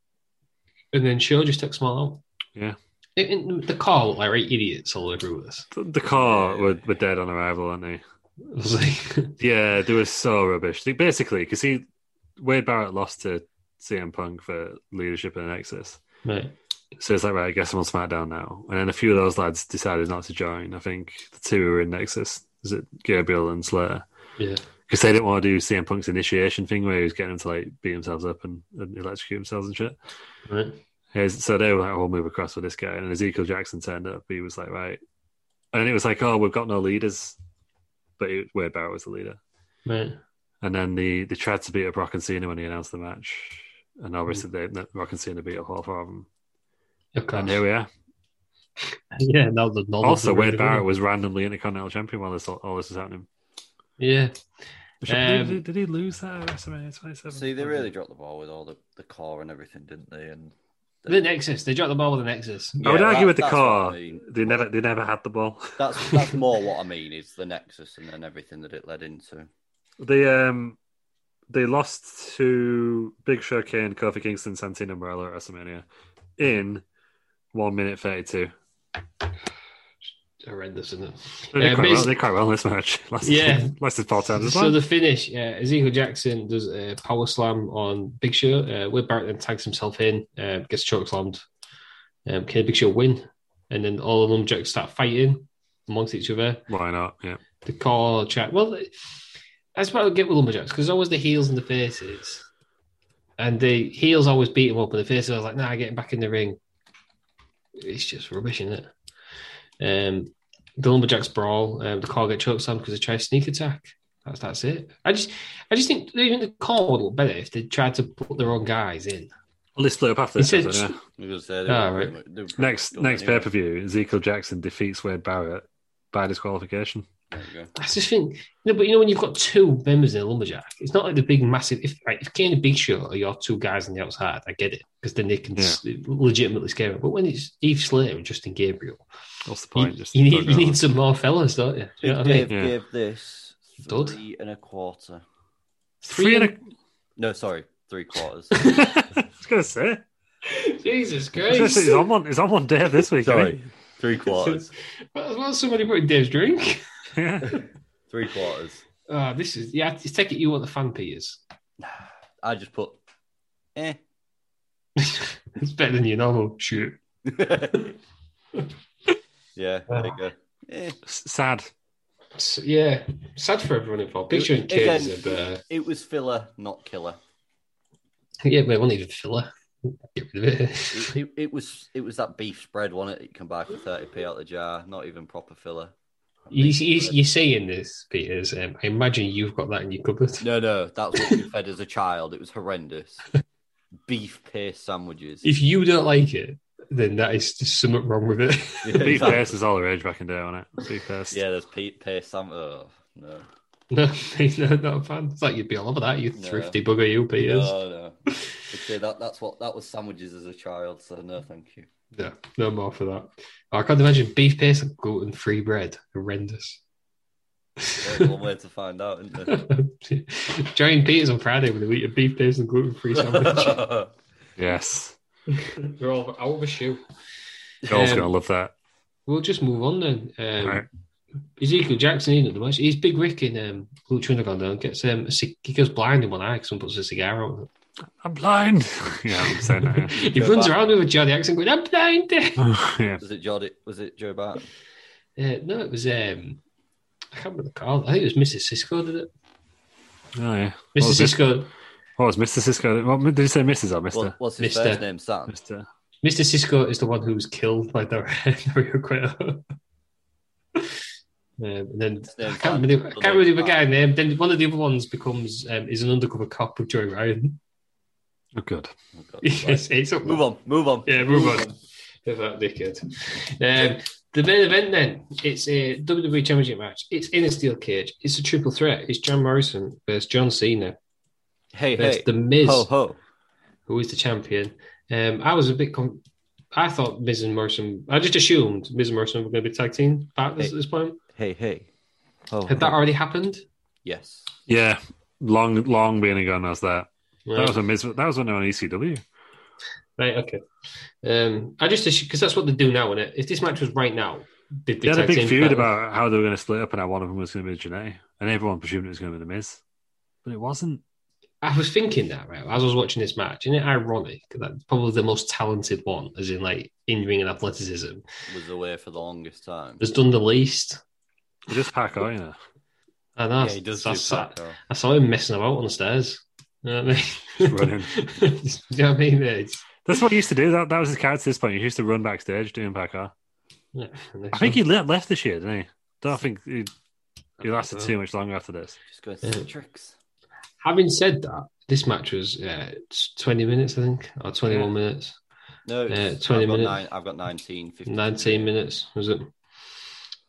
A: And then Show just takes him all out.
C: Yeah.
A: It- it- the car looked like eight idiots all over us.
C: The, the car were, were dead on arrival, aren't they?
A: I was like,
C: Yeah, they were so rubbish. They, basically, because he Wade Barrett lost to CM Punk for leadership in the Nexus.
A: right.
C: So it's like, right, I guess I'm on SmackDown now. And then a few of those lads decided not to join. I think the two who were in Nexus. Is it Gabriel and Slater?
A: Yeah.
C: Because they didn't want to do CM Punk's initiation thing where he was getting them to like beat themselves up and, and electrocute themselves and shit.
A: Right.
C: Here's- So they were like, oh, we'll move across with this guy. And Ezekiel Jackson turned up. He was like, right. And then it was like, oh, we've got no leaders. But it, Wade Barrett was the leader.
A: Right.
C: And then the they tried to beat up Rock and Cena when he announced the match. And obviously, they, Rock and Cena beat up all four of them.
A: Of course.
C: And here we are.
A: Yeah. Now the knowledge
C: also,
A: of
C: Wade
A: the-
C: Barrett was randomly Intercontinental Champion while this all this was happening.
A: Yeah. Um,
C: did, he, did he lose that at WrestleMania 27?
B: he? See, they really dropped the ball with all the, the core and everything, didn't they? And
A: The Nexus. They dropped the ball with the Nexus.
C: I would
B: Yeah,
C: argue
B: that-
C: with the
B: that's what
C: car.
B: I mean.
C: They never, they never had the ball.
B: That's that's more what I mean is the nexus and then everything that it led into.
C: They um, they lost to Big Show Kane, Kofi Kingston, Santino Morello at WrestleMania in one minute thirty-two.
A: Horrendous, isn't it?
C: They did
A: Uh,
C: quite well.
A: basi-
C: They did quite well in this match. Lasted,
A: Yeah.
C: lasted four times. as
A: So
C: well.
A: the finish, uh, Ezekiel Jackson does a power slam on Big Show. Uh, Will Barrett then tags himself in, uh, gets choke slammed. Um, can Big Show win? And then all of them just start fighting amongst each other.
C: Why not? Yeah.
A: The core chat. Well, that's what I get with Lumberjacks because always the heels and the faces. And the heels always beat him up, and the faces are like, nah, get him back in the ring. It's just rubbish, isn't it? Um, the Lumberjacks brawl, um, the car get choked on because they try a sneak attack. That's that's it. I just I just think even the core would look better if they tried to put their own guys in.
C: Well, they split up after
A: He
C: this.
A: said-
C: so, yeah.
B: Because they were
A: Ah,
B: pretty
A: right.
B: much- they were pretty
C: Next
B: much
C: next
B: done anyway.
C: pay per view, Ezekiel Jackson defeats Wade Barrett by disqualification.
B: There you go.
A: That's just thing. No, but you know when you've got two members in a lumberjack, it's not like the big massive. If like, if Kane and Big Show are your two guys on the outside, I get it because then they can
C: Yeah.
A: s- legitimately scare him. But when it's Eve Slater and Justin Gabriel,
C: What's the
A: you,
C: point? Just
A: you
C: throw
A: need
C: it
A: you need
C: out.
A: some more fellas, don't you? Do you know what I mean?
B: Dave
C: Yeah.
B: gave this
A: Dud.
B: three and a quarter.
C: three and a.
B: No, sorry, three quarters.
C: I was gonna say.
A: Jesus
C: I was gonna say,
A: Christ!
C: He's on one. He's on one day this week.
B: sorry,
C: Sorry.
B: three quarters.
A: Well, well, somebody put in Dave's drink.
C: Yeah.
B: three quarters.
A: Ah, this is yeah. It's take it you want the fan Peters.
B: I just put eh.
A: it's better than your normal shoot.
B: yeah, there you go. Eh.
C: S- Sad.
A: S- yeah, sad for everyone involved. Big Show and Kane
B: Again,
A: is a bit. Uh,
B: It was filler, not killer.
A: yeah, but it wasn't even filler. Get rid of it.
B: It, it, it was it was that beef spread, wasn't it? You can buy for thirty p out the jar. Not even proper filler.
A: You, you, you're saying this, Peters. Um, I imagine you've got that in your cupboard.
B: No, no, that's what we fed as a child. It was horrendous. Beef paste sandwiches.
A: If you don't like it, then that is just something wrong with it.
B: Yeah,
C: Beef
B: exactly.
C: paste was all the rage back in the day, wasn't it? Beef paste.
B: Yeah, there's Pete Pace. Sam- oh, no.
A: no, no, not a fan. It's like you'd be all over that. You
B: No.
A: thrifty bugger, you Peters.
B: No, no. I'd say that, that's what, that was sandwiches as a child, so no, thank you.
A: No, no more for that. I can't imagine beef paste and gluten free bread. Horrendous.
B: There's one way to find out, isn't there?
A: Join Peters on Friday with a week of beef paste and gluten free sandwich.
C: Yes.
A: We're all out of a shoe.
C: Joel's
A: Um,
C: gonna love that.
A: We'll just move on then. Um,
C: Right.
A: Ezekiel Jackson isn't at the match. He's big Rick in um, Lucha Underground though. and Gets um, a cig- he goes blind in one eye because someone puts a cigar on.
C: I'm blind. yeah, I'm saying
A: him.
C: that.
A: he
B: Go
A: runs
B: back.
A: around with a Johnny accent going, "I'm blind." uh,
C: Yeah. yeah.
B: was it Jody? Was it Joe Barton?
A: no, it was um, I can't remember the call. I think it was Mrs. Cisco did it.
C: Oh yeah. What
A: Mr.
C: was, Mis-
A: Cisco,
C: what was Mr. Cisco? What, did you say Mrs. or Mr.?
B: What, what's his
A: Mister.
B: first name? Sam.
C: Mr.
A: Mr. Cisco is the one who was killed by the Rio Cueto. um, and then I can't remember, I can't remember the other guy's name. Then one of the other ones becomes um, is an undercover cop with Joey Ryan.
C: Oh, good.
B: Oh, God,
A: yes, it's up
B: right. Move on. Move on.
A: Yeah, move on. They're that dickhead. Um, the main event then, it's a WWE Championship match. It's in a steel cage. It's a triple threat. It's John Morrison versus John Cena
B: Hey,
A: versus
B: hey.
A: The Miz,
B: Ho, ho.
A: who is the champion. Um, I was a bit. Con- I thought Miz and Morrison. I just assumed Miz and Morrison were going to be tag team partners at this point.
B: Hey, hey. Ho,
A: Had
B: ho.
A: that already happened?
B: Yes.
C: Yeah. Long long being ago was that. That
A: Right.
C: was when Miz, that was when they were on E ECW.
A: Right, okay. Um, I just because that's what they do now, innit? If this match was right now, did
C: They had a
A: tag
C: big
A: team
C: feud
A: partners-
C: about how they were gonna split up and how one of them was gonna be Janae. And everyone presumed it was gonna be the Miz. But it wasn't.
A: I was thinking that right as I was watching this match. Isn't it ironic that that's probably the most talented one, as in like in ring and athleticism,
B: Was away for the longest time.
A: has done the least?
C: They just pack on, you know.
A: And
B: yeah,
A: that's,
B: he does
A: that's
B: do
A: sad.
B: that.
A: I saw him messing about on the stairs. You know what I mean? you know what I mean? It's,
C: That's what he used to do. That that was his character at this point. He used to run backstage doing pack on.
A: yeah,
C: I think he le- left this year, didn't he? Don't think he, he
A: Uh,
C: lasted too much longer after this.
B: Just going
A: Yeah.
B: Citrix.
A: Having said that, this match was uh, 20 minutes, I think, or 21 minutes,
B: No,
A: Yeah,
B: it's-
A: 20
B: I've got
A: minutes.
B: nine, I've got 19, 15.
A: 19 minutes, was it?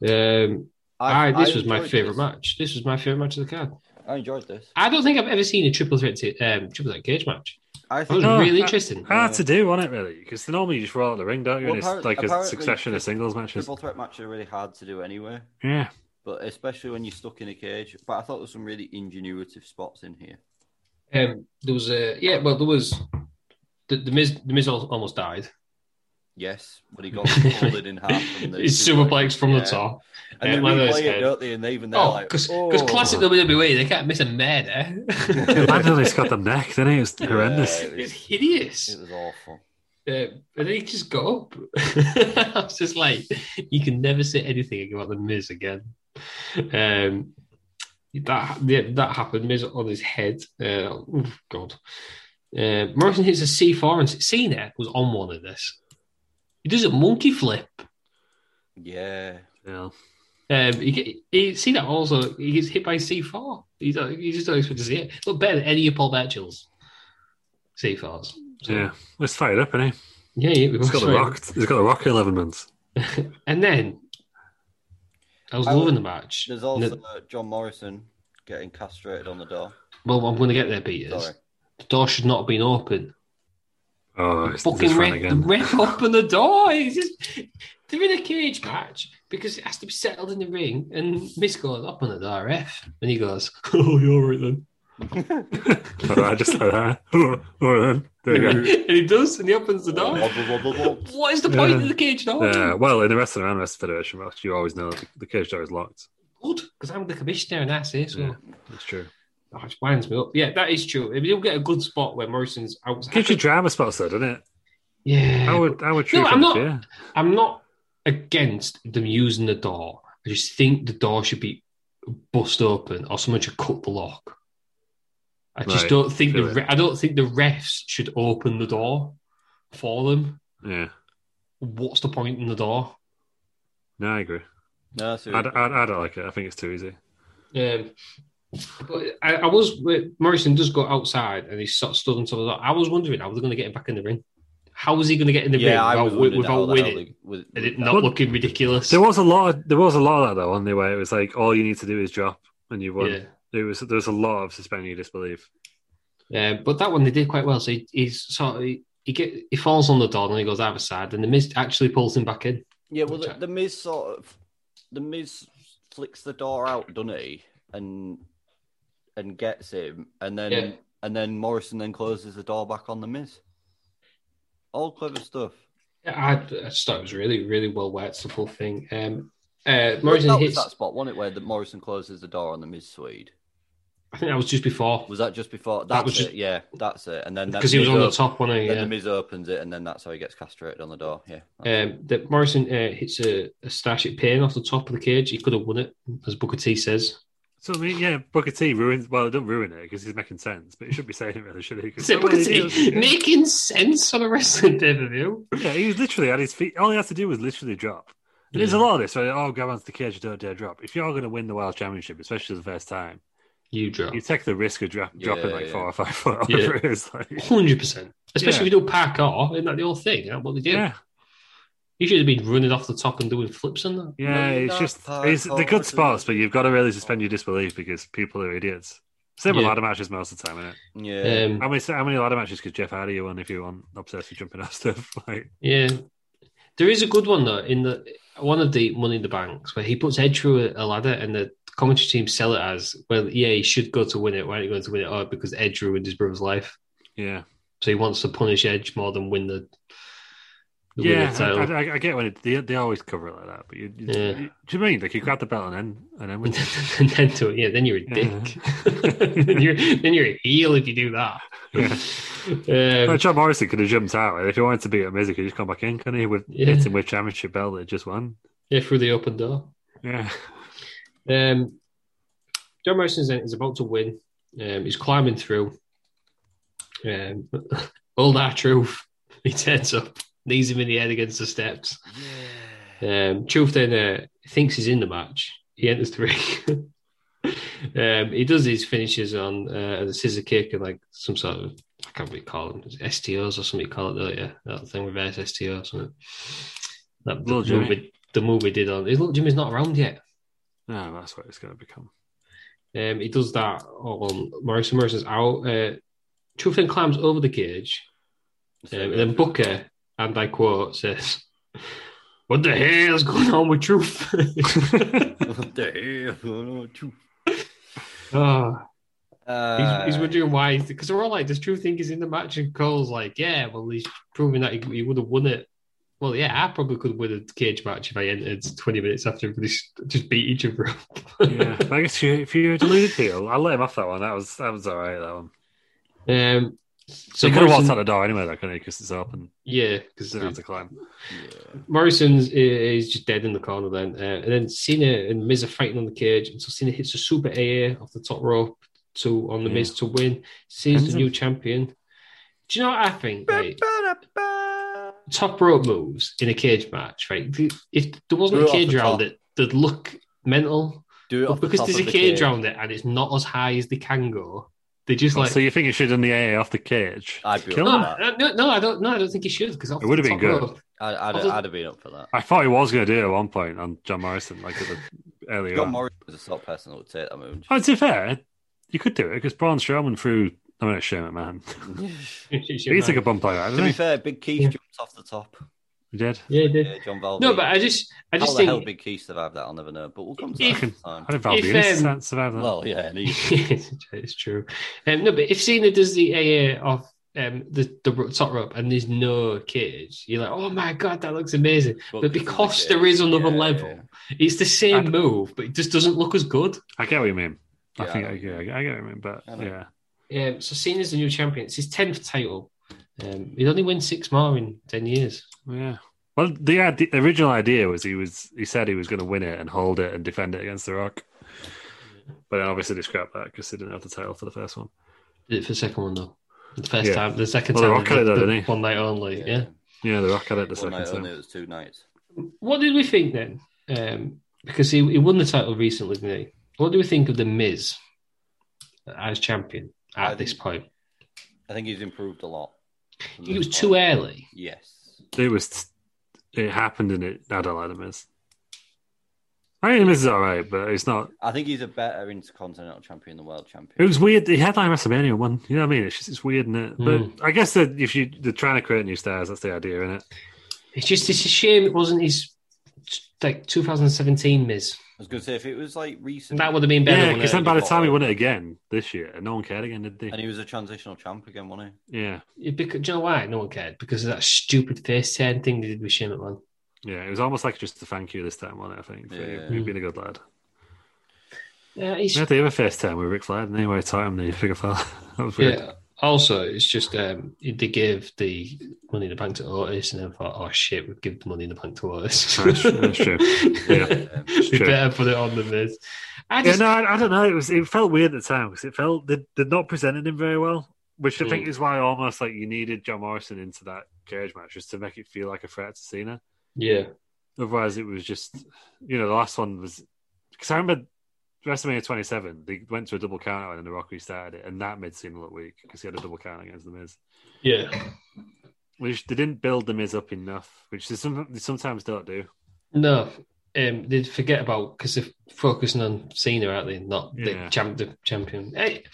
A: Um, I, this was my
B: enjoyed
A: favorite
B: this.
A: match. This was my favorite match of the card.
B: I enjoyed this.
A: I don't think I've ever seen a triple threat t- um, triple threat cage match.
B: I
A: That was
B: think
C: No,
A: really
C: I-
A: interesting.
C: Hard to do, wasn't it? Really, because normally you just roll out the ring, don't you?
B: Well,
C: and it's
B: apparent-
C: like a
B: apparently
C: succession of
B: triple-
C: singles matches.
B: triple threat matches are really hard to do anyway,
C: Yeah,
B: but especially when you're stuck in a cage. But I thought there was some really ingenuitive spots in here.
A: um, there was a yeah. Well, there was the, the Miz. The Miz al- almost died.
B: Yes, but he got folded in half from the
A: It's superplex from
B: Yeah.
A: the top.
B: And
A: Yeah,
B: they
A: one of those
B: replay it,
A: head.
B: don't they? And they even they're
A: Oh,
B: like,
A: because
B: oh.
A: classic WWE, they can't miss a mare.
C: yeah
A: there.
C: Landon's got the neck, didn't he? It's horrendous.
B: Yeah, it,
A: it's
B: was,
A: hideous.
B: it was awful.
A: Uh, and then he just got up. I was just like, you can never say anything about the Miz again. Um, that yeah, that happened. Miz on his head. Uh, oof, God. Uh, Morrison hits a C four, and Cena was on one of this. He does a monkey flip.
B: Yeah.
C: Yeah.
A: Um, he, get- he Cena also he gets hit by C four. You don't you just don't expect to see it. Look better than any of Paul Batchel's C fours.
C: yeah, let's fire it up, innit?
A: yeah, yeah. we
C: He's got the
A: watched it.
C: rock. He's got the rock in eleven months.
A: And then I was
B: I
A: loving
B: was-
A: the match.
B: There's also
A: No-
B: uh, John Morrison getting castrated on the door.
A: well, I'm going to get there, Peters.
B: Sorry.
A: The door should not have been open.
C: Oh, it's this
A: Fucking
C: run
A: ref, the
C: again.
A: ref opened the door. He's just, they're in a cage match because it has to be settled in the ring. And Miss goes, open the door, ref. And he goes, oh, you're right then.
C: All right, just like that. All right, there you go.
A: and he does, and he opens the door. What is the point
C: Yeah.
A: of the cage door?
C: Yeah, well, in the rest of the round, rest of the Federation match, you always know that the cage door is locked.
A: Good, because I'm the commissioner and I say so.
C: Yeah, that's true.
A: Oh, it winds me up. Yeah, that is true. If you'll get a good spot where Morrison's out.
C: Gives you drama spots, though, doesn't it?
A: Yeah.
C: I would, I would treat
A: No,
C: it
A: I'm not-
C: yeah.
A: I'm not against them using the door. I just think the door should be bust open, or someone should cut the lock. I just
C: Right,
A: don't think the
C: do it.
A: re- I don't think the refs should open the door for them.
C: Yeah,
A: What's the point in the door?
C: no, I agree.
B: No, so
C: I, d- I d- I don't like it. I think it's too easy.
A: Um, but I, I was Morrison does go outside and he's sort of stood on top of the door. I was wondering how they're going to get him back in the ring. How is he going to get in the
B: yeah, I
A: ring
B: was
A: without, wi-
B: wondering how
A: without
B: the hell
A: winning?
B: they- with-
A: And it
B: with-
A: not
C: But-
A: looking ridiculous.
C: There was a lot. Of, there was a lot of that though, on the way. It was like all you need to do is drop, and you won.
A: Yeah.
C: There was there was a lot of suspending your disbelief.
A: Yeah, Uh, but that one they did quite well. So he, he's sort of, he, he get he falls on the door and he goes either side, and the Miz actually pulls him back in.
B: Yeah, well, the,
A: Jack.
B: the Miz sort of the Miz flicks the door out, doesn't he? And and gets him, and then
A: Yeah.
B: and then Morrison then closes the door back on the Miz. All clever stuff.
A: Yeah, I, I just thought it was really, really well worked the whole thing. Um, uh, Morrison
B: that
A: hits.
B: was that spot, wasn't it, where the Morrison closes the door on the Miz Swede?
A: I think that was just before
B: Was that just before? That's
A: was just-
B: it. Yeah, that's it. And then that
A: because he was
B: Miz
A: on the
B: op-
A: top one.
B: Then the
A: Yeah.
B: Miz opens it, and then that's how he gets castrated on the door. Yeah.
A: Um, that Morrison uh, hits a, a stash at Payne off the top of the cage. He could have won it, as Booker T says.
C: So I mean, yeah, Booker T ruins. Well, don't ruin it because he's making sense, but he should be saying it really, should he? 'Cause-
A: Is it Booker
C: Well, he
A: T
C: does.
A: making sense on a wrestling pay per view?
C: Yeah, he was literally at his feet. All he had to do was literally drop. And There's a
A: Yeah.
C: lot of this. Right? Oh, grab onto the cage, don't dare drop. If you're going to win the World Championship, especially the first time,
A: You drop
C: you take the risk of dra- dropping like
B: yeah.
C: four or five foot.
A: Yeah.
C: Over it is, like,
A: hundred percent, especially
C: Yeah.
A: if you do parkour. Isn't that the whole thing? Isn't that what they do?
C: yeah,
A: You should have been running off the top and doing flips and that.
C: yeah.
B: No,
C: it's
B: that
C: just
B: part
C: it's the good
B: wasn't-
C: spots, but you've got to really suspend your disbelief because people are idiots. Same with
A: Yeah.
C: ladder matches most of the time, isn't it?
B: Yeah.
A: Um,
C: How many how many ladder matches could Jeff Hardy win if you want obsessed with jumping off stuff? Like,
A: yeah, there is a good one though in the one of the Money in the Banks where he puts Edge through a, a ladder and the commentary team sell it as well. Yeah, he should go to win it. Why aren't you going to win it? Oh, because Edge ruined his brother's life,
C: yeah,
A: so he wants to punish Edge more than win the. the win
C: yeah.
A: the
C: I,
A: title.
C: I- I get when it, they they always cover it like that, but you, you,
A: Yeah.
C: you- do you mean like you grab the belt and then and then win?
A: and then- and then do it. Yeah, then you're a dick. then you're then you're a heel if you do that.
C: Well,
A: Um,
C: John Morrison could have jumped out. If he wanted to beat him, he could just come back in, couldn't he? With
A: Yeah.
C: hit him with championship belt that he just won.
A: yeah, through the open door.
C: Yeah.
A: Um, John Morrison is- is about to win. Um, he's climbing through. Um, old our truth. He turns up, knees him in the head against the steps. Um, truth then uh, thinks he's in the match. He enters the ring. um, he does his finishes on uh, the scissor kick and like some sort of I can't really call them STOs or something. You call it don't you? That thing reverse STO or something. That
C: Little
A: the
C: Jimmy.
A: movie, the movie did on. Little Jimmy's not around yet.
C: No, that's what it's going to become.
A: Um, he does that on Morrison. Morrison's out. Uh, Truth then climbs over the cage. Um, and then Booker, and I quote, says, What the hell's going on with Truth? oh, he's,
B: Uh,
A: he's wondering why. Because we're all like, Does Truth think he's in the match? And Cole's like, Yeah, well, he's proving that he, he would have won it. Well, yeah, I probably could win a cage match if I entered 20 minutes after everybody s- just beat each other up.
C: yeah. I guess you, if you deluded heel, I'll let him off that one. That was that was all right, that one.
A: um,
C: So
A: so
C: he could have walked
A: Morrison-
C: out the door anyway, though, couldn't he? Because it's open.
A: Yeah,
C: Because he didn't have to climb.
A: Morrison's i- is just dead in the corner then. Uh, and then Cena and Miz are fighting on the cage. And so Cena hits a super AA off the top rope to on the
C: Yeah.
A: Miz to win. Cena's
C: Pins
A: the
C: him.
A: new champion. Do you know what I think? Right? Top rope moves in a cage match, right? The- If there wasn't
B: Do it
A: a
B: off
A: cage
B: the
A: round
B: top.
A: it, they'd look mental.
B: Do it
A: But
B: off the
A: because
B: top
A: there's a
B: of the
A: cage, round it and it's not as high as they can go, they
B: Oh,
A: just like.
C: so you think you should have done the AA off the cage?
B: I'd be
C: Kill
B: all
C: him?
B: right.
A: no, no, no, I don't. No, I don't think he should because
C: It would have been good.
B: I'd, I'd,
A: Also-
B: I'd have been up for that.
C: I thought he was going to do it at one point on John Morrison, like at the earlier.
B: John
C: on.
B: Morrison was the sort of person that would take that move. and
C: Oh, to be fair, you could do it because Braun Strowman threw. I mean, it's Sherman, man.
B: just-
C: he took a bump like that,
B: to
C: didn't
B: be
C: he?
B: fair, Big Keith
A: Yeah.
B: jumped off the top.
C: He did.
A: Yeah, he did.
B: Yeah, John Valby.
A: No, but I just, I
B: How
A: just
B: the
A: think
B: hell Big Keith survived that? I'll never know. But we'll come to
A: If-
B: that next time.
C: I didn't Val
A: If,
C: Venus
A: um,
C: survive that.
B: Well, yeah, and he,
A: it's true. Um, no, but if Cena does the AA off um, the, the ro- top rope and there's no cage, you're like, oh my God, that looks amazing. But, because there is another
B: yeah,
A: level, it's the same
C: I-
A: move, but it just doesn't look as good.
C: I get what you mean. I
B: Yeah,
C: think
B: I
C: I,
B: know.
C: yeah, I get what you mean, but
B: I know.
C: yeah,
A: Um, so Cena's the new champion. It's his 10th title. Um, he'd only win six more in 10 years.
C: yeah. Well, the, ide- the original idea was he was he said he was going to win it and hold it and defend it against the Rock, but then obviously they scrapped that because they didn't have the title for the first one.
A: Did it for the second one, though. The first
C: Yeah.
A: time, the second
C: Well, The
A: time,
C: Rock had it though,
A: the
C: didn't he?
A: one night only. Yeah.
C: Yeah, the Rock had it the
B: One
C: second
B: night only,
C: time.
B: it was two nights.
A: What did we think then? Um, because he, he won the title recently, didn't he? What do we think of the Miz as champion at
B: I
A: this
B: think-
A: point?
B: I think he's improved a lot.
A: I think it was too early.
B: Yes.
C: It was. It happened, and it. I don't like the Miz. I think the Miz is all right, but it's not.
B: I think he's a better intercontinental champion than world champion.
C: It was weird. He had that WrestleMania one. You know what I mean? It's just it's weird, isn't it?
A: Mm.
C: But I guess that if you they're trying to create new stars, that's the idea, isn't it?
A: It's just it's a shame it wasn't his like 2017 Miz.
B: I was going to say if it was like recent,
A: That would have been better.
C: yeah,
A: wouldn't
C: because
A: it?
C: then by the time he
B: before.
C: won it again this year, no one cared again, did they?
B: and he was a transitional champ again, wasn't
C: yeah,
A: It bec- do you know why? No one cared because of that stupid face turn thing they did with Shane McMahon.
C: yeah. It was almost like just a thank you this time, wasn't it? I think for
B: Yeah.
C: you being a good lad.
A: Yeah, he's,
C: You had the other first time with Ric Flair, and anyway, time the figure foul. that was weird.
A: yeah. Also, it's just um, they gave the money in the bank to Otis, and then thought, oh shit, we've given the money in the bank to Otis.
C: That's- that's true. Yeah,
A: we
C: true.
A: better put it on the Miz. I
C: Yeah,
A: just,
C: no, I, I don't know. It was it felt weird at the time because it felt they they'd not presented him very well, which I think
A: Mm.
C: is why almost like you needed John Morrison into that cage match just to make it feel like a threat to Cena.
A: yeah,
C: Otherwise, it was just you know the last one was because I remember WrestleMania 27 they went to a double count out and the Rock restarted it, and that made Cena look weak because he had a double count against the Miz.
A: yeah.
C: Which they didn't build the Miz up enough, which they, some, they sometimes don't do.
A: No, um, they'd forget about because they're focusing on Cena, aren't they? Not
C: Yeah.
A: the, champ, the champion. It,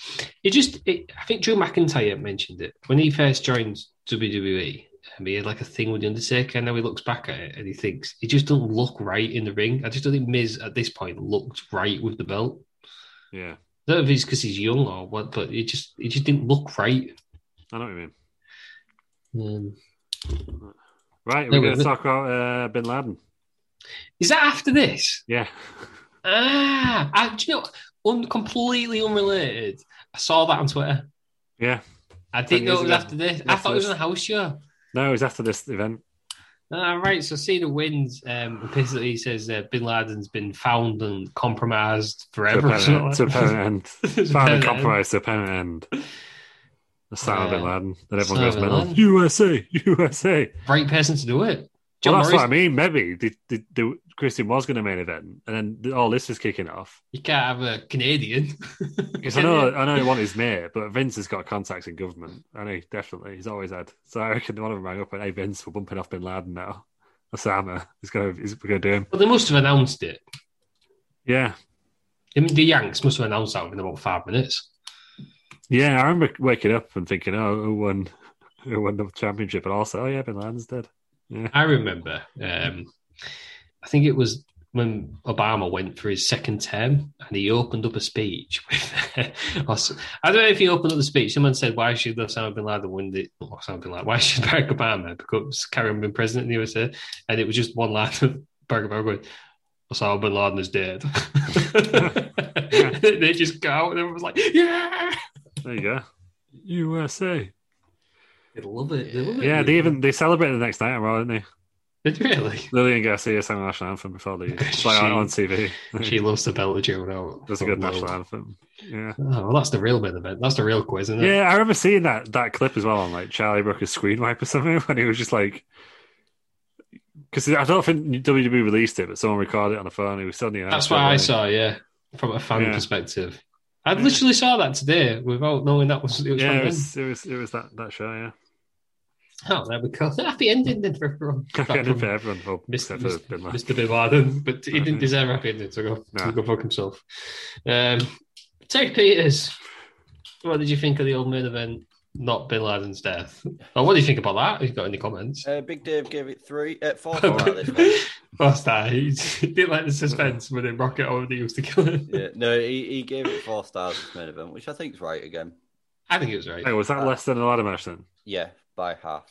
A: it just, it, I think Drew McIntyre mentioned it when he first joined WWE. Um, he had like a thing with the Undertaker, and now he looks back at it and he thinks it just don't look right in the ring. I just don't think Miz at this point looked right with the belt.
C: Yeah,
A: I don't know if it's because he's young or what, but it just it just didn't look right.
C: I know what you mean.
A: Um,
C: Right,
A: No,
C: we're
A: but-
C: going to talk about uh, Bin Laden.
A: is that after this?
C: Yeah.
A: Ah, I, do you know, un, completely unrelated. I saw that on Twitter.
C: Yeah,
A: I
C: Ten
A: didn't know
C: years
A: it was
C: ago.
A: after this. I
C: Yes,
A: thought it was
C: yes.
A: on a house show.
C: no, it was after this event.
A: Ah, right. So Cena wins. Um, and basically, he says uh, Bin Laden's been found and compromised
C: to a
A: forever. or something like
C: permanent, to a
A: that.
C: permanent end.
A: To a
C: Found
A: permanent
C: and
A: end.
C: compromised to a permanent end. Osama bin
A: Yeah.
C: Laden. Then everyone
A: Osama
C: goes
A: bin
C: mental.
A: Laden.
C: USA, USA.
A: Right person to do it. John
C: Well, that's what I
A: Morrison,
C: mean. Maybe the, the, the Christian was going to main event, and then the- all this is kicking off.
A: you can't have a Canadian.
C: Because I know, I know he wanted his mate, but Vince has got contacts in government. I know, definitely. He's always had. So I reckon one of them rang up and, hey, Vince, we're bumping off bin Laden now. Osama is going to, is going to do him.
A: But they must have announced it.
C: Yeah.
A: The the Yanks must have announced that within about five minutes.
C: Yeah. I remember waking up and thinking, oh, who won, who won the championship? And also, oh, yeah, bin Laden's dead.
A: I remember. Um, I think it was when Obama went for his second term, and he opened up a speech. With, or s- I don't know if he opened up the speech. Someone said, "Why should Osama bin Laden win the or Osama bin Laden? Why should Barack Obama because carry on being president in the USA?" And it was just one line of Barack Obama going, "Osama bin Laden is dead." And they just go out, and everyone was like, "Yeah."
C: There you go. USA.
A: They love it. They love it.
C: Yeah, they even they celebrated the next night on Raw, didn't they?
A: Did you really.
C: Lillian Garcia sang the national anthem before the it's like on, on TV.
A: She loves the belt of Joe.
C: That's a good national anthem. Yeah.
A: Oh, well, that's the real main event. That's the real quiz, isn't it?
C: Yeah, I remember seeing that that clip as well on like Charlie Brooker's screen wipe or something when he was just like because I don't think WWE released it, but someone recorded it on the phone. He was suddenly
A: That's what I saw, yeah, from a fan
C: Yeah.
A: perspective. I literally saw that today without knowing that was it was
C: Yeah,
A: from
C: it was, it was it was that that show. Yeah,
A: them. Oh, there we go. Happy ending then for everyone.
C: I
A: Apart
C: ended for
A: from
C: everyone, well,
A: Mr.
C: except for
A: Mr.
C: Bin Laden.
A: Mr. Bin Laden, but he
C: Okay.
A: didn't deserve a happy ending, so go,
C: Nah.
A: go fuck himself. Um, Terry Peters, what did you think of the old main event? Not Bin Laden's death. Or what do you think about that? If you've got any comments.
B: he? Uh, Big Dave gave it three, uh, four
A: Oh,
B: out of this one.
A: What's that? He didn't like the suspense when then Rocket already used to kill him.
B: Yeah, no, he, he gave it four stars this main event, which I think is right again.
A: I think it was right.
C: Hey, was that less than a ladder match then?
B: Yeah, by half.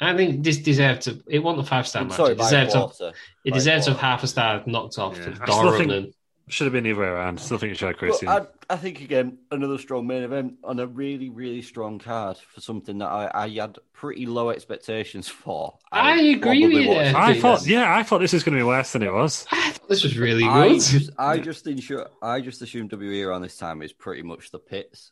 A: I think this deserved to. It wasn't a five star
B: I'm
A: match.
B: sorry,
A: it
B: by a
A: deserved to.
B: quarter.
A: It
B: by
A: deserved to have
B: quarter.
A: half a star knocked off
C: Yeah.
A: to
C: I still
A: Dora
C: think-
A: and
C: Should have been the other way around. Still think it should have
B: But
C: Christian.
B: I, I think again another strong main event on a really really strong card for something that I, I had pretty low expectations for.
A: I agree with
B: probably
A: you
B: watched
A: there.
B: it
C: I
A: Yes.
C: thought, yeah, I thought this was going to be worse than it was.
A: I thought this was really good.
B: I just I just ensure I just assumed WWE around this time is pretty much the pits.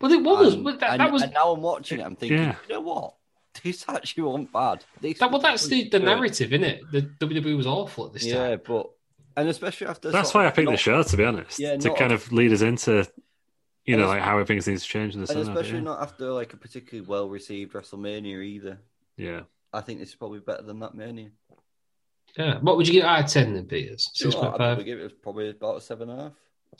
A: but it was.
B: And-
A: but that,
B: and,
A: that was.
B: and now I'm watching it. I'm thinking,
C: Yeah.
B: you know what? This actually wasn't bad. This
A: that, well, that's the, the
B: Yeah.
A: narrative, isn't it? The WWE was awful at this
B: Yeah,
A: time.
B: but and especially after
C: That's
B: sort
C: why I
B: of
C: picked the
B: not-
C: show, to be honest,
B: Yeah,
C: to
B: not-
C: kind of lead us into you
B: And it's-
C: know, like how things needs to change in the
B: and
C: summer.
B: especially
C: yeah.
B: not after like a particularly well received WrestleMania either.
C: yeah.
B: I think this is probably better than that Mania.
A: Yeah. What would you give out of 10 then, Peters?
B: Do you know what? I'd probably
A: 6.5?
B: give it probably about a seven and a half.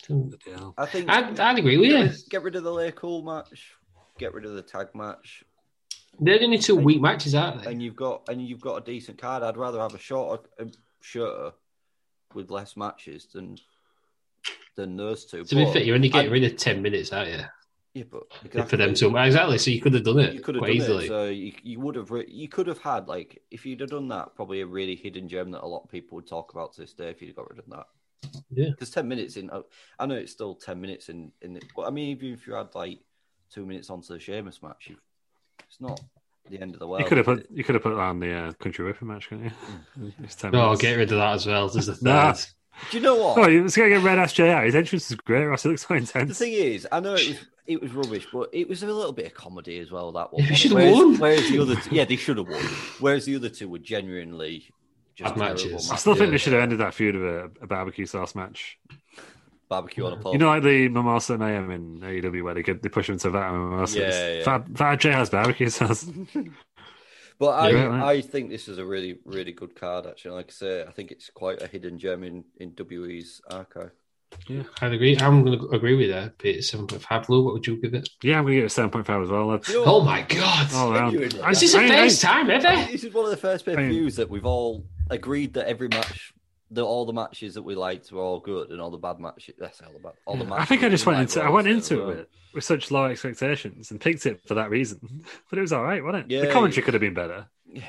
C: Bloody hell.
B: I think
A: I'd, I'd agree with
B: get,
A: you.
B: rid, get rid of the Lay Cool match, get rid of the tag match,
A: They're the only two weak matches, aren't they?
B: and you've got and you've got a decent card. I'd rather have a shorter a shorter with less matches than than those two.
A: To be
B: But
A: fair, you're only getting
B: I'd-
A: rid of 10 minutes, aren't you?
B: yeah, but
A: For
B: exactly.
A: them to. Exactly. So you could have done it
B: You could have
A: quite
B: done
A: easily.
B: it. So you, you would have re- you could have had like if you'd have done that, probably a really hidden gem that a lot of people would talk about to this day. If you'd have got rid of that,
A: Yeah.
B: because ten minutes in, I know it's still ten minutes in. In the, but I mean, even if you had like two minutes onto the Sheamus match, you, it's not the end of the world.
C: you could have put you could have put that on the uh, country whipping match, couldn't you? It's time.
A: No, get rid of that as well. There's the third.
C: Nah.
B: Do you know what?
C: Oh, it's gonna get red ass JR. His entrance is great. Ross, he looks so intense.
B: The thing is, I know it was it was rubbish, but it was a little bit of comedy as well. That one
A: They should have
B: Whereas-
A: won.
B: Whereas the other, two, yeah, they should have won. Whereas the other two were genuinely just
A: Bad matches.
B: terrible
C: I still think they
B: matches.
C: should have ended that feud with a, a barbecue sauce match.
B: barbecue on a pole.
C: You know, like the Mimosa Mayhem in AEW, where they, could, they push him to that and Mimosa.
B: Yeah, yeah.
C: Fat, fat JR's barbecue sauce.
B: But I,
C: Yeah, right.
B: I think this is a really, really good card, actually. Like I say, I think it's quite a hidden gem in, in WE's archive.
A: Yeah, I'd agree. I'm going to agree with that. Peter, seven point five. Lou, what would you give it?
C: yeah, I'm gonna get a seven point five as well. That's
A: Oh my god!
C: all around.
B: genuinely.
A: Is this the
C: I- I-
A: first time ever?
B: This is one of the first pay per
C: mean-
B: views that we've all agreed that every match, that all the matches that we liked were all good and all the bad matches, that's all about all the matches.
C: I think I
B: that
C: just
B: we
C: went
B: liked
C: into
B: were
C: I went
B: all
C: into
B: good.
C: it with such low expectations and picked it for that reason. But it was all right, wasn't it?
B: Yeah,
C: the commentary
B: yeah.
C: could have been better.
B: Yeah.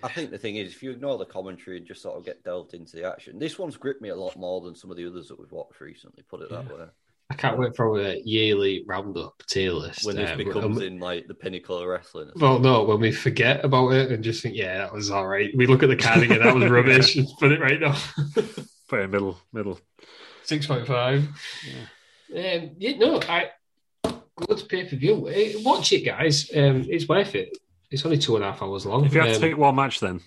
B: but I think the thing is, if you ignore the commentary and just sort of get delved into the action, this one's gripped me a lot more than some of the others that we've watched recently, put it that way.
A: I can't wait for a yearly roundup tier list.
B: When this
A: Um,
B: becomes
A: um,
B: in like the pinnacle of wrestling. it's
A: well, no, when we forget about it and just think, yeah, that was all right. We look at the card again, that was rubbish. and Put it right now.
C: Put it in middle middle.
A: Six point five. Yeah. Um, yeah, no, I good pay per view. Uh, Watch it, guys. Um, it's worth it. It's only two and a half hours long.
C: If you had
A: Um,
C: to pick one match then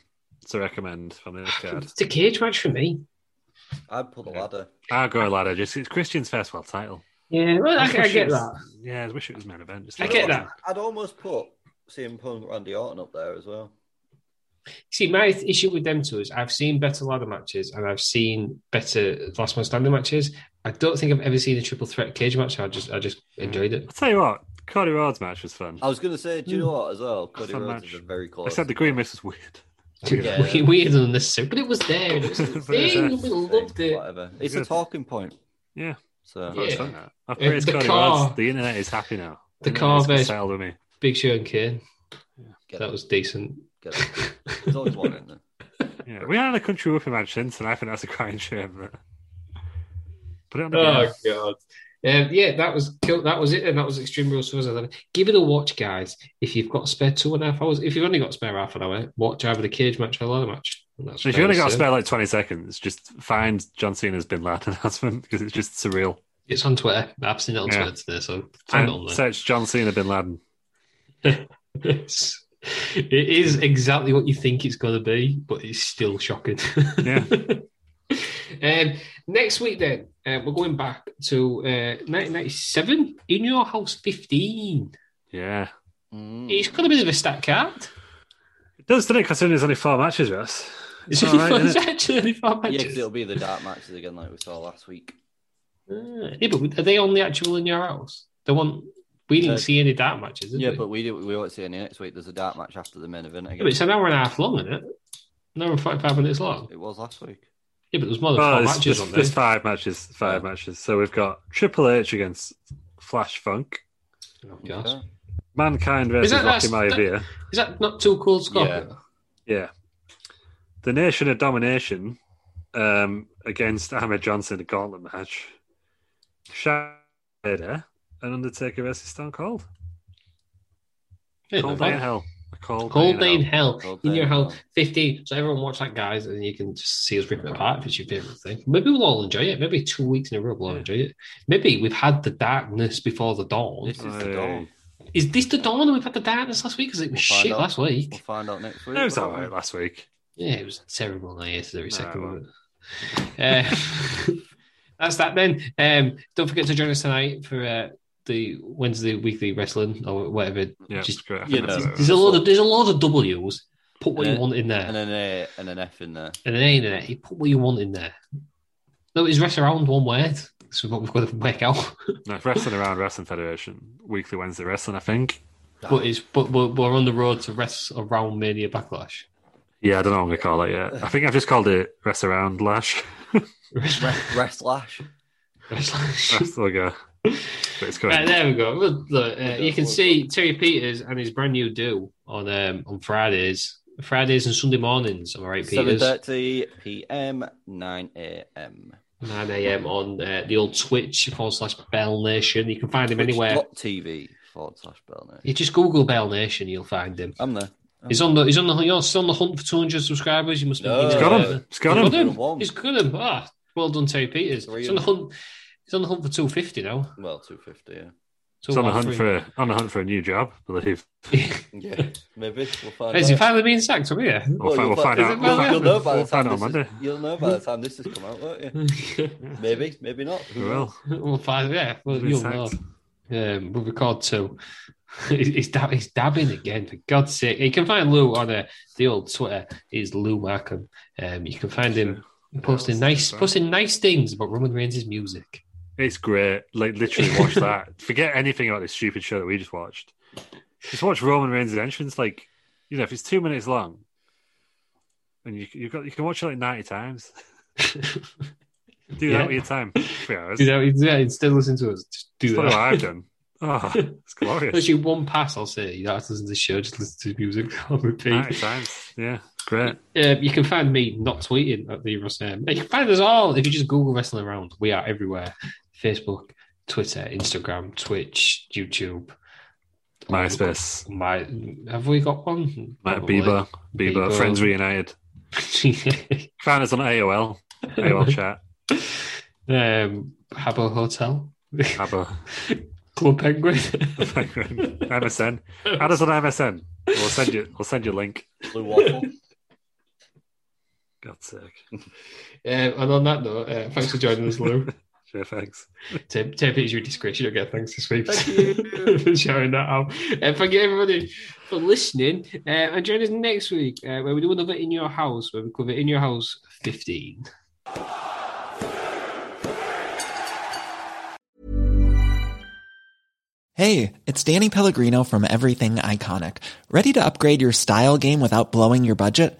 C: to recommend from this card.
A: it's a cage match for me.
B: I'd put the ladder.
C: I'll Ah, go ladder, just it's Christian's first world title.
A: Yeah, well, I,
C: just
A: I
C: wish it
A: get
C: was-
A: that.
C: Yeah, I wish it was main event. Just
A: I
C: like-
A: get that.
B: I'd almost put CM Punk and Randy Orton up there as well.
A: See, my th- issue with them two is I've seen better ladder matches and I've seen better last man standing matches. I don't think I've ever seen a triple threat cage match. I just, I just enjoyed it.
C: I'll tell you what, Cody Rhodes match was fun.
B: I was going to say, do you know what as well? Cody
C: Fun
B: Rhodes
C: match.
B: is very
A: Oh,
B: close.
C: I said the green mist was weird.
B: Yeah.
A: Weird- Weird and unnecessary, but it was there. And it was a
C: But it's
A: thing.
C: there.
A: We loved it.
B: Whatever. It's
C: Yeah.
B: a talking point.
C: Yeah.
B: So
C: That was
A: Yeah.
C: fun, that. I've
A: Uh,
C: praised
A: the
C: Cody
A: car-
C: Rhodes. The internet is happy now.
A: The
C: Internet
A: car
C: is
A: version-
C: sailed with me.
A: Big Show and Kane.
B: get
A: That
B: it.
A: was decent.
B: Get it. There's always one in there.
C: Yeah, we had a country whooping match since, and I think that's a crying shame. But put it on the
A: Oh
C: oh.
A: god. Um, yeah, that was cool. that was it, and that was Extreme Rules Survivor 11. Give it a watch, guys. If you've got a spare two and a half hours, if you've only got a spare half an hour, watch either the cage match or the ladder match. And that's
C: If you only
A: fair,
C: got to
A: so.
C: spare like twenty seconds, just find John Cena's Bin Laden announcement because it's just surreal.
A: It's on Twitter. I've seen it on
C: Yeah.
A: Twitter today, so find it on
C: Find-
A: there.
C: search John Cena Bin Laden.
A: it's, it is exactly what you think it's going to be, but it's still shocking.
C: Yeah.
A: um, next week, then, uh, we're going back to uh, 1997 in your house 15.
C: Yeah, Hmm.
B: Mm.
A: It's got a bit of a stat card.
C: it does, doesn't it? Considering there's only four matches, Russ.
A: It's
C: It's all right,
A: it's
C: isn't it?
A: actually only five
B: Yeah,
A: matches.
B: 'cause it'll be the dark matches again, like we saw last week.
A: Ah, yeah, but are they on the actual in your house? The one we didn't
B: Uh,
A: see any dark matches, did
B: Yeah,
A: we?
B: but we do, we won't see any next week. There's a dark match after the main event
A: Yeah, but
B: again.
A: it's an hour and a half long, isn't it? An hour and 45 minutes long.
B: It was last week.
A: Yeah, but there's more than
C: Oh,
A: four
C: there's,
A: matches
C: there's,
A: on there. Oh.
C: there's five matches. Five matches. So we've got Triple H against Flash Funk,
A: Oh, gosh.
B: Yeah.
C: Mankind versus
A: that-
C: Rocky
A: that's-
C: Maivia.
A: Is that not too cool, Scorpio?
C: Yeah. The Nation of Domination um, against Ahmed Johnson, a gauntlet match. Shada and Undertaker versus Stone Cold.
A: Yeah.
C: Cold Day in Hell. A cold,
A: Cold
C: Day in Hell.
A: hell.
B: Cold
A: in
B: Day
A: your
B: in
A: hell.
B: Hell.
A: 15. So everyone watch that, guys, and you can just see us rip it apart if it's your favourite thing. Maybe we'll all enjoy it. Maybe two weeks in a row we'll all
C: Yeah.
A: enjoy it. Maybe we've had the darkness before the dawn.
B: This is the
C: Hey.
B: dawn.
A: Is this the dawn? We've had the darkness last week because it was
B: We'll find
A: shit
B: out.
A: last week.
B: We'll find out next week.
C: It was all
B: won't we?
C: right last week.
A: Yeah, it was terrible. I hated every
C: Nah,
A: second
C: well.
A: of it. Uh, that's that then. Um, don't forget to join us tonight for uh, the Wednesday weekly wrestling or whatever.
C: Yeah,
A: Just
C: screw it. I
B: you
C: think that's
B: know.
C: about
A: there's a lot of there's a lot of W's. Put what
B: Yeah.
A: you want in there,
B: and an A and an F in there.
A: and an A in it. You put what you want in there. No, it's rest around one word. So what we've got to work out.
C: it. No, wrestling around Wrestling Federation weekly Wednesday wrestling. I think.
A: but it's but we're, we're on the road to rest around Mania Backlash.
C: Yeah, I don't know what I'm gonna call it yet. I think I've just called it Rest Around Lash.
A: Rest-
B: Rest, rest lash.
A: Backlash.
C: That's we'll go. But it's good.
A: Right, there we go. Well, Look, uh,
B: We'll do
A: you
B: it,
A: can
B: we'll
A: see Terry Peters and his brand new do on um, on Fridays, Fridays and Sunday mornings. Am I right,
B: Seven
A: Peters?
B: thirty p.m. nine a.m.
A: 9 a.m. on uh, the old Twitch forward slash Bell Nation. You can find him anywhere.
B: TV forward slash Bell Nation.
A: You just Google Bell Nation, you'll find him.
B: I'm there.
A: He's on the he's on the you're still on the hunt for 200 subscribers. You must be.
B: No.
A: keen to
C: It's
A: get
C: got
A: there.
C: him. It's
A: He's
C: got him.
A: uh, got him.
B: One.
A: He's got him. Ah, well done, Terry Peters.
B: Three
A: He's on the
B: of
A: hunt. He's on the hunt for 250 now.
B: Well, two fifty. Yeah.
C: It's on the hunt for on the hunt for a new job. I believe.
B: Yeah. Maybe we'll find.
A: Is
B: out.
A: he finally being sacked? Are we here?
B: Well,
C: We'll, fi-
B: you'll
C: we'll find
B: fi-
C: out.
A: it well-
C: We'll, fi-
B: You'll know by the time
C: we'll find out on
B: this
C: Monday.
B: is, you'll know by the time this has come out, won't you? Maybe, maybe not.
C: We
B: Who knows?
C: will.
A: Well, five, yeah. Well,
C: We'll be
A: you'll know.
C: sacked.
A: Um, we'll record two. he's, he's, dab- he's dabbing again, for God's sake. You can find Lou on uh, the old Twitter. Is Lou Markham. Um, you can find him posting
C: Yeah,
A: nice
C: that's
A: posting nice things about Roman Reigns' music.
C: It's great. Like literally watch that. Forget anything about this stupid show that we just watched. Just watch Roman Reigns' entrance. Like you know, if it's two minutes long, and you you got you can watch it like ninety times. Do
A: Yeah.
C: that with your time. Three hours.
A: You know, yeah, instead of listening to us, just do
C: That's probably what
A: that.
C: I've done. Oh, it's glorious.
A: Actually, one pass, I'll say. You don't have to listen to the show, just listen to music on repeat.
C: ninety times. Yeah, great.
A: Um, you can find me not tweeting at the Rossum. You can find us all if you just Google Wrestling Around. We are everywhere Facebook, Twitter, Instagram, Twitch, YouTube.
C: MySpace,
A: My, have we got one?
C: Matt Bieber, Bieber,
A: Bieber.
C: Friends Reunited.
A: Probably.
C: Found us on AOL, AOL chat,
A: um, Habbo Hotel,
C: Abba,
A: Club Penguin. Um,
C: MSN. Add us on MSN. We'll send you. We'll send you a link.
B: Blue waffle.
C: God's sake.
A: Um, and on that note, uh, thanks for joining us, Lou.
C: Sure, thanks.
A: Tim, Tim, it's your disgrace. You don't get thanks this week. for showing that out. And thank you, everybody, for listening. Uh, and join us next week uh, where we do another In Your House, where we cover In Your House 15.
D: Hey, it's Danny Pellegrino from Everything Iconic. Ready to upgrade your style game without blowing your budget?